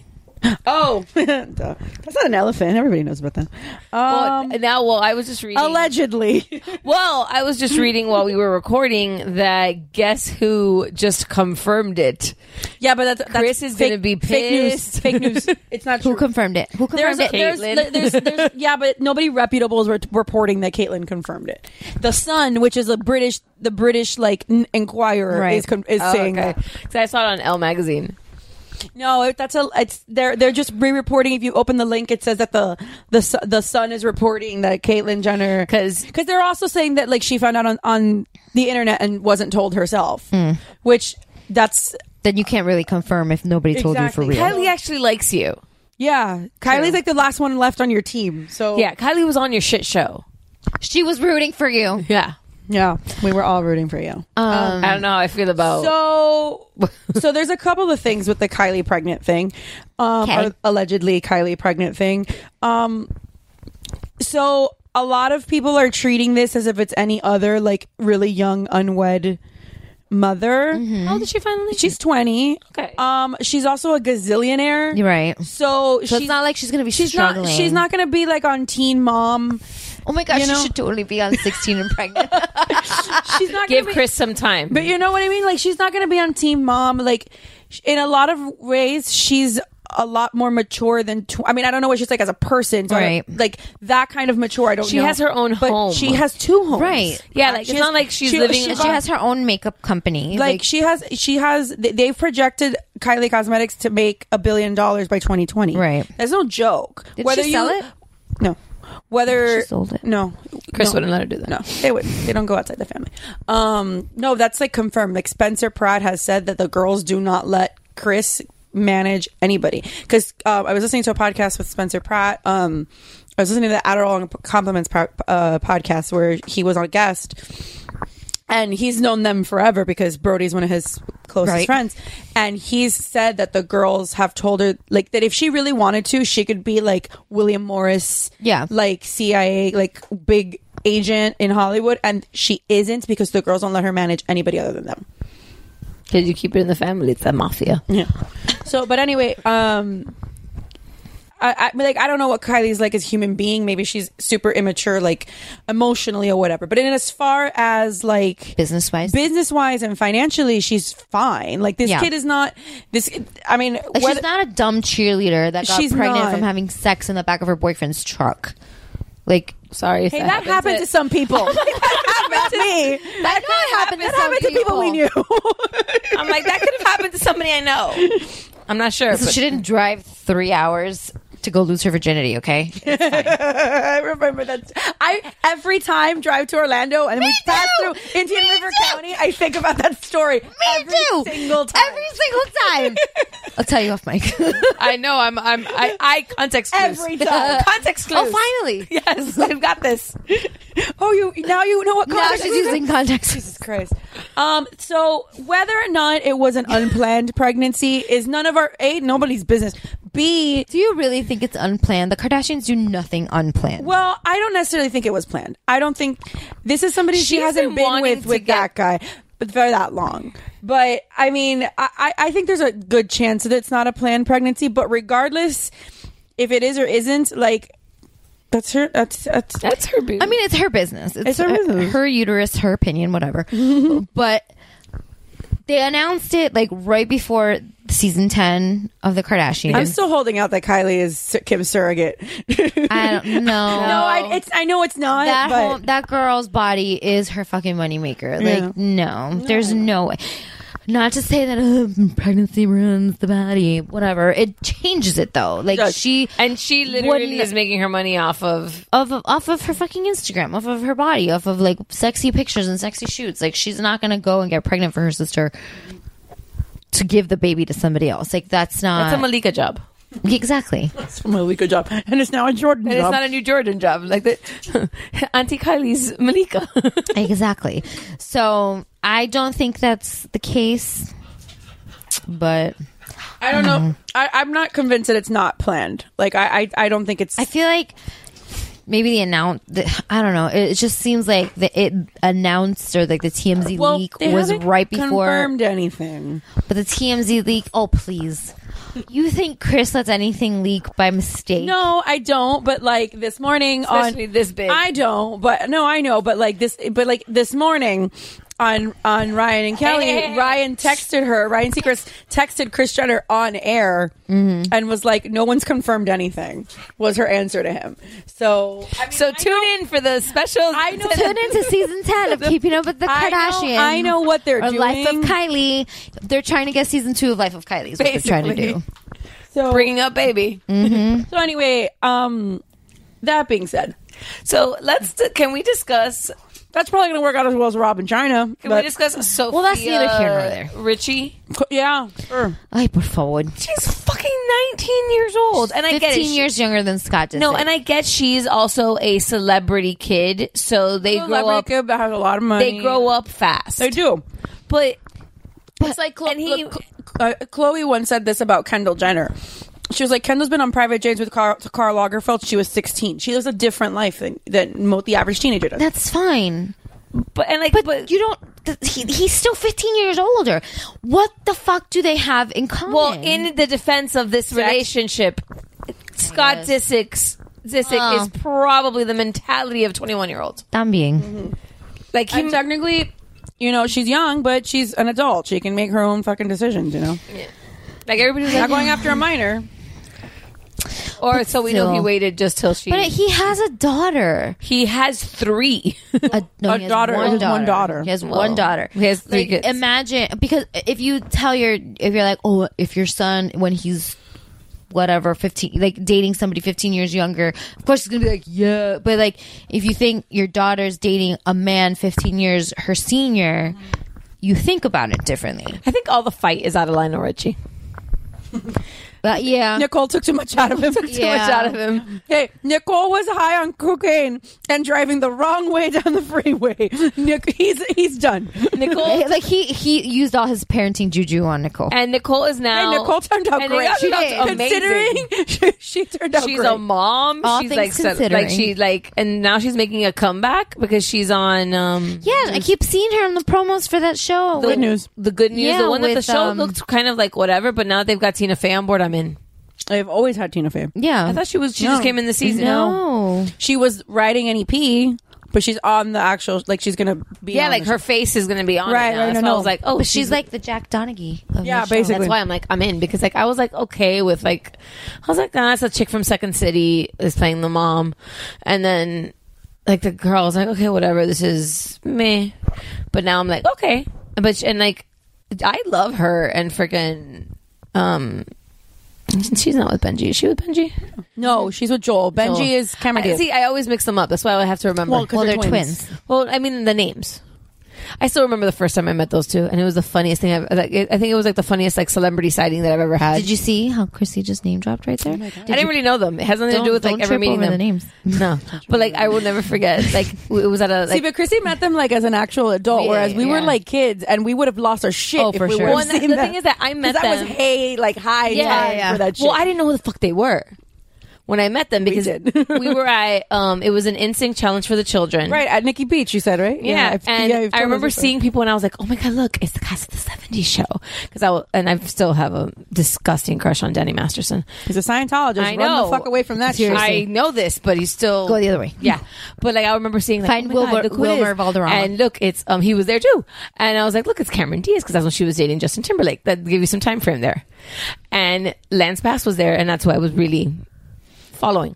S9: Oh, Duh. that's not an elephant. Everybody knows about that. Um,
S7: well, now, well, I was just reading.
S9: allegedly.
S7: Well, I was just reading while we were recording that guess who just confirmed it?
S9: yeah, but that's, that's
S7: Chris is
S9: fake-
S7: gonna be pissed.
S9: Fake news. Fake news. It's not true.
S6: who confirmed it. Who confirmed
S9: there's, a,
S6: it?
S9: there's,
S7: Caitlyn.
S9: there's, there's- yeah, but nobody reputable is re- reporting that Caitlyn confirmed it. The Sun, which is a British, the British like n- Inquirer,
S6: Right.
S9: is, con- is saying that.
S7: Because Oh, I saw it on Elle magazine.
S9: No, it- that's a. It's they're they're just re-reporting. If you open the link, it says that the the Su- the Sun is reporting that Caitlyn Jenner
S7: 'Cause-
S9: because they're also saying that like she found out on on the internet and wasn't told herself,
S7: Hmm.
S9: which that's
S6: then you can't really confirm if nobody told you for
S9: Exactly.
S6: real.
S9: Kylie-
S7: Kylie actually likes you.
S9: yeah. Kylie's like the last one left on your team, so
S7: Yeah, Kylie was on your shit show.
S6: she was rooting for you.
S7: Yeah.
S9: yeah. We were all rooting for you.
S7: I don't know how I feel about.
S6: Oh.
S9: So, so there's a couple of things with the Kylie pregnant thing, um,
S6: Okay.
S9: or allegedly Kylie pregnant thing. Um, so a lot of people are treating this as if it's any other like really young unwed mother.
S6: Mm-hmm.
S7: how old did she finally?
S9: She's 20.
S7: Okay.
S9: Um, she's also a gazillionaire.
S6: You're right.
S9: So,
S6: So
S9: she's
S6: it's not like she's gonna be
S9: she's
S6: struggling.
S9: not she's not going to be like on Teen Mom.
S6: Oh my gosh,
S9: you know-
S6: she should totally be on 16 and pregnant.
S9: She's not
S7: Give
S9: gonna be,
S7: Chris some time.
S9: But you know what I mean? Like she's not going to be on Team Mom. Like sh- in a lot of ways, she's a lot more mature than. Tw- I mean, I don't know what she's like as a person, so I don't-
S6: Right.
S9: Like that kind of mature. I don't.
S7: She
S9: know.
S7: has her own
S9: But
S7: home.
S9: She has two homes,
S6: Right.
S7: Yeah, like,
S9: She
S7: it's not like she's
S9: she-
S7: living-
S9: She,
S6: she
S7: got-
S6: has her own makeup company.
S9: like she has, she has. they- They've projected Kylie Cosmetics to make a billion dollars by 2020.
S6: Right.
S9: That's no joke.
S6: Did she sell it?
S9: No. Whether
S6: She sold it.
S9: No.
S7: Chris
S9: No.
S7: wouldn't let her do that.
S9: No, they would. They don't go outside the family. Um, no, that's like confirmed. Like Spencer Pratt has said that the girls do not let Chris manage anybody. Because uh, I was listening to a podcast with Spencer Pratt. Um, I was listening to the Adderall and Compliments pro- uh, podcast where he was on a guest and he's known them forever because Brody's one of his closest
S6: Right.
S9: friends. And he's said that the girls have told her like that if she really wanted to, she could be like William Morris,
S6: Yeah.
S9: like CIA, like big agent in Hollywood, and she isn't because the girls don't let her manage anybody other than them.
S7: Because you keep it in the family. It's the mafia.
S9: Yeah. So, but anyway, um, I, I like I don't know what Kylie's like as a human being. Maybe she's super immature, like emotionally or whatever. But in as far as like
S6: Business wise,
S9: business wise and financially, she's fine. Like this
S6: Yeah.
S9: kid is not this. I mean,
S6: like
S9: whether-
S6: she's not a dumb cheerleader that got
S9: She's
S6: pregnant
S9: not.
S6: from having sex in the back of her boyfriend's truck. Like
S7: Sorry. if
S9: Hey, that happened to some people. that happened to me.
S6: that could happen
S9: That happened to people we knew.
S7: I'm like, that could have happened to somebody I know. I'm not sure.
S6: So
S7: but-
S6: she didn't drive three hours to go lose her virginity. Okay,
S9: I remember that. I every time drive to Orlando and we pass
S6: too!
S9: through Indian
S6: Me
S9: River
S6: too!
S9: County. I think about that story.
S6: Me
S9: every
S6: too.
S9: Single time.
S6: Every single time. I'll tell you off mic.
S7: I know. I'm. I'm. I. I context clues.
S9: Every time.
S7: Context clues.
S6: Oh, finally.
S7: Yes, I've got this.
S9: Oh, you now you know what.
S6: Now
S9: context-
S6: she's using context.
S9: Jesus Christ. Um, so whether or not it was an unplanned pregnancy is none of our a nobody's business. B
S6: Do you really think it's unplanned? The Kardashians do nothing unplanned.
S9: Well, I don't necessarily think it was planned. I don't think this is somebody she
S7: She's
S9: hasn't
S7: been
S9: been
S7: wanting
S9: with
S7: to
S9: with that
S7: get-
S9: guy but for that long. But I mean, I- I, I think there's a good chance that it's not a planned pregnancy. But regardless, if it is or isn't, like that's her. That's that's.
S7: That's her boo.
S6: I mean, it's her business. It's,
S9: It's her business.
S6: her uterus, her opinion, whatever. but they announced it like right before season 10 of The Kardashians.
S9: I'm still holding out that Kylie is Kim's surrogate.
S6: I don't know.
S9: No, I, it's I know it's not.
S6: that
S9: but
S6: whole- that girl's body is her fucking moneymaker. Like, no, there's no way. Not to say that uh, pregnancy ruins the body, whatever. It changes it though. Like
S9: Does.
S6: she
S7: and she literally
S6: wouldn't-
S7: is making her money off of.
S6: off of, off of her fucking Instagram, off of her body, off of like sexy pictures and sexy shoots. Like she's not gonna go and get pregnant for her sister to give the baby to somebody else. Like that's not
S7: That's a Malika job.
S6: exactly.
S9: it's a really good job, and it's now a Jordan
S7: And it's
S9: job.
S7: not a New Jordan job. Like the Auntie Kylie's Malika.
S6: exactly. So I don't think that's the case. But
S9: I don't know. I, I'm not convinced that it's not planned. Like I, I, I don't think it's.
S6: I feel like maybe the announce the, I don't know. It, it just seems like the, it announced or like the TMZ leak
S9: they
S6: was
S9: haven't
S6: right before
S9: confirmed anything.
S6: But the TMZ leak, oh please. You think Chris lets anything leak by mistake?
S9: No, I don't. But like this morning
S7: Especially
S9: on
S7: this big.
S9: I don't. But no, I know. But like this, but like this morning. On on Ryan and Kelly,
S7: Hey, hey, hey.
S9: Ryan texted her. Ryan Seacrest texted Chris Jenner on air
S7: Mm-hmm.
S9: and was like, "No one's confirmed anything." Was her answer to him? So, I mean,
S7: so
S9: I
S7: tune
S9: know-
S7: in for the special.
S9: I know
S6: Tune into season ten of Keeping Up with the
S9: I know-
S6: Kardashians.
S9: I know what they're
S6: or Life of
S9: doing.
S6: Kylie. They're trying to get season two of Life of Kylie. Is what they're trying to do.
S7: Basically.
S9: So,
S7: bringing up baby.
S9: so anyway, um, that being said,
S7: So let's. Can we discuss?
S9: that's probably going to work out as well as Rob and China.
S7: Can we
S9: but-
S7: discuss Sophia?
S6: Well, that's neither here nor there.
S7: Richie,
S9: yeah, sure.
S6: Ay, por favor.
S7: she's fucking 19 years old, and I get it.
S6: Fifteen
S7: She-
S6: years younger than Scott.
S7: No, and I get she's also a celebrity kid, so they grow
S9: Celebrity
S7: up.
S9: kid that has a lot of money.
S7: They grow up fast.
S9: They do.
S7: but
S9: It's like Chlo-
S7: and he-
S9: look, Chlo- uh, Chloe once said this about Kendall Jenner. She was like, Kendall's been on private jets with Carl, Carl Lagerfeld. She was 16. She lives a different life than, than mo- the average teenager does.
S6: that's fine.
S7: but and like
S6: But,
S7: but,
S6: you don't. th- He, he's still 15 years older. What the fuck do they have in common?
S7: well in the defense of this relationship, Scott Disick's Disick
S6: Oh.
S7: is probably the mentality of 21 year olds.
S6: También.
S7: Like he
S9: And technically, you know, she's young, but she's an adult. She can make her own fucking decisions, you know?
S7: like everybody was
S9: Not
S7: like,
S9: going after a minor.
S7: or so we know he
S6: still.
S7: waited just till she.
S6: But he has a daughter.
S7: he has three.
S6: A, no,
S9: A
S6: he has
S9: daughter.
S6: One
S9: He has
S6: daughter.
S9: one daughter.
S6: He has
S7: Well,
S6: one daughter.
S7: he has three
S6: Like,
S7: kids.
S6: Imagine because if you tell your if you're like oh if your son when he's whatever 15 like dating somebody 15 years younger of course he's gonna be like yeah but like if you think your daughter's dating a man 15 years her
S9: Mm-hmm.
S6: senior you think about it differently
S7: I think all the fight is out of Lionel Richie.
S6: But yeah.
S9: Nicole took too much out of him.
S7: Too much out of him.
S9: Hey, Nicole was high on cocaine and driving the wrong way down the freeway. Nick, he's he's done.
S7: Nicole
S6: Like he he used all his parenting juju on Nicole.
S7: and Nicole is now.
S9: And Nicole turned out
S7: and
S9: great.
S7: Nicole turned out amazing.
S9: Considering she, she turned out
S7: she's
S9: great.
S7: a mom.
S6: All
S7: she's
S6: things
S7: like, so- like
S6: considering.
S7: she like, and now she's making a comeback because she's on. Um,
S6: yeah, I keep seeing her in the promos for that show.
S7: the,
S9: Good news.
S7: The good news.
S6: Yeah,
S7: the one that the
S6: with,
S7: show
S6: um,
S7: looked kind of like whatever, but now that they've got Tina Fey on board. I'm in.
S9: I've always had Tina Fey.
S6: yeah.
S7: I thought she was. She just
S9: No.
S7: came in the season.
S6: no.
S9: She was writing an EP, but she's on the actual. Like she's gonna be.
S7: Yeah,
S9: on
S7: like
S9: the
S7: her face is going to be on. Right.
S9: Right,
S7: now.
S9: right,
S7: That's
S9: no,
S7: why I
S9: no.
S7: was like, oh,
S6: But she's like the Jack Donaghy. Of
S9: Yeah,
S6: the show.
S9: basically.
S7: That's why I'm like, I'm in because like I was like, okay, with like, I was like, nah, it's a chick from Second City is playing the mom, and then like the girl was like, okay, whatever, this is me, but now I'm like, okay, but sh- and like, I love her and freaking, um, she's not with Benji. Is she with Benji?
S9: No, she's with Joel. Benji is Cameron
S7: Oh. I,
S9: Diaz.
S7: see, I always mix them up. That's why I have to remember.
S9: Well, 'cause
S6: Well,
S9: they're
S6: they're
S9: twins.
S6: twins.
S7: Well, I mean the names. I still remember the first time I met those two, and it was the funniest thing. I've, like, it, I think it was like the funniest like celebrity sighting that I've ever had.
S6: Did you see how Chrissy just name dropped right there?
S7: I didn't really know them. It has nothing to do with like
S6: don't
S7: ever
S6: trip
S7: meeting
S6: over
S7: them.
S6: the names.
S7: No, but like I will never forget. Like it was at a
S9: See,
S7: like
S9: but Chrissy met them like as an actual adult,
S7: Yeah,
S9: whereas we
S7: yeah.
S9: were like kids, and we would have lost our shit
S7: Oh,
S9: if
S7: for
S9: we
S7: sure.
S9: were
S7: Well, and
S9: seen
S7: the thing is that I met
S9: that was
S7: them-
S9: hey, like high time for that shit.
S7: Well, I didn't know who the fuck they were when I met them because we,
S9: did.
S7: were at um it was an instinct challenge for the children.
S9: right at Nikki Beach. You said right,
S7: Yeah,
S9: I've-
S7: and
S9: I've
S7: I
S9: told
S7: remember
S9: us this.
S7: seeing people, and I was like, "Oh my god, look, it's the cast of the '70s show." Because I will, and I still have a disgusting crush on Danny Masterson.
S9: He's a Scientologist. Run
S7: I know.
S9: the fuck away from that. shit.
S7: I know this, but he's still
S6: Go the other way.
S7: Yeah, but like I remember seeing like,
S6: Find
S7: oh my God,
S6: Wilbur-
S7: look who it is.
S6: Wilmer Valderrama.
S7: and look, it's um he was there too, and I was like, look, it's Cameron Diaz because that's when she was dating Justin Timberlake. That give you some time frame there, and Lance Bass was there, and that's who I was really following.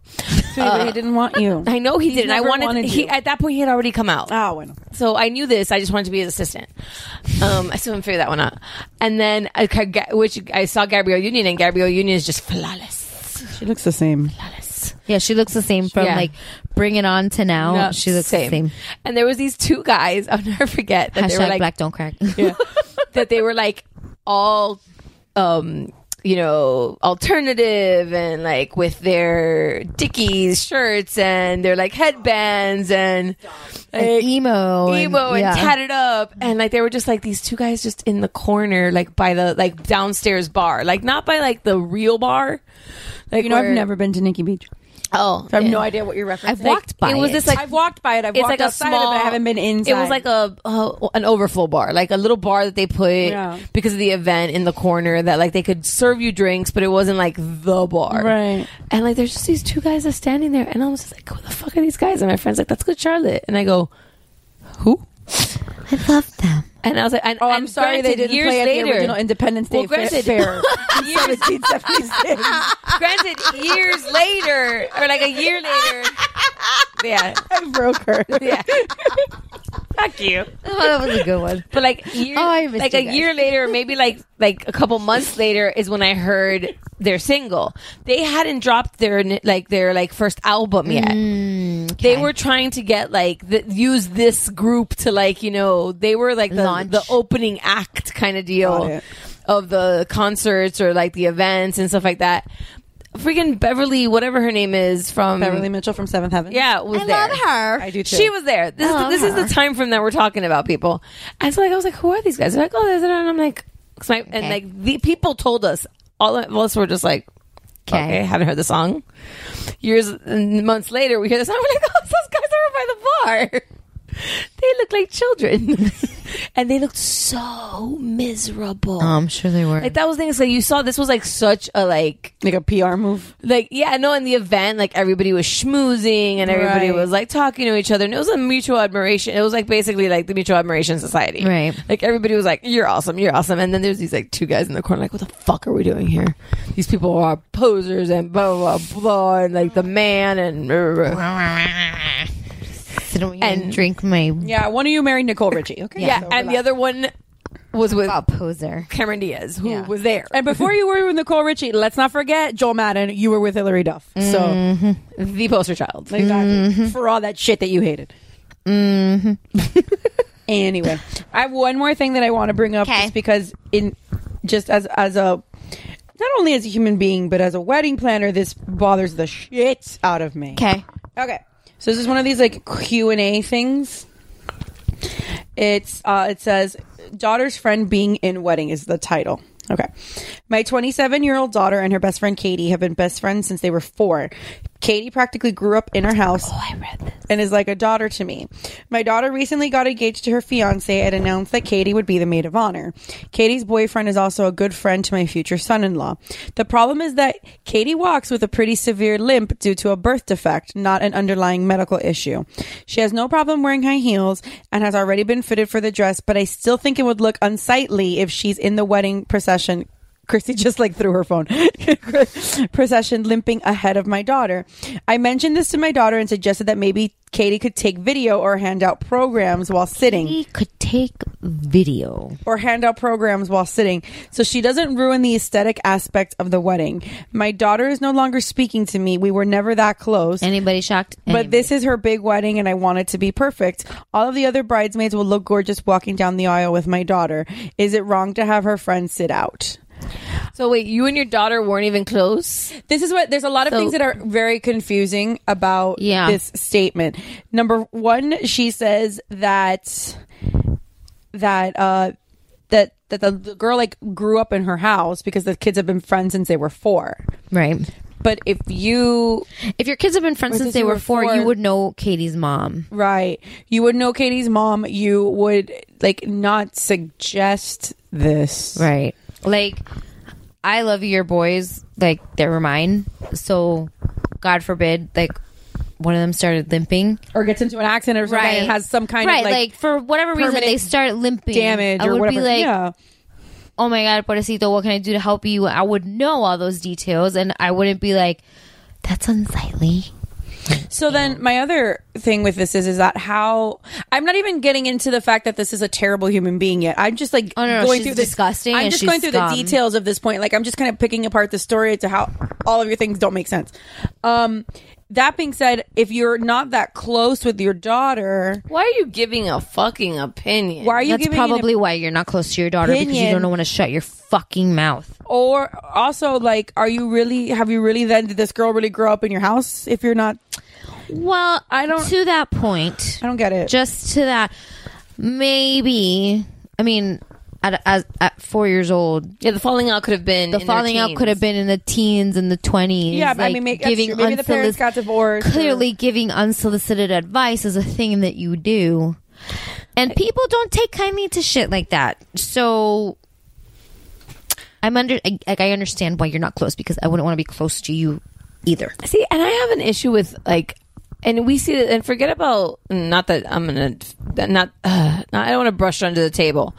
S9: Sweetie, he didn't want you.
S7: Uh, I know he didn't. I
S9: never
S7: wanted,
S9: wanted
S7: he
S9: you.
S7: at that point he had already come out.
S9: Ah, bueno.
S7: So I knew this. I just wanted to be his assistant. Um, I still haven't figured that one out. And then, I ca- ga- which I saw Gabrielle Union, and Gabrielle Union is just flawless.
S9: She looks the same.
S7: Flawless.
S6: Yeah, she looks the same from
S7: Yeah.
S6: like Bring It On to now.
S7: No,
S6: Oh, she looks the same.
S7: And there was these two guys. I'll never forget that they
S6: Hashtag
S7: were like
S6: black don't crack.
S7: that they were like all, um, you know, alternative and like with their Dickies shirts and their like headbands and
S6: And emo. Oh, and-
S7: emo and,
S6: yeah.
S7: tatted up and like they were just like these two guys just in the corner like by the like downstairs bar like not by like the real bar like
S9: You know, I've
S7: where-
S9: never been to Nikki Beach.
S7: oh
S9: So I have
S7: yeah.
S9: no idea what you're referencing.
S6: I've walked by
S7: it was this like
S9: I've walked by it. I've
S7: it's
S9: walked
S7: like a
S9: outside
S7: small
S9: of it. I haven't been inside.
S7: it was like a uh, an overflow bar like a little bar that they put
S9: Yeah.
S7: because of the event in the corner that like they could serve you drinks but it wasn't like the bar
S9: Right.
S7: and like there's just these two guys that's standing there and I was just like who the fuck are these guys and my friend's like that's good Charlotte and I go who
S6: I love them.
S7: and I was like, and,
S9: Oh, I'm
S7: and
S9: sorry they
S7: granted,
S9: didn't
S7: years
S9: play at
S7: later,
S9: the original Independence Day
S7: Well, granted-
S9: Fair, 1776.
S7: granted years later or like a year later yeah
S9: I broke her.
S7: yeah fuck you
S6: Oh, that was a good one.
S7: but like year,
S6: Oh, I missed
S7: like
S6: you
S7: a
S6: guys.
S7: year later maybe like like a couple months later is when i heard their single they hadn't dropped their like their like first album yet
S6: Mm,
S7: They were trying to get like the, use this group to like you know they were like the,
S6: Launch.
S7: the opening act kind of
S9: Got
S7: deal
S9: it.
S7: of the concerts or like the events and stuff like that. Freaking Beverly, whatever her name is from
S9: Beverly Mitchell from Seventh Heaven.
S7: yeah, was
S6: I
S7: there.
S6: love her.
S9: I do too.
S7: She was there. This,
S6: I
S7: is,
S6: love
S7: this is
S6: her.
S7: the time frame that we're talking about, people. And so, like, I was like, "Who are these guys?" They're like, "Oh, there's it." And I'm like, 'cause my, and
S6: Okay.
S7: like the people told us. All of us were just like, "Okay,
S6: Okay.
S7: haven't heard the song." Years and months later, we hear the song. We're like, "Oh, those guys are by the bar." They look like children, and they looked so miserable.
S6: Oh, I'm sure they were.
S7: like that was the thing. It's like you saw this was like such a like
S9: like a PR move.
S7: like yeah no in the event like everybody was schmoozing and everybody
S9: Right.
S7: was like talking to each other and it was a mutual admiration it was like basically like the mutual admiration society
S6: Right.
S7: like everybody was like you're awesome you're awesome and then there's these like two guys in the corner like what the fuck are we doing here these people are posers and blah blah blah, blah and like the man and blah, blah, blah.
S6: Sit over here and,
S7: and-
S6: drink my
S9: Yeah, one of you married Nicole Richie. Okay.
S7: yeah and the other one was with
S6: oh, poser.
S7: Cameron Diaz who
S9: Yeah.
S7: was there
S9: And before you were with Nicole Richie, let's not forget Joel Madden. You were with Hillary Duff. So
S7: the poster child
S9: exactly for all that shit that you hated. anyway, I have one more thing that I want to bring up,
S6: Okay.
S9: just because in just as as a not only as a human being, but as a wedding planner, this bothers the shit out of me.
S6: Okay.
S9: Okay. So this is one of these like Q and A things. It's uh, it says daughter's friend being in wedding is the title. Okay. My 27 year old daughter and her best friend Katie have been best friends since they were four. Katie practically grew up in our house. Oh, I read this. And is like a daughter to me. My daughter recently got engaged to her fiance and announced that Katie would be the maid of honor. Katie's boyfriend is also a good friend to my future son in law. The problem is that Katie walks with a pretty severe limp due to a birth defect, not an underlying medical issue. She has no problem wearing high heels and has already been fitted for the dress, but I still think it would look unsightly if she's in the wedding procession Christy just like threw her phone. Procession limping ahead of my daughter. I mentioned this to my daughter and suggested that maybe Katie could take video or hand out programs while sitting,
S6: He could take video.
S9: or hand out programs while sitting, so she doesn't ruin the aesthetic aspect of the wedding. My daughter is no longer speaking to me. We were never that close.
S6: Anybody shocked?
S9: But
S6: Anybody.
S9: this is her big wedding, and I want it to be perfect. All of the other bridesmaids will look gorgeous walking down the aisle with my daughter. Is it wrong to have her friends sit out?
S7: So wait, you and your daughter weren't even close.
S9: this is what there's a lot of
S7: So-
S9: things that are very confusing about
S7: Yeah.
S9: this statement. Number one, she says that that uh that that the, the girl like grew up in her house because the kids have been friends since they were four.
S6: right.
S9: But if you
S6: If your kids have been friends since they were four, you would know Katie's mom.
S9: right, you would know Katie's mom. You would like not suggest this.
S6: Right. Like, I love your boys. Like, they were mine. So, God forbid, like, one of them started limping.
S9: Or gets into an accident or something and has some kind
S6: right,
S9: of like,
S6: like, for whatever reason,
S9: permanent
S6: they start limping.
S9: damage
S6: I
S9: or
S6: would
S9: whatever.
S6: be like,
S9: yeah.
S6: oh my God, Pobrecito, what can I do to help you? I would know all those details and I wouldn't be like, that's unsightly.
S9: So then my other thing with this is is that how I'm not even getting into the fact that this is a terrible human being yet. I'm just like
S6: Oh, no, no,
S9: going
S6: she's
S9: through this
S6: disgusting
S9: I'm
S6: and
S9: just
S6: she's
S9: going through the
S6: scum.
S9: details of this point. Like I'm just kind of picking apart the story to how all of your things don't make sense. Um that being said, if you're not that close with your daughter,
S7: Why are you giving a fucking opinion?
S9: why are you
S6: That's
S9: giving an
S6: probably why you're not close to your daughter because you
S9: opinion-
S6: don't want to shut your fucking mouth.
S9: or also like are you really have you really then did this girl really grow up in your house if you're not
S6: Well, I
S9: don't-
S6: To that point,
S9: I don't get it.
S6: Just to that, maybe. I mean, at, as, at four years old,
S7: Yeah, the falling out could have been
S6: the
S7: in their
S6: falling out
S7: teens.
S6: could have been in the teens and the twenties.
S9: Yeah, but I mean, may- that's true. Maybe the parents got divorced or-
S6: Clearly, giving unsolicited advice is a thing that you do, and people don't take kindly to shit like that. So. I'm under I- like I understand why you're not close because I wouldn't want to be close to you either.
S7: See, and I have an issue with like, and we see that, and forget about not that I'm gonna that not, uh, not I don't want to brush it under the table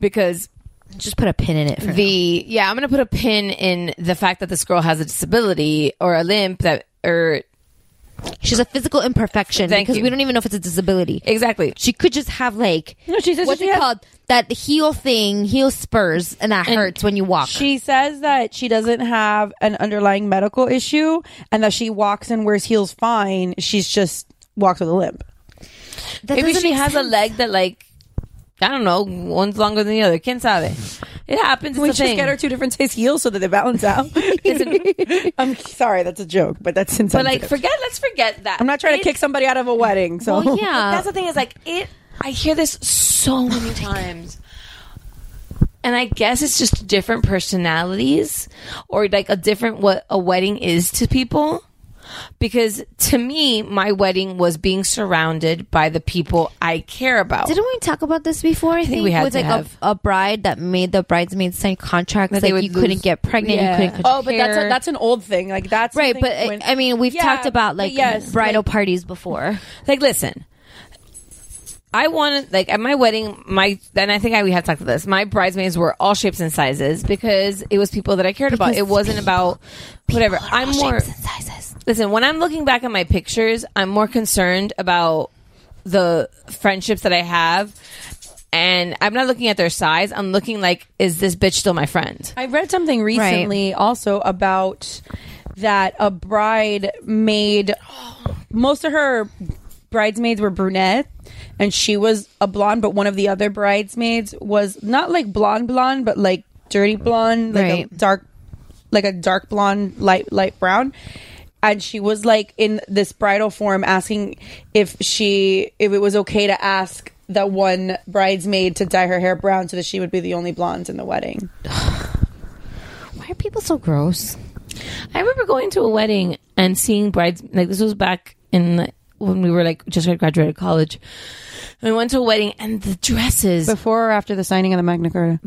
S7: because
S6: Just put a pin in it for now.
S7: the yeah I'm gonna put a pin in the fact that this girl has a disability or a limp that or
S6: She's a physical imperfection
S7: Thank
S6: because
S7: you.
S6: we don't even know if it's a disability.
S7: exactly
S6: She could just have like
S9: No, she says
S6: what's
S9: she
S6: it
S9: has-
S6: called that heel thing, heel spurs, and that hurts when you walk.
S9: She says that she doesn't have an underlying medical issue and that she walks and wears heels fine. She's just walks with a limp.
S6: That
S7: maybe
S6: doesn't
S7: she
S6: make
S7: has
S6: sense.
S7: a leg that like I don't know one's longer than the other. Quién sabe? It happens. It's
S9: We
S7: a
S9: just
S7: thing.
S9: get her two different size heels so that they balance out. I'm sorry, that's a joke, but that's
S7: but
S9: insensitive.
S7: like forget. Let's forget that.
S9: I'm not trying to kick somebody out of a wedding. So
S6: Well, Oh, yeah.
S7: But that's the thing is like it. I hear this so many times, and I guess it's just different personalities or like a different what a wedding is to people. Because to me, my wedding was being surrounded by the people I care about.
S6: Didn't we talk about this before? I, think,
S7: we had
S6: with
S7: to
S6: like
S7: have.
S6: A, a bride that made the bridesmaids sign contracts
S7: That
S6: that
S7: they
S6: like
S7: would
S6: you
S7: lose-
S6: couldn't get pregnant,
S7: Yeah.
S6: you couldn't. cut
S9: Oh, but that's a,
S6: hair.
S9: that's an old thing. Like that's
S6: right.
S9: something
S6: But uh,
S9: when-
S6: I mean, we've
S9: Yeah,
S6: talked about
S9: but
S6: like
S9: yes,
S6: bridal
S9: like-
S6: parties before.
S7: like listen i wanted like at my wedding my and i think i we had talked about this my bridesmaids were all shapes and sizes because it was people that i cared about
S6: Because
S7: it wasn't about whatever i'm more
S6: shapes and sizes.
S7: listen when i'm looking back at my pictures i'm more concerned about the friendships that i have and i'm not looking at their size i'm looking like is this bitch still my friend
S9: I read something recently also about that a bride made most of her bridesmaids were brunette and she was a blonde but one of the other bridesmaids was not like blonde blonde but like dirty blonde like a
S6: Right.
S9: dark like a dark blonde, light light brown. And she was like in this bridal form asking if she if it was okay to ask that one bridesmaid to dye her hair brown so that she would be the only blonde in the wedding.
S6: Why are people so gross?
S7: I remember going to a wedding and seeing brides like this was back in the, when we were like just had graduated college. And we went to a wedding and the dresses
S9: Before or after the signing of the Magna Carta?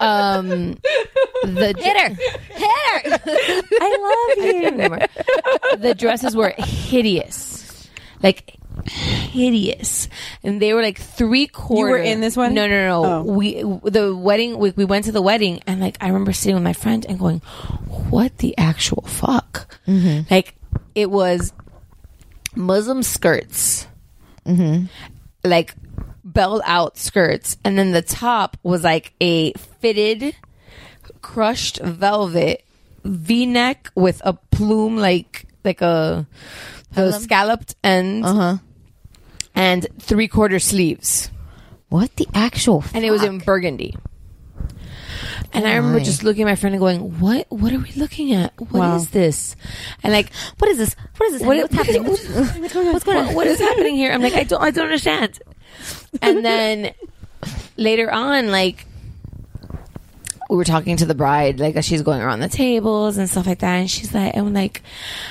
S7: um the hitter hitter I love you the dresses were hideous like hideous and they were like three quarters
S9: in this one?
S7: no no no
S9: Oh.
S7: we the wedding we, we went to the wedding and like I remember sitting with my friend and going what the actual fuck
S9: Mm-hmm.
S7: like it was Muslim skirts
S9: Mm-hmm.
S7: like belled out skirts and then the top was like a fitted crushed velvet v-neck with a plume like like a the scalloped end
S6: Uh huh.
S7: and three quarter sleeves
S6: What the actual? Fuck? Oh
S7: and it was in burgundy and I remember
S6: my.
S7: just looking at my friend and going, "What? What are we looking at? What is
S9: Wow.
S7: this?" And like,
S6: What is this? What is this?
S7: What-
S6: What's happening? What's, going on? What's going on?
S7: what is happening here? I'm like, I don't, I don't understand. And then later on, like, we were talking to the bride, like as she's going around the tables and stuff like that, and she's like, I'm like,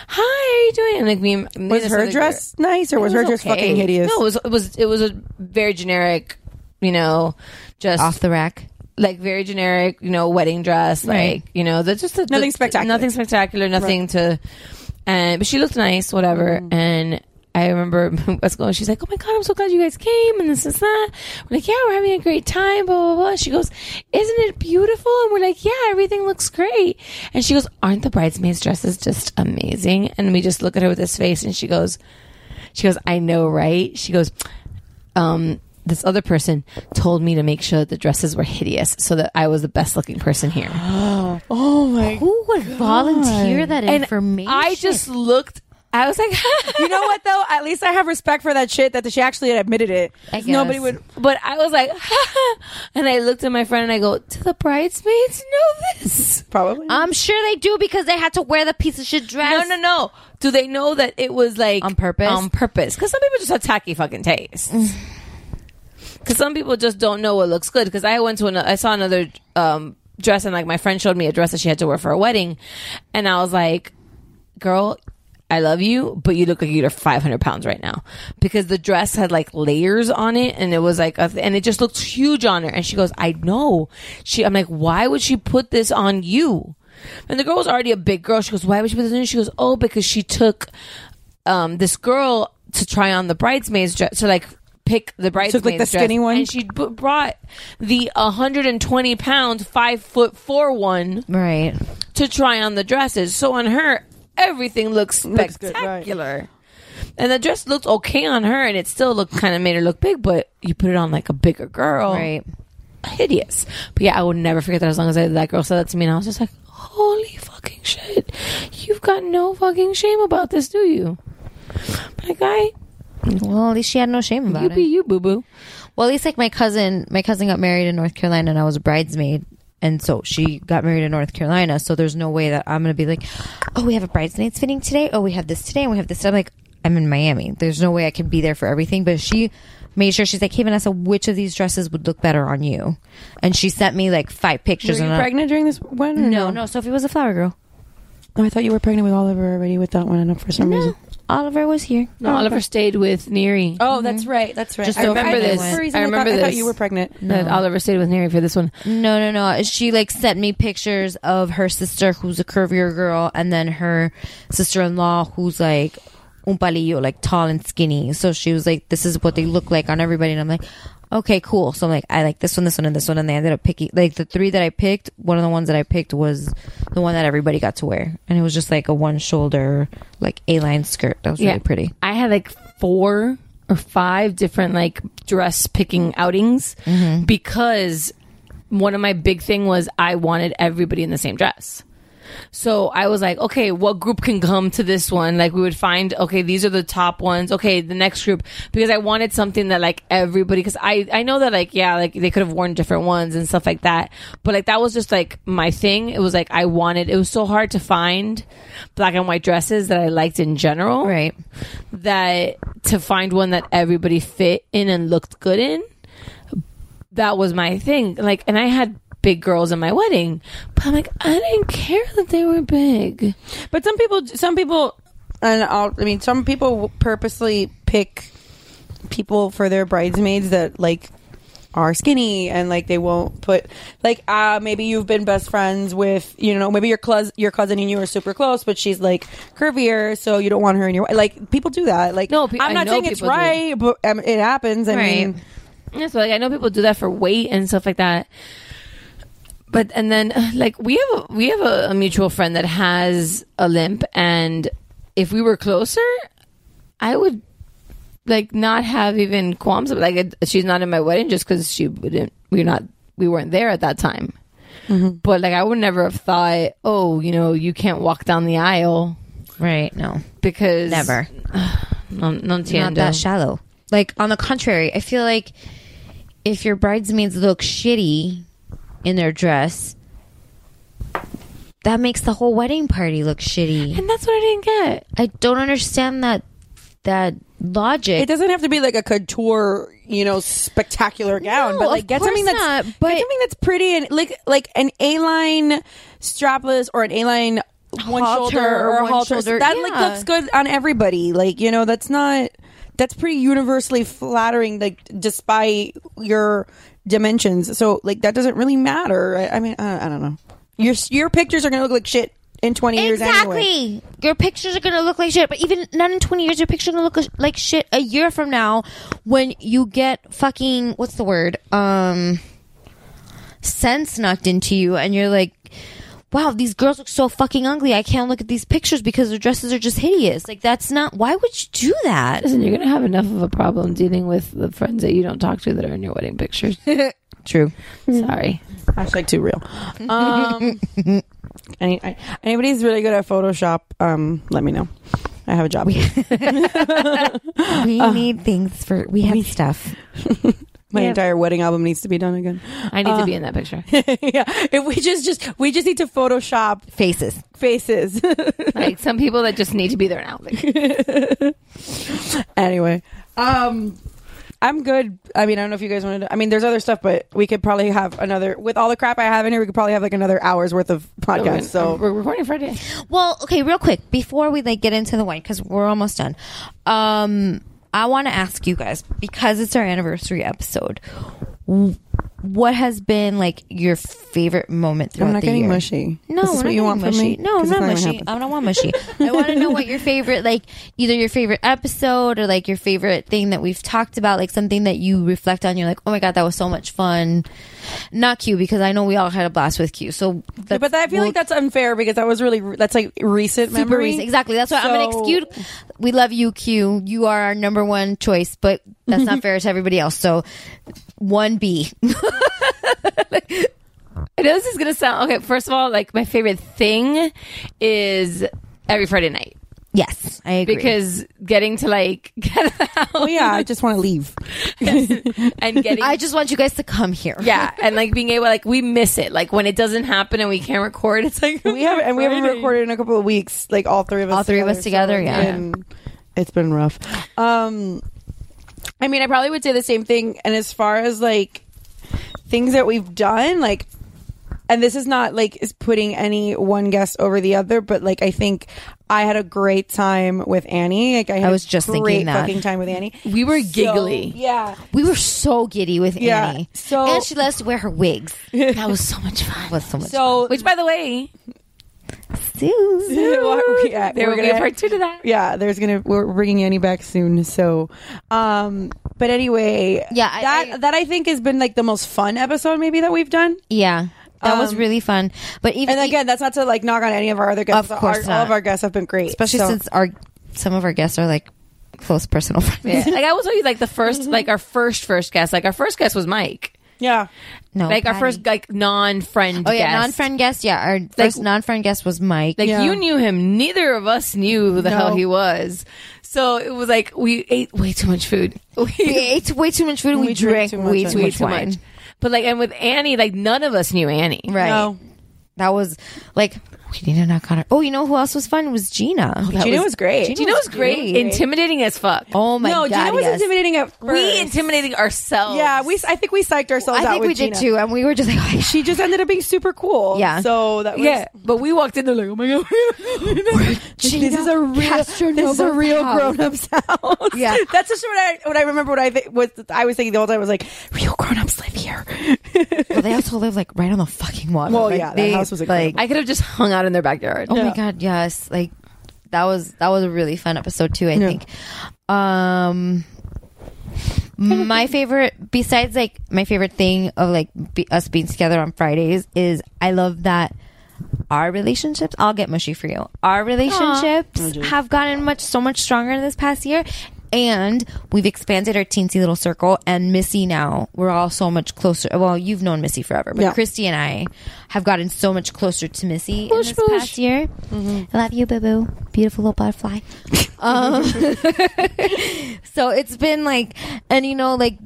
S7: "Hi, how are you doing?" And like, me, and- me
S9: Was
S7: and this
S9: her
S7: other
S9: dress nice or was,
S7: girl-
S9: her
S7: It
S9: dress
S7: okay.
S9: fucking hideous?
S7: No, it was, it was, it was a very generic, you know, just
S6: Off the rack.
S7: like very generic, you know, wedding dress,
S6: Right.
S7: like you know, the, just the,
S9: Nothing
S7: the-
S9: spectacular.
S7: nothing spectacular, nothing to. And but she looked nice, whatever.
S9: Mm-hmm.
S7: And I remember us going. She's like, "Oh my god, I'm so glad you guys came." And this is that. We're like, "Yeah, we're having a great time." Blah blah blah. And she goes, "Isn't it beautiful?" And we're like, "Yeah, everything looks great." And she goes, "Aren't the bridesmaids' dresses just amazing?" And we just look at her with this face, and she goes, "She goes, I know, right?" She goes, um, this other person told me to make sure that the dresses were hideous so that I was the best looking person here.
S9: Oh my
S6: Who would volunteer that
S7: And
S6: information?
S7: I just looked, I was like,
S9: You know what though? At least I have respect for that shit that she actually admitted it.
S6: I guess.
S9: Nobody would
S7: But I was like, and I looked at my friend and I go, do the bridesmaids know this?
S9: probably.
S6: I'm sure they do because they had to wear the piece of shit dress.
S7: No, no, no. Do they know that it was like
S6: On purpose? Mm.
S7: On purpose. Because some people just have tacky fucking tastes. Because some people just don't know what looks good. Because I went to an, I saw another um, dress and like my friend showed me a dress that she had to wear for a wedding, and I was like, girl. I love you, but you look like you're 500 pounds right now because the dress had like layers on it, and it was like, a th- and it just looked huge on her. And she goes, "I know." She, I'm like, "Why would she put this on you?" And the girl was already a big girl. She goes, "Why would she put this on?" you?" She goes, "Oh, because she took um, this girl to try on the bridesmaid's dress to like pick the bridesmaid's
S9: the
S7: dress,
S9: skinny one?
S7: and she b- brought the 120 pound five foot four one
S6: Right.
S7: to try on the dresses. So on her, everything looks
S9: Looks good, right.
S7: spectacular. And the dress looked okay on her, and it still looked kind of made her look big. But you put it on like a bigger girl,
S6: Right.
S7: Hideous. But yeah, I will never forget that. As long as I, that girl said that to me, and I was just like, "Holy fucking shit! You've got no fucking shame about this, do you?" My guy,
S6: Well, at least she had no shame about
S7: you
S6: it.
S7: be you, boo boo.
S6: Well, at least like my cousin, my cousin got married in North Carolina, and I was a bridesmaid, and so she got married in North Carolina. So there's no way that I'm gonna be like, oh, we have a bridesmaids fitting today. Oh, we have this today, and we have this. I'm like, I'm in Miami. There's no way I can be there for everything. But she made sure she's like, hey Vanessa, which of these dresses would look better on you? And she sent me like five pictures.
S9: were you
S6: and I-
S9: pregnant during this one? or
S6: No, no. Sophie was a flower girl.
S9: Oh, I thought you were pregnant with Oliver already with that one. I know for some reason.
S6: Oliver was here.
S7: No, Oliver stayed with Neri.
S9: Oh, that's right. That's right.
S7: Just don't remember
S9: I,
S7: this.
S9: For a reason,
S7: I remember
S9: thought, I thought
S7: this.
S9: you were pregnant.
S7: That Oliver stayed with Neri for this one.
S6: No, no, no. She like sent me pictures of her sister, who's a curvier girl, and then her sister-in-law, who's like un palillo, like tall and skinny. So she was like, "This is what they look like on everybody," and I'm like. Okay, cool. So I'm like, I like this one, this one, and this one, and they ended up picking like the three that I picked. One of the ones that I picked was the one that everybody got to wear, and it was just like a one shoulder, like a line skirt. That was really pretty.
S7: I had like four or five different like dress picking outings
S6: Mm-hmm.
S7: because one of my big thing was I wanted everybody in the same dress. So I was like, okay, what group can come to this one? Like we would find, okay, these are the top ones. Okay, the next group because I wanted something that like everybody because I I know that like yeah like they could have worn different ones and stuff like that, but like that was just like my thing. It was like I wanted. It was so hard to find black and white dresses that I liked in general.
S6: Right.
S7: That to find one that everybody fit in and looked good in that was my thing. Like, and I had big girls in my wedding, but I'm like, I didn't care that they were big.
S9: But some people, some people, and I'll, I mean, some people purposely pick people for their bridesmaids that like are skinny and like they won't put like uh maybe you've been best friends with you know maybe your cousin your cousin and you are super close but she's like curvier so you don't want her in your like people do that like
S7: No, pe-
S9: I'm
S7: I
S9: not
S7: know
S9: saying it's
S7: people do.
S9: right but um, it happens I
S7: Right.
S9: mean
S7: Yeah, so like I know people do that for weight and stuff like that. But and then uh, like we have a, we have a, a mutual friend that has a limp, and if we were closer, I would like not have even qualms. Of, like it, she's not in my wedding just because she wouldn't. We're not we weren't there at that time. But like I would never have thought, oh, you know, you can't walk down the aisle
S6: Right. No.
S7: because
S6: Never.
S7: non, non
S6: Not that shallow. Like on the contrary, I feel like if your bridesmaids look shitty in their dress, that makes the whole wedding party look shitty.
S7: and that's what I didn't get.
S6: I don't understand that that
S9: it
S6: logic.
S9: doesn't have to be like a couture you know spectacular gown
S6: No,
S9: but like
S6: of
S9: get
S6: course
S9: something that's
S6: not,
S9: get
S6: but-
S9: something that's pretty and like like an A-line strapless or an A-line one
S6: Halter
S9: shoulder
S6: or
S9: or a
S6: one
S9: halter
S6: shoulder,
S9: that like
S6: yeah.
S9: looks good on everybody like you know that's not that's pretty universally flattering like despite your dimensions so like that doesn't really matter I, I mean I, I don't know your your pictures are gonna look like shit in 20 years
S6: Exactly.
S9: anyway
S6: Your pictures are going to look like shit, but even not in 20 years, your pictures are going to look like shit a year from now when you get fucking, what's the word? Um, sense knocked into you and you're like, wow, these girls look so fucking ugly. I can't look at these pictures because their dresses are just hideous. Like, that's not, why would you do that?
S7: Listen, you're gonna have enough of a problem dealing with the friends that you don't talk to that are in your wedding pictures.
S9: true
S7: Sorry.
S9: Hashtag too real. Um, any, I, anybody's really good at Photoshop, um, let me know. I have a job.
S6: We need things for, we have stuff.
S9: My entire wedding album needs to be done again.
S7: I need to be in that picture.
S9: Uh. yeah, if we just just we just need to Photoshop
S6: Faces.
S9: faces.
S7: Like some people that just need to be there now. Like,
S9: anyway, um, I'm good. I mean, I don't know if you guys wanted. To, I mean, there's other stuff, but we could probably have another with all the crap I have in here. We could probably have like another hour's worth of
S6: Oh,
S9: podcast. So
S7: we're recording Friday.
S6: Well, okay, real quick before we like get into the wine because we're almost done. Um, I want to ask you guys because it's our anniversary episode. w- What has been like your favorite moment throughout
S9: I'm not
S6: the
S9: getting
S6: year?
S9: mushy.
S6: No,
S9: This
S6: we're
S9: is what
S6: not
S9: you
S6: getting
S9: want from
S6: mushy.
S9: me?
S6: No,
S9: 'Cause
S6: I'm
S9: it's
S6: not
S9: not gonna
S6: mushy.
S9: happen.
S6: I don't want mushy. I want to know what your favorite, like, either your favorite episode or like your favorite thing that we've talked about, like something that you reflect on. You're like, oh my god, that was so much fun. Not Q because I know we all had a blast with Q. So, that's,
S9: but I feel
S6: we'll-
S9: like that's unfair because that was really re- that's like recent
S6: super
S9: memory.
S6: reason. Exactly. That's why I'm
S9: So-
S6: gonna excuse. We love you, Q. You are our number one choice, but that's not fair to everybody else. So, one B.
S7: I know this is gonna sound okay. First of all, like my favorite thing is every Friday night
S6: yes, I agree.
S7: because getting to like get out
S9: Well, yeah, I just want to leave.
S7: and getting
S6: I just want you guys to come here.
S7: yeah, and like being able like we miss it like when it doesn't happen and we can't record. It's like
S9: We haven't and we haven't
S7: Friday.
S9: recorded in a couple of weeks. Like all three of us,
S6: All three of us together,
S9: it's
S6: yeah.
S9: been- it's been rough. Um, I mean, I probably would say the same thing. And as far as like things that we've done, like, and this is not like is putting any one guest over the other, but like I think I had a great time with Annie. Like I, had
S6: was just
S9: great
S6: thinking that.
S9: fucking time with Annie.
S7: We were
S9: So,
S7: giggly.
S9: yeah.
S6: We were so giddy with
S9: Yeah,
S6: Annie.
S9: so-
S6: and she let us wear her wigs.
S7: that was so much fun.
S6: Was so much.
S9: So
S7: Which, by the way,
S6: Susan.
S9: yeah,
S7: there
S9: we're
S7: will be a
S9: gonna-
S7: part two to that.
S9: yeah there's gonna we're bringing annie back soon so um but anyway
S6: Yeah, I-
S9: that
S6: I-
S9: that i think has been like the most fun episode maybe that we've done
S6: Yeah, that was really fun. But even e-
S9: and again that's not to like knock on any of our other guests
S6: Of course
S9: Our-
S6: not.
S9: all of our guests have been great
S6: especially
S9: So-
S6: since our some of our guests are like close personal friends.
S7: like I will tell you, like the first, like our first first guest, like our first guest was Mike.
S9: Yeah.
S6: No,
S7: like our
S6: Oh, Patty.
S7: first like non-friend.
S6: Oh yeah,
S7: guest.
S6: non-friend guest. Yeah, our first non-friend guest was Mike.
S7: Like
S9: Yeah.
S7: you knew him, neither of us knew who the hell
S9: No.
S7: he was. So it was like we ate way too much food.
S6: we ate way too much food and we,
S9: We
S6: drank
S9: drank too much
S6: way
S9: wine.
S6: too
S7: way
S6: much
S7: too
S6: wine.
S7: much. But like, and with Annie, like none of us knew Annie.
S6: Right.
S9: No.
S6: That was like we need to knock on her. Oh, you know who else was fun? Was Gina. That
S9: Oh, Gina was great.
S7: Gina was great, intimidating as fuck.
S6: Oh my
S9: no,
S6: god.
S9: Gina was
S6: yes.
S9: intimidating at first.
S7: we intimidating ourselves.
S9: Yeah, we. I think we psyched ourselves
S6: I
S9: out.
S6: think
S9: with
S6: we did
S9: Gina.
S6: too, and we were just like, oh,
S9: She just ended up being super cool.
S6: Yeah.
S9: So that was
S7: yeah, but we walked in there like, oh my god,
S9: Like, this is a real,
S6: Castro
S9: this is a
S6: Novo's
S9: real
S6: house.
S9: grown-up sound.
S6: Yeah.
S9: that's just what I what I remember. What I th- was I was thinking the whole time I was like, real grown-ups live here.
S6: well, they also live like right on the fucking water.
S9: Well,
S6: Like,
S9: yeah, that
S6: they-
S9: house was
S6: like.
S9: incredible.
S7: I could have just hung out in their backyard.
S6: oh my
S9: Yeah.
S6: god, yes. Like that was that was a really fun episode too. I think. Um. My favorite, besides like my favorite thing of like be, us being together on Fridays, is I love that our relationships. I'll get mushy for you. Our relationships have gotten much so much stronger this past year, and we've expanded our teensy little circle. And Missy now we're all so much closer. Well, you've known Missy forever, but
S9: Yeah.
S6: Christy and I have gotten so much closer to Missy in this past year. I love you, boo boo, beautiful little butterfly. um, so it's been like, and you know, like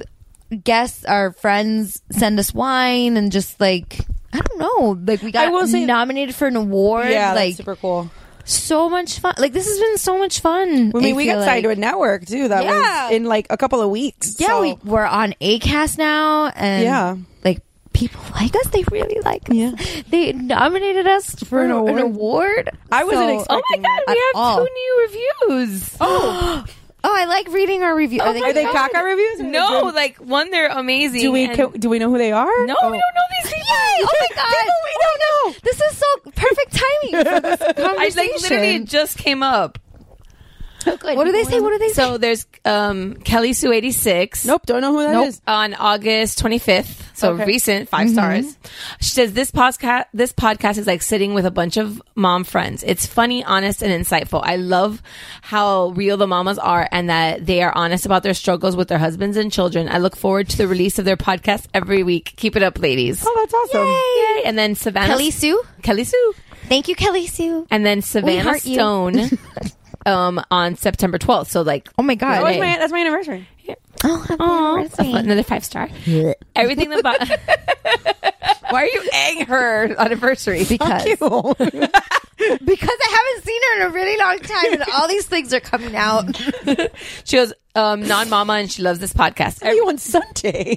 S6: guests, our friends send us wine and just like. I don't know. Like we got
S9: I will say-
S6: nominated for an award.
S9: yeah,
S6: like
S9: that's super cool.
S6: so much fun. Like this has been so much fun.
S9: I mean, we
S6: feel
S9: got
S6: like.
S9: signed to a network too. That
S6: Yeah.
S9: was in like a couple of weeks.
S6: Yeah,
S9: so.
S6: we, we're on Acast now, and
S9: Yeah.
S6: like people like us. They really like us.
S9: Yeah.
S6: They nominated us for, an,
S9: an
S6: award.
S9: award. I wasn't
S7: Oh
S9: expecting
S7: my god, we
S6: At
S7: have
S6: all.
S7: two new reviews.
S6: Oh, I like reading our review. Oh
S9: Are they caca reviews? Are they
S7: no,
S9: good?
S7: like one, they're amazing.
S9: Do we
S7: and-
S9: co- do we know who they are?
S7: no,
S9: Oh.
S7: we don't know these people.
S6: Yay! Oh my god! Oh my
S9: People we don't know.
S6: God. This is so perfect timing for this
S7: I
S6: conversation.
S7: like literally it just came up.
S6: what do they say? What do they say?
S7: So there's um, Kelly Sue eighty six.
S9: Nope, don't know who that is.
S7: on August 25th, so
S9: Okay.
S7: recent,
S6: Mm-hmm.
S7: 5 stars. She says this podcast this podcast is like sitting with a bunch of mom friends. It's funny, honest, and insightful. I love how real the mamas are and that they are honest about their struggles with their husbands and children. I look forward to the release of their podcast every week. Keep it up, ladies.
S9: Oh, that's awesome.
S7: Yay. And then Savannah
S6: Kelly Sue.
S7: Kelly Sue.
S6: Thank you, Kelly Sue.
S7: And then Savannah
S6: heart you.
S7: Stone um on September 12th. So like
S6: Oh my god!
S9: That was
S7: Hey.
S9: my, that's my anniversary.
S6: Oh, happy anniversary.
S7: another five star. Everything about. Why are you egging her anniversary?
S6: because because I haven't seen her in a really long time, and all these things are coming out.
S7: She goes um, non mama and she loves this podcast.
S9: you on Sunday.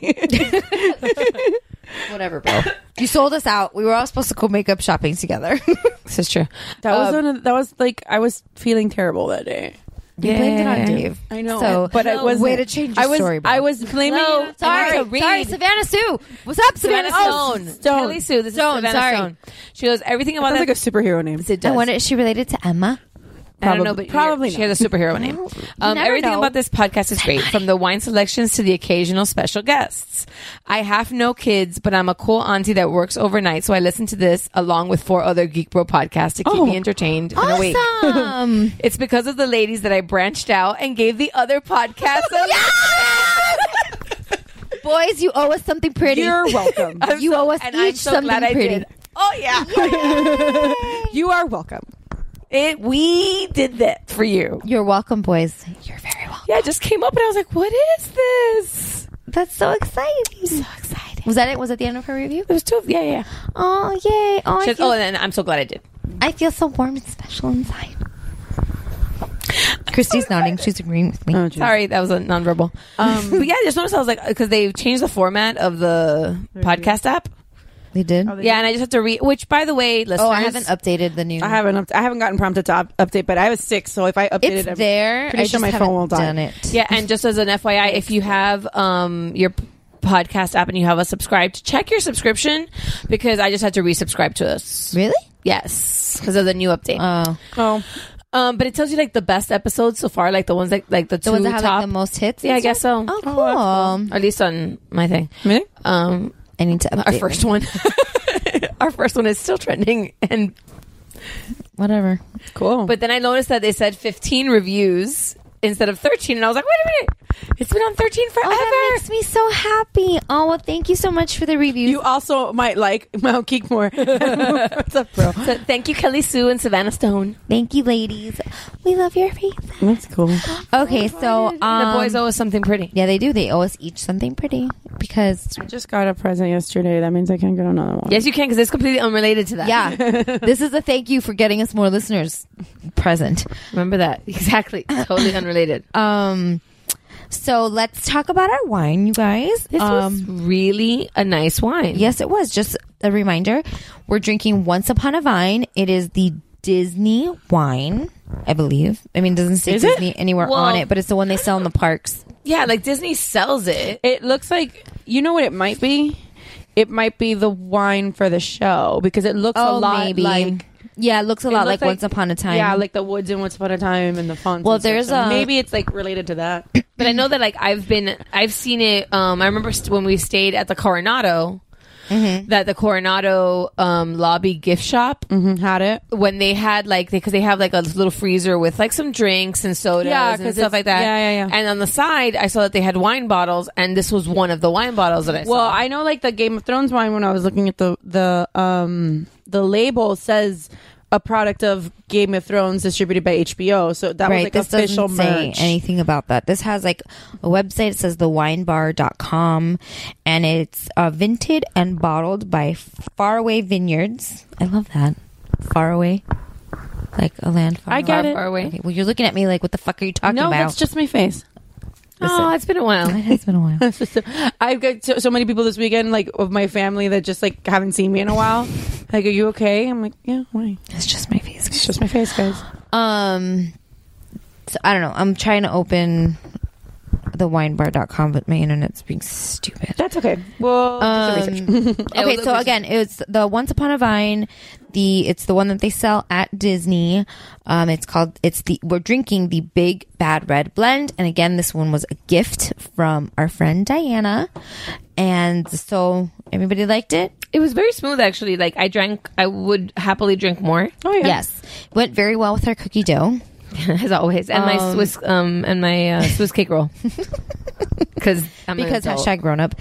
S6: Whatever, bro. You sold us out. We were all supposed to go makeup shopping together. you
S7: This is true.
S9: that was one of, that was like I was feeling terrible that day.
S6: blamed it on Dave.
S9: I know,
S6: So,
S9: but I was
S6: way to change your
S9: I was,
S6: story. Bro.
S9: I was blaming.
S7: No,
S9: it.
S7: I
S6: sorry,
S7: wanted to
S6: sorry,
S7: read.
S6: Savannah Sue. What's up, Savannah,
S7: Savannah
S6: Oh,
S7: Stone.
S6: Stone.
S7: Kelly Sue. This
S6: Stone,
S7: is Savannah
S6: sorry.
S7: Stone. She goes everything about
S9: Sounds
S7: that.
S9: like a superhero name.
S7: it
S6: I
S7: does.
S6: wonder if she related to Emma.
S7: I don't know,
S9: Probably-
S7: but
S9: probably
S7: she has a superhero name. Um,
S6: never
S7: everything
S6: know.
S7: about this podcast is great, from the wine selections to the occasional special guests. I have no kids, but I'm a cool auntie that works overnight, so I listen to this along with four other Geek Bro podcasts to keep me entertained and awake.
S6: Oh, Awesome.
S7: It's because of the ladies that I branched out and gave the other podcasts. A
S6: Boys, you owe us something pretty.
S9: You're welcome.
S7: I'm
S6: You
S7: so-
S6: owe us
S7: and
S6: each
S7: I'm so
S6: something
S7: glad I
S6: pretty.
S7: did. Oh yeah,
S9: you are welcome.
S7: it, we did that for you.
S6: You're welcome, boys. You're very welcome.
S7: Yeah, it just came up and I was like, "What is this?"
S6: That's so exciting. So
S7: excited.
S6: Was that it? Was that the end of her review?
S7: There's two. Of, yeah, yeah.
S6: Oh yay! Oh, I
S7: She goes,
S6: feel
S7: oh, and I'm so glad I did.
S6: I feel so warm and special inside. Christy's nodding. She's agreeing with me.
S7: Sorry, that was a nonverbal. Um, but yeah, I just noticed I was like, because they changed the format of the podcast app.
S6: They did.
S7: Yeah, and I just have to read. Which, by the way, listeners,
S6: Oh, I haven't updated the new.
S9: I haven't. Up- I haven't gotten prompted to up- update, but I was sick, so if I updated,
S6: It's
S9: it,
S6: there.
S9: Pretty
S6: I
S9: sure
S6: just
S9: my phone
S6: haven't
S9: will die.
S6: Done it.
S7: Yeah, and just as an FYI, if you have um your p- podcast app and you have us subscribed, check your subscription because I just had to resubscribe to us.
S6: Really?
S7: Yes, because of the new update.
S6: Oh,
S9: Oh,
S7: um, but it tells you like the best episodes so far, like the ones that like the,
S6: the
S7: two
S6: ones that have
S7: top.
S6: like, the most hits.
S7: yeah, I
S6: and
S7: guess so.
S6: stuff? Oh, cool.
S7: At least on my thing.
S9: Really?
S6: Uh,
S7: Um,
S6: I need to update
S7: our first one. our first one is still trending and
S6: Whatever.
S9: cool.
S7: But then I noticed that they said 15 reviews instead of 13. And I was like, wait a minute. It's been on 13 forever.
S6: Oh, that makes me so happy. Oh, well, thank you so much for the review.
S9: You also might like Mount Geekmore. What's up, bro?
S7: so thank you, Kelly Sue and Savannah Stone.
S6: thank you, ladies. We love your faces.
S9: That's cool.
S6: Okay, so um,
S7: the boys owe us something pretty.
S6: yeah, they do. They owe us each something pretty because
S9: I just got a present yesterday. That means I can get another one.
S7: Yes, you can because it's completely unrelated to that.
S6: yeah, this is a thank you for getting us more listeners present.
S7: remember that exactly. Totally unrelated.
S6: Um, so let's talk about our wine, you guys.
S7: This
S6: um,
S7: was really a nice wine.
S6: Yes, it was. Just a reminder we're drinking Once Upon a Vine. It is the Disney wine, I believe. I mean, it doesn't say
S9: Is it?
S6: Disney anywhere
S7: Well-
S6: on it, but it's the one they sell in the parks.
S7: yeah. Like Disney sells it.
S9: It looks like you know what it might be. It might be the wine for the show because it looks
S6: Oh,
S9: a lot like
S6: yeah, it looks a
S9: it
S6: lot like,
S9: looks
S6: Once Upon a Time.
S9: Yeah, like the woods and Once Upon a Time and the fonts.
S6: Well,
S9: and stuff.
S6: there's
S9: So
S6: a-
S9: maybe it's like related to that.
S7: But I know that like I've been, I've seen it. Um, I remember st- when we stayed at the Coronado, that the Coronado um, lobby gift shop
S6: Mm-hmm.
S9: Had it.
S7: when they had like because they have like a little freezer with like some drinks and sodas
S9: Yeah, 'cause
S7: and stuff
S9: it's-
S7: like that.
S9: yeah, yeah, yeah.
S7: And on the side, I saw that they had wine bottles, and this was one of the wine bottles that I
S9: Well,
S7: saw.
S9: I know like the Game of Thrones wine when I was looking at the the um the label says a product of Game of Thrones distributed by HBO. So that
S6: right,
S9: was
S6: this
S9: like official
S6: doesn't say
S9: merch.
S6: anything about that. This has like a website. It says thewinebar.com and it's uh, vinted and bottled by Faraway Vineyards. I love that. Faraway. Like a land far
S9: I get
S6: away.
S9: it. Far
S7: away.
S6: Okay, well, you're looking at me like, what the fuck are you talking
S9: no,
S6: about?
S9: that's just my face.
S7: oh, it's been a while.
S6: It has been a while.
S9: I've got so, so many people this weekend, like of my family, that just like haven't seen me in a while. Like, are you okay? I'm like, yeah, why?
S6: It's just my face.
S9: It's just my face, guys.
S6: Um, so I don't know. I'm trying to open the winebar.com, but my internet's being stupid.
S9: That's okay. Well,
S6: Um, okay, so again, it's the Once Upon a Vine. The it's the one that they sell at Disney. Um, it's called it's the we're drinking the Big Bad Red Blend, and again, this one was a gift from our friend Diana, and so everybody liked it.
S7: It was very smooth, actually. Like I drank, I would happily drink more,
S9: oh yeah.
S6: Yes, went very well with our cookie dough.
S7: as always, and my
S6: Um,
S7: Swiss, um, and my uh, Swiss cake roll, because
S6: because hashtag grown up.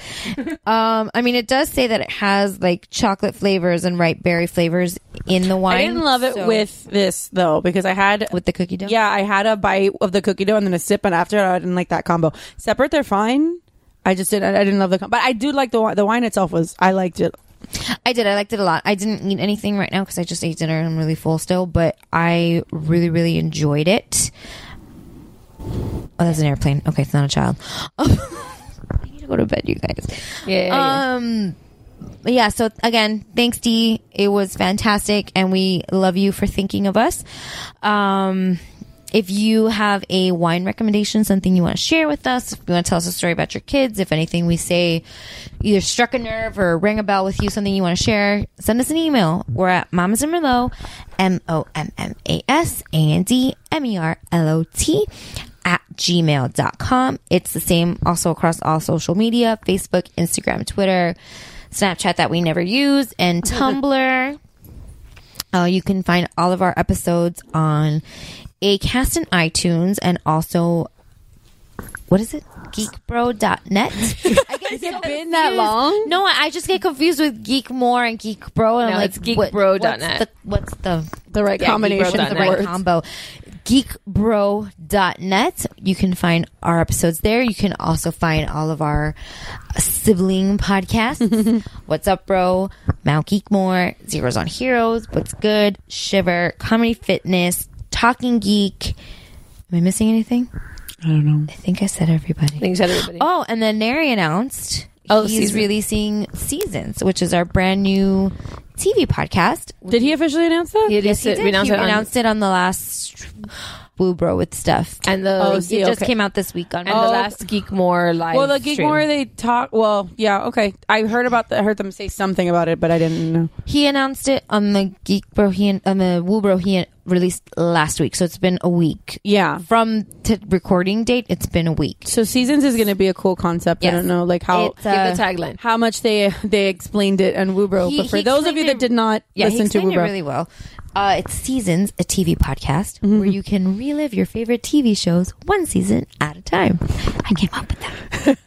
S6: um, I mean, it does say that it has like chocolate flavors and ripe berry flavors in the wine.
S9: I didn't love it
S6: so-
S9: with this though because I had
S6: with the cookie dough.
S9: yeah, I had a bite of the cookie dough and then a sip, and after that, I didn't like that combo. Separate, they're fine. I just didn't. I didn't love the, com- but I do like the wi- the wine itself was. I liked it.
S6: I did. I liked it a lot. I didn't eat anything right now because I just ate dinner and I'm really full still. But I really, really enjoyed it. Oh, that's an airplane. Okay, it's not a child. I need to go to bed, you guys.
S7: Yeah,
S6: Um. but Yeah. So again, thanks, Dee. It was fantastic, and we love you for thinking of us. Um, if you have a wine recommendation, something you want to share with us, if you want to tell us a story about your kids, if anything we say either struck a nerve or rang a bell with you, something you want to share, send us an email. We're at Mamas and Merlot, M O M M A S A N D M E R L O T at gmail.com. It's the same also across all social media Facebook, Instagram, Twitter, Snapchat that we never use, and Tumblr. Uh, you can find all of our episodes on Acast and iTunes and also what is it? Geekbro.net. I get Has it
S7: been that long?
S6: No, I I just get confused with Geek More and Geek Bro. And
S7: No,
S6: I'm like,
S7: it's
S6: what-
S7: geekbro.net.
S6: What's the, what's the
S9: The right
S7: Yeah,
S9: combination.
S7: you wrote
S9: of
S6: the
S7: that.
S6: right
S9: words.
S6: combo. Geekbro.net. You can find our episodes there. You can also find all of our sibling podcasts. What's up, bro? Mount Geekmore, Zeros on Heroes, What's Good, Shiver, Comedy Fitness, Talking Geek. Am I missing anything?
S9: I don't know.
S6: I think I said everybody.
S7: Thanks, everybody.
S6: Oh, and then Nary announced
S7: Oh,
S6: he's
S7: season.
S6: releasing Seasons, which is our brand new TV podcast.
S9: Did he officially announce that?
S7: It
S6: Yes,
S7: is-
S6: he did.
S7: we announced
S6: he
S7: it on-
S6: announced it on the last Woo Bro with Steph.
S7: and the
S9: Oh,
S6: it
S9: see,
S6: just
S9: okay.
S6: came out this week on Oh.
S7: and the last Geekmore live.
S9: Well, the
S7: stream.
S9: Geekmore they talk. Well, yeah, okay. I heard about. The, I heard them say something about it, but I didn't know.
S6: He announced it on the Geek Bro. He on the Woo Bro. He released last week, so it's been a week
S9: Yeah.
S6: from t- recording date. It's been a week.
S9: So seasons is going to be a cool concept.
S6: Yes.
S9: I don't know, like how
S6: It's, uh,
S7: Give the tagline.
S9: how much they they explained it on Woobro.
S6: He-
S9: but for
S6: he
S9: those of you
S6: explained
S9: that
S6: it-
S9: did not
S6: yeah, he
S9: listen to
S6: explained
S9: Woobro,
S6: it really well. Uh, it's Seasons, a TV podcast
S9: Mm-hmm.
S6: where you can relive your favorite TV shows one season at a time. I came up with that.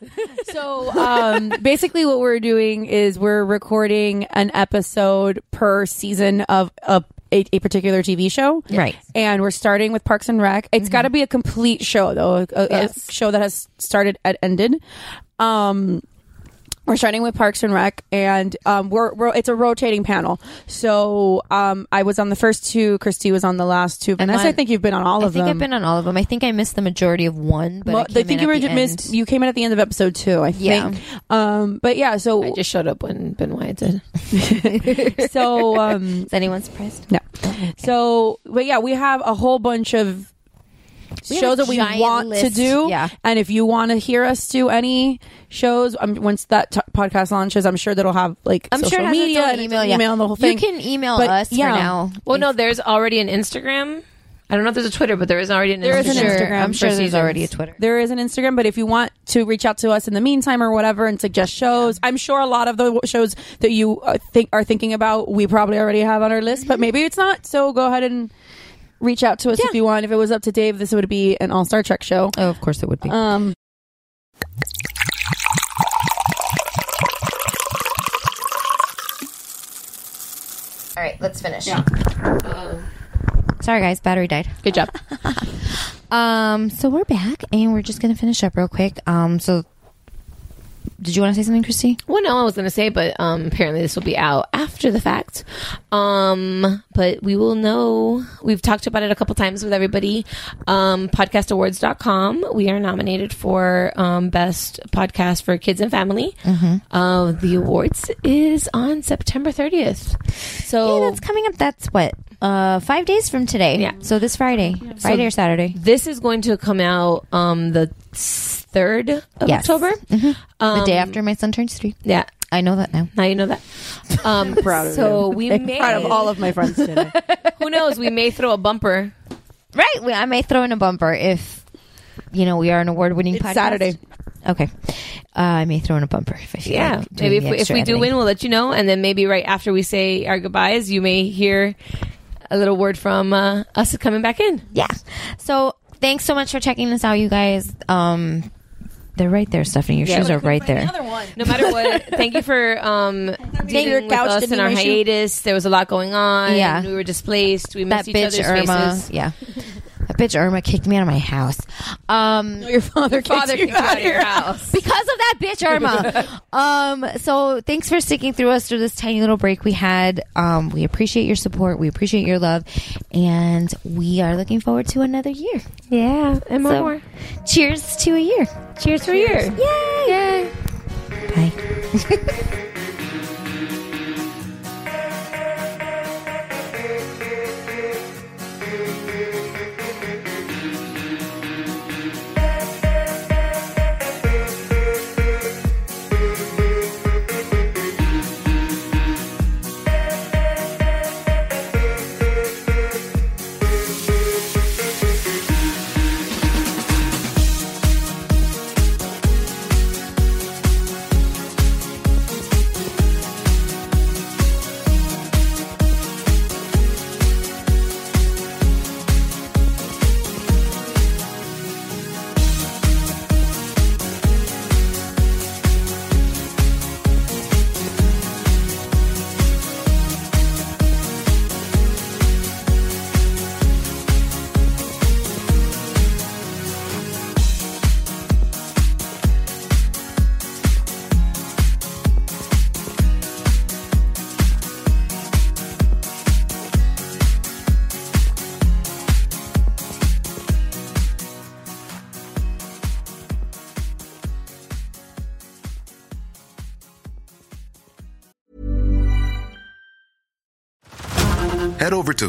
S9: So um, basically, what we're doing is we're recording an episode per season of a, a, a particular TV show.
S6: Right. Mm-hmm.
S9: And we're starting with Parks and Rec. It's got to be a complete show, though, a, a- a
S7: Yes.
S9: show that has started and ended. Um, we're starting with Parks and Rec, and um, we're, we're it's a rotating panel. So um, I was on the first two, Christy was on the last two, Vanessa. I
S6: mine-
S9: think you've been on all
S6: I
S9: of
S6: think
S9: them.
S6: I've been on all of them. I think I missed the majority of one, but
S9: Well,
S6: I, came
S9: think
S6: in
S9: you were
S6: at the
S9: missed.
S6: end.
S9: You came in at the end of episode two, I
S6: Yeah.
S9: think. Um, but yeah, so
S7: I just showed up when Ben Wyatt did.
S9: so um,
S6: Is anyone surprised?
S9: no, so but yeah, we have a whole bunch of
S6: We have
S9: shows
S6: a
S9: that we
S6: giant
S9: want to
S6: list,
S9: do.
S6: yeah.
S9: and if you want to hear us do any shows, um, once that t- podcast launches, I'm sure that'll have like
S6: I'm
S9: social
S6: sure it has
S9: media,
S6: its own
S9: and
S6: email. yeah.
S9: email, and the whole thing.
S6: You can email
S9: But,
S6: us
S9: yeah.
S6: for now.
S7: Well, no, there's already an Instagram. I don't know if there's a Twitter, but there is already an
S9: There
S7: Instagram.
S9: is an
S6: Sure.
S9: Instagram
S6: I'm
S9: for
S6: sure there's
S9: Seasons.
S6: already a Twitter.
S9: There is an Instagram, but if you want to reach out to us in the meantime or whatever and suggest shows, I'm sure a lot of the w- shows that you uh, think are thinking about, we probably already have on our list,
S7: Mm-hmm.
S9: but maybe it's not. So go ahead and reach out to us if you want. If it was up to Dave, this would be an all Star Trek show.
S6: Oh, of course it would be.
S9: Um,
S6: All right, let's finish. Sorry, guys, battery died.
S7: Good job.
S6: Um, so we're back, and we're just gonna finish up real quick. Um, so did you want to say something, Christy?
S7: Well, no, I was going to say, but um, apparently this will be out after the fact. Um, but we will know. We've talked about it a couple times with everybody. Um, podcastawards.com. We are nominated for um, Best Podcast for Kids and Family. Uh, the awards is on September 30th. So
S6: Yeah, that's coming up. That's what uh, five days from today.
S7: Yeah.
S6: So this Friday, Friday or Saturday.
S7: this is going to come out um, the 3rd of
S6: Yes. Mm-hmm.
S7: October.
S6: the day after my son turns three.
S7: Yeah.
S6: I know that now.
S7: Now you know that. Um,
S9: proud of
S7: so we may,
S9: proud of all of my friends today.
S7: who knows? We may throw a bumper
S6: Right. We, I may throw in a bumper if you know we are an award-winning
S9: It's
S6: podcast.
S9: Saturday.
S6: Okay. Uh, I may throw in a bumper if I feel
S7: Yeah,
S6: like doing
S7: maybe if
S6: the
S7: we, if
S6: extra
S7: we do
S6: editing.
S7: win, we'll let you know, and then maybe right after we say our goodbyes, you may hear a little word from uh, us coming back in.
S6: yeah. So thanks so much for checking this out, you guys. Um, they're right there, Stephanie. Your
S7: Yeah.
S6: shoes are right there.
S7: No matter what, thank you for um, being
S9: your
S7: with
S9: couch
S7: us
S9: didn't
S7: in our
S9: need my shoe.
S7: hiatus. There was a lot going on.
S6: Yeah.
S7: we were displaced. We
S6: that
S7: missed each
S6: bitch
S7: other's
S6: Irma.
S7: faces.
S6: Yeah. That bitch Irma kicked me out of my house. Um,
S9: Your father,
S7: Father
S9: kicked
S7: kicked you out of your house.
S6: because of that bitch Irma. um, so thanks for sticking through us through this tiny little break we had. Um, we appreciate your support. We appreciate your love, and we are looking forward to another year.
S7: Yeah, and
S6: So, Cheers to a year.
S7: Cheers for you.
S6: Yay! Yay! Bye.
S10: Head over to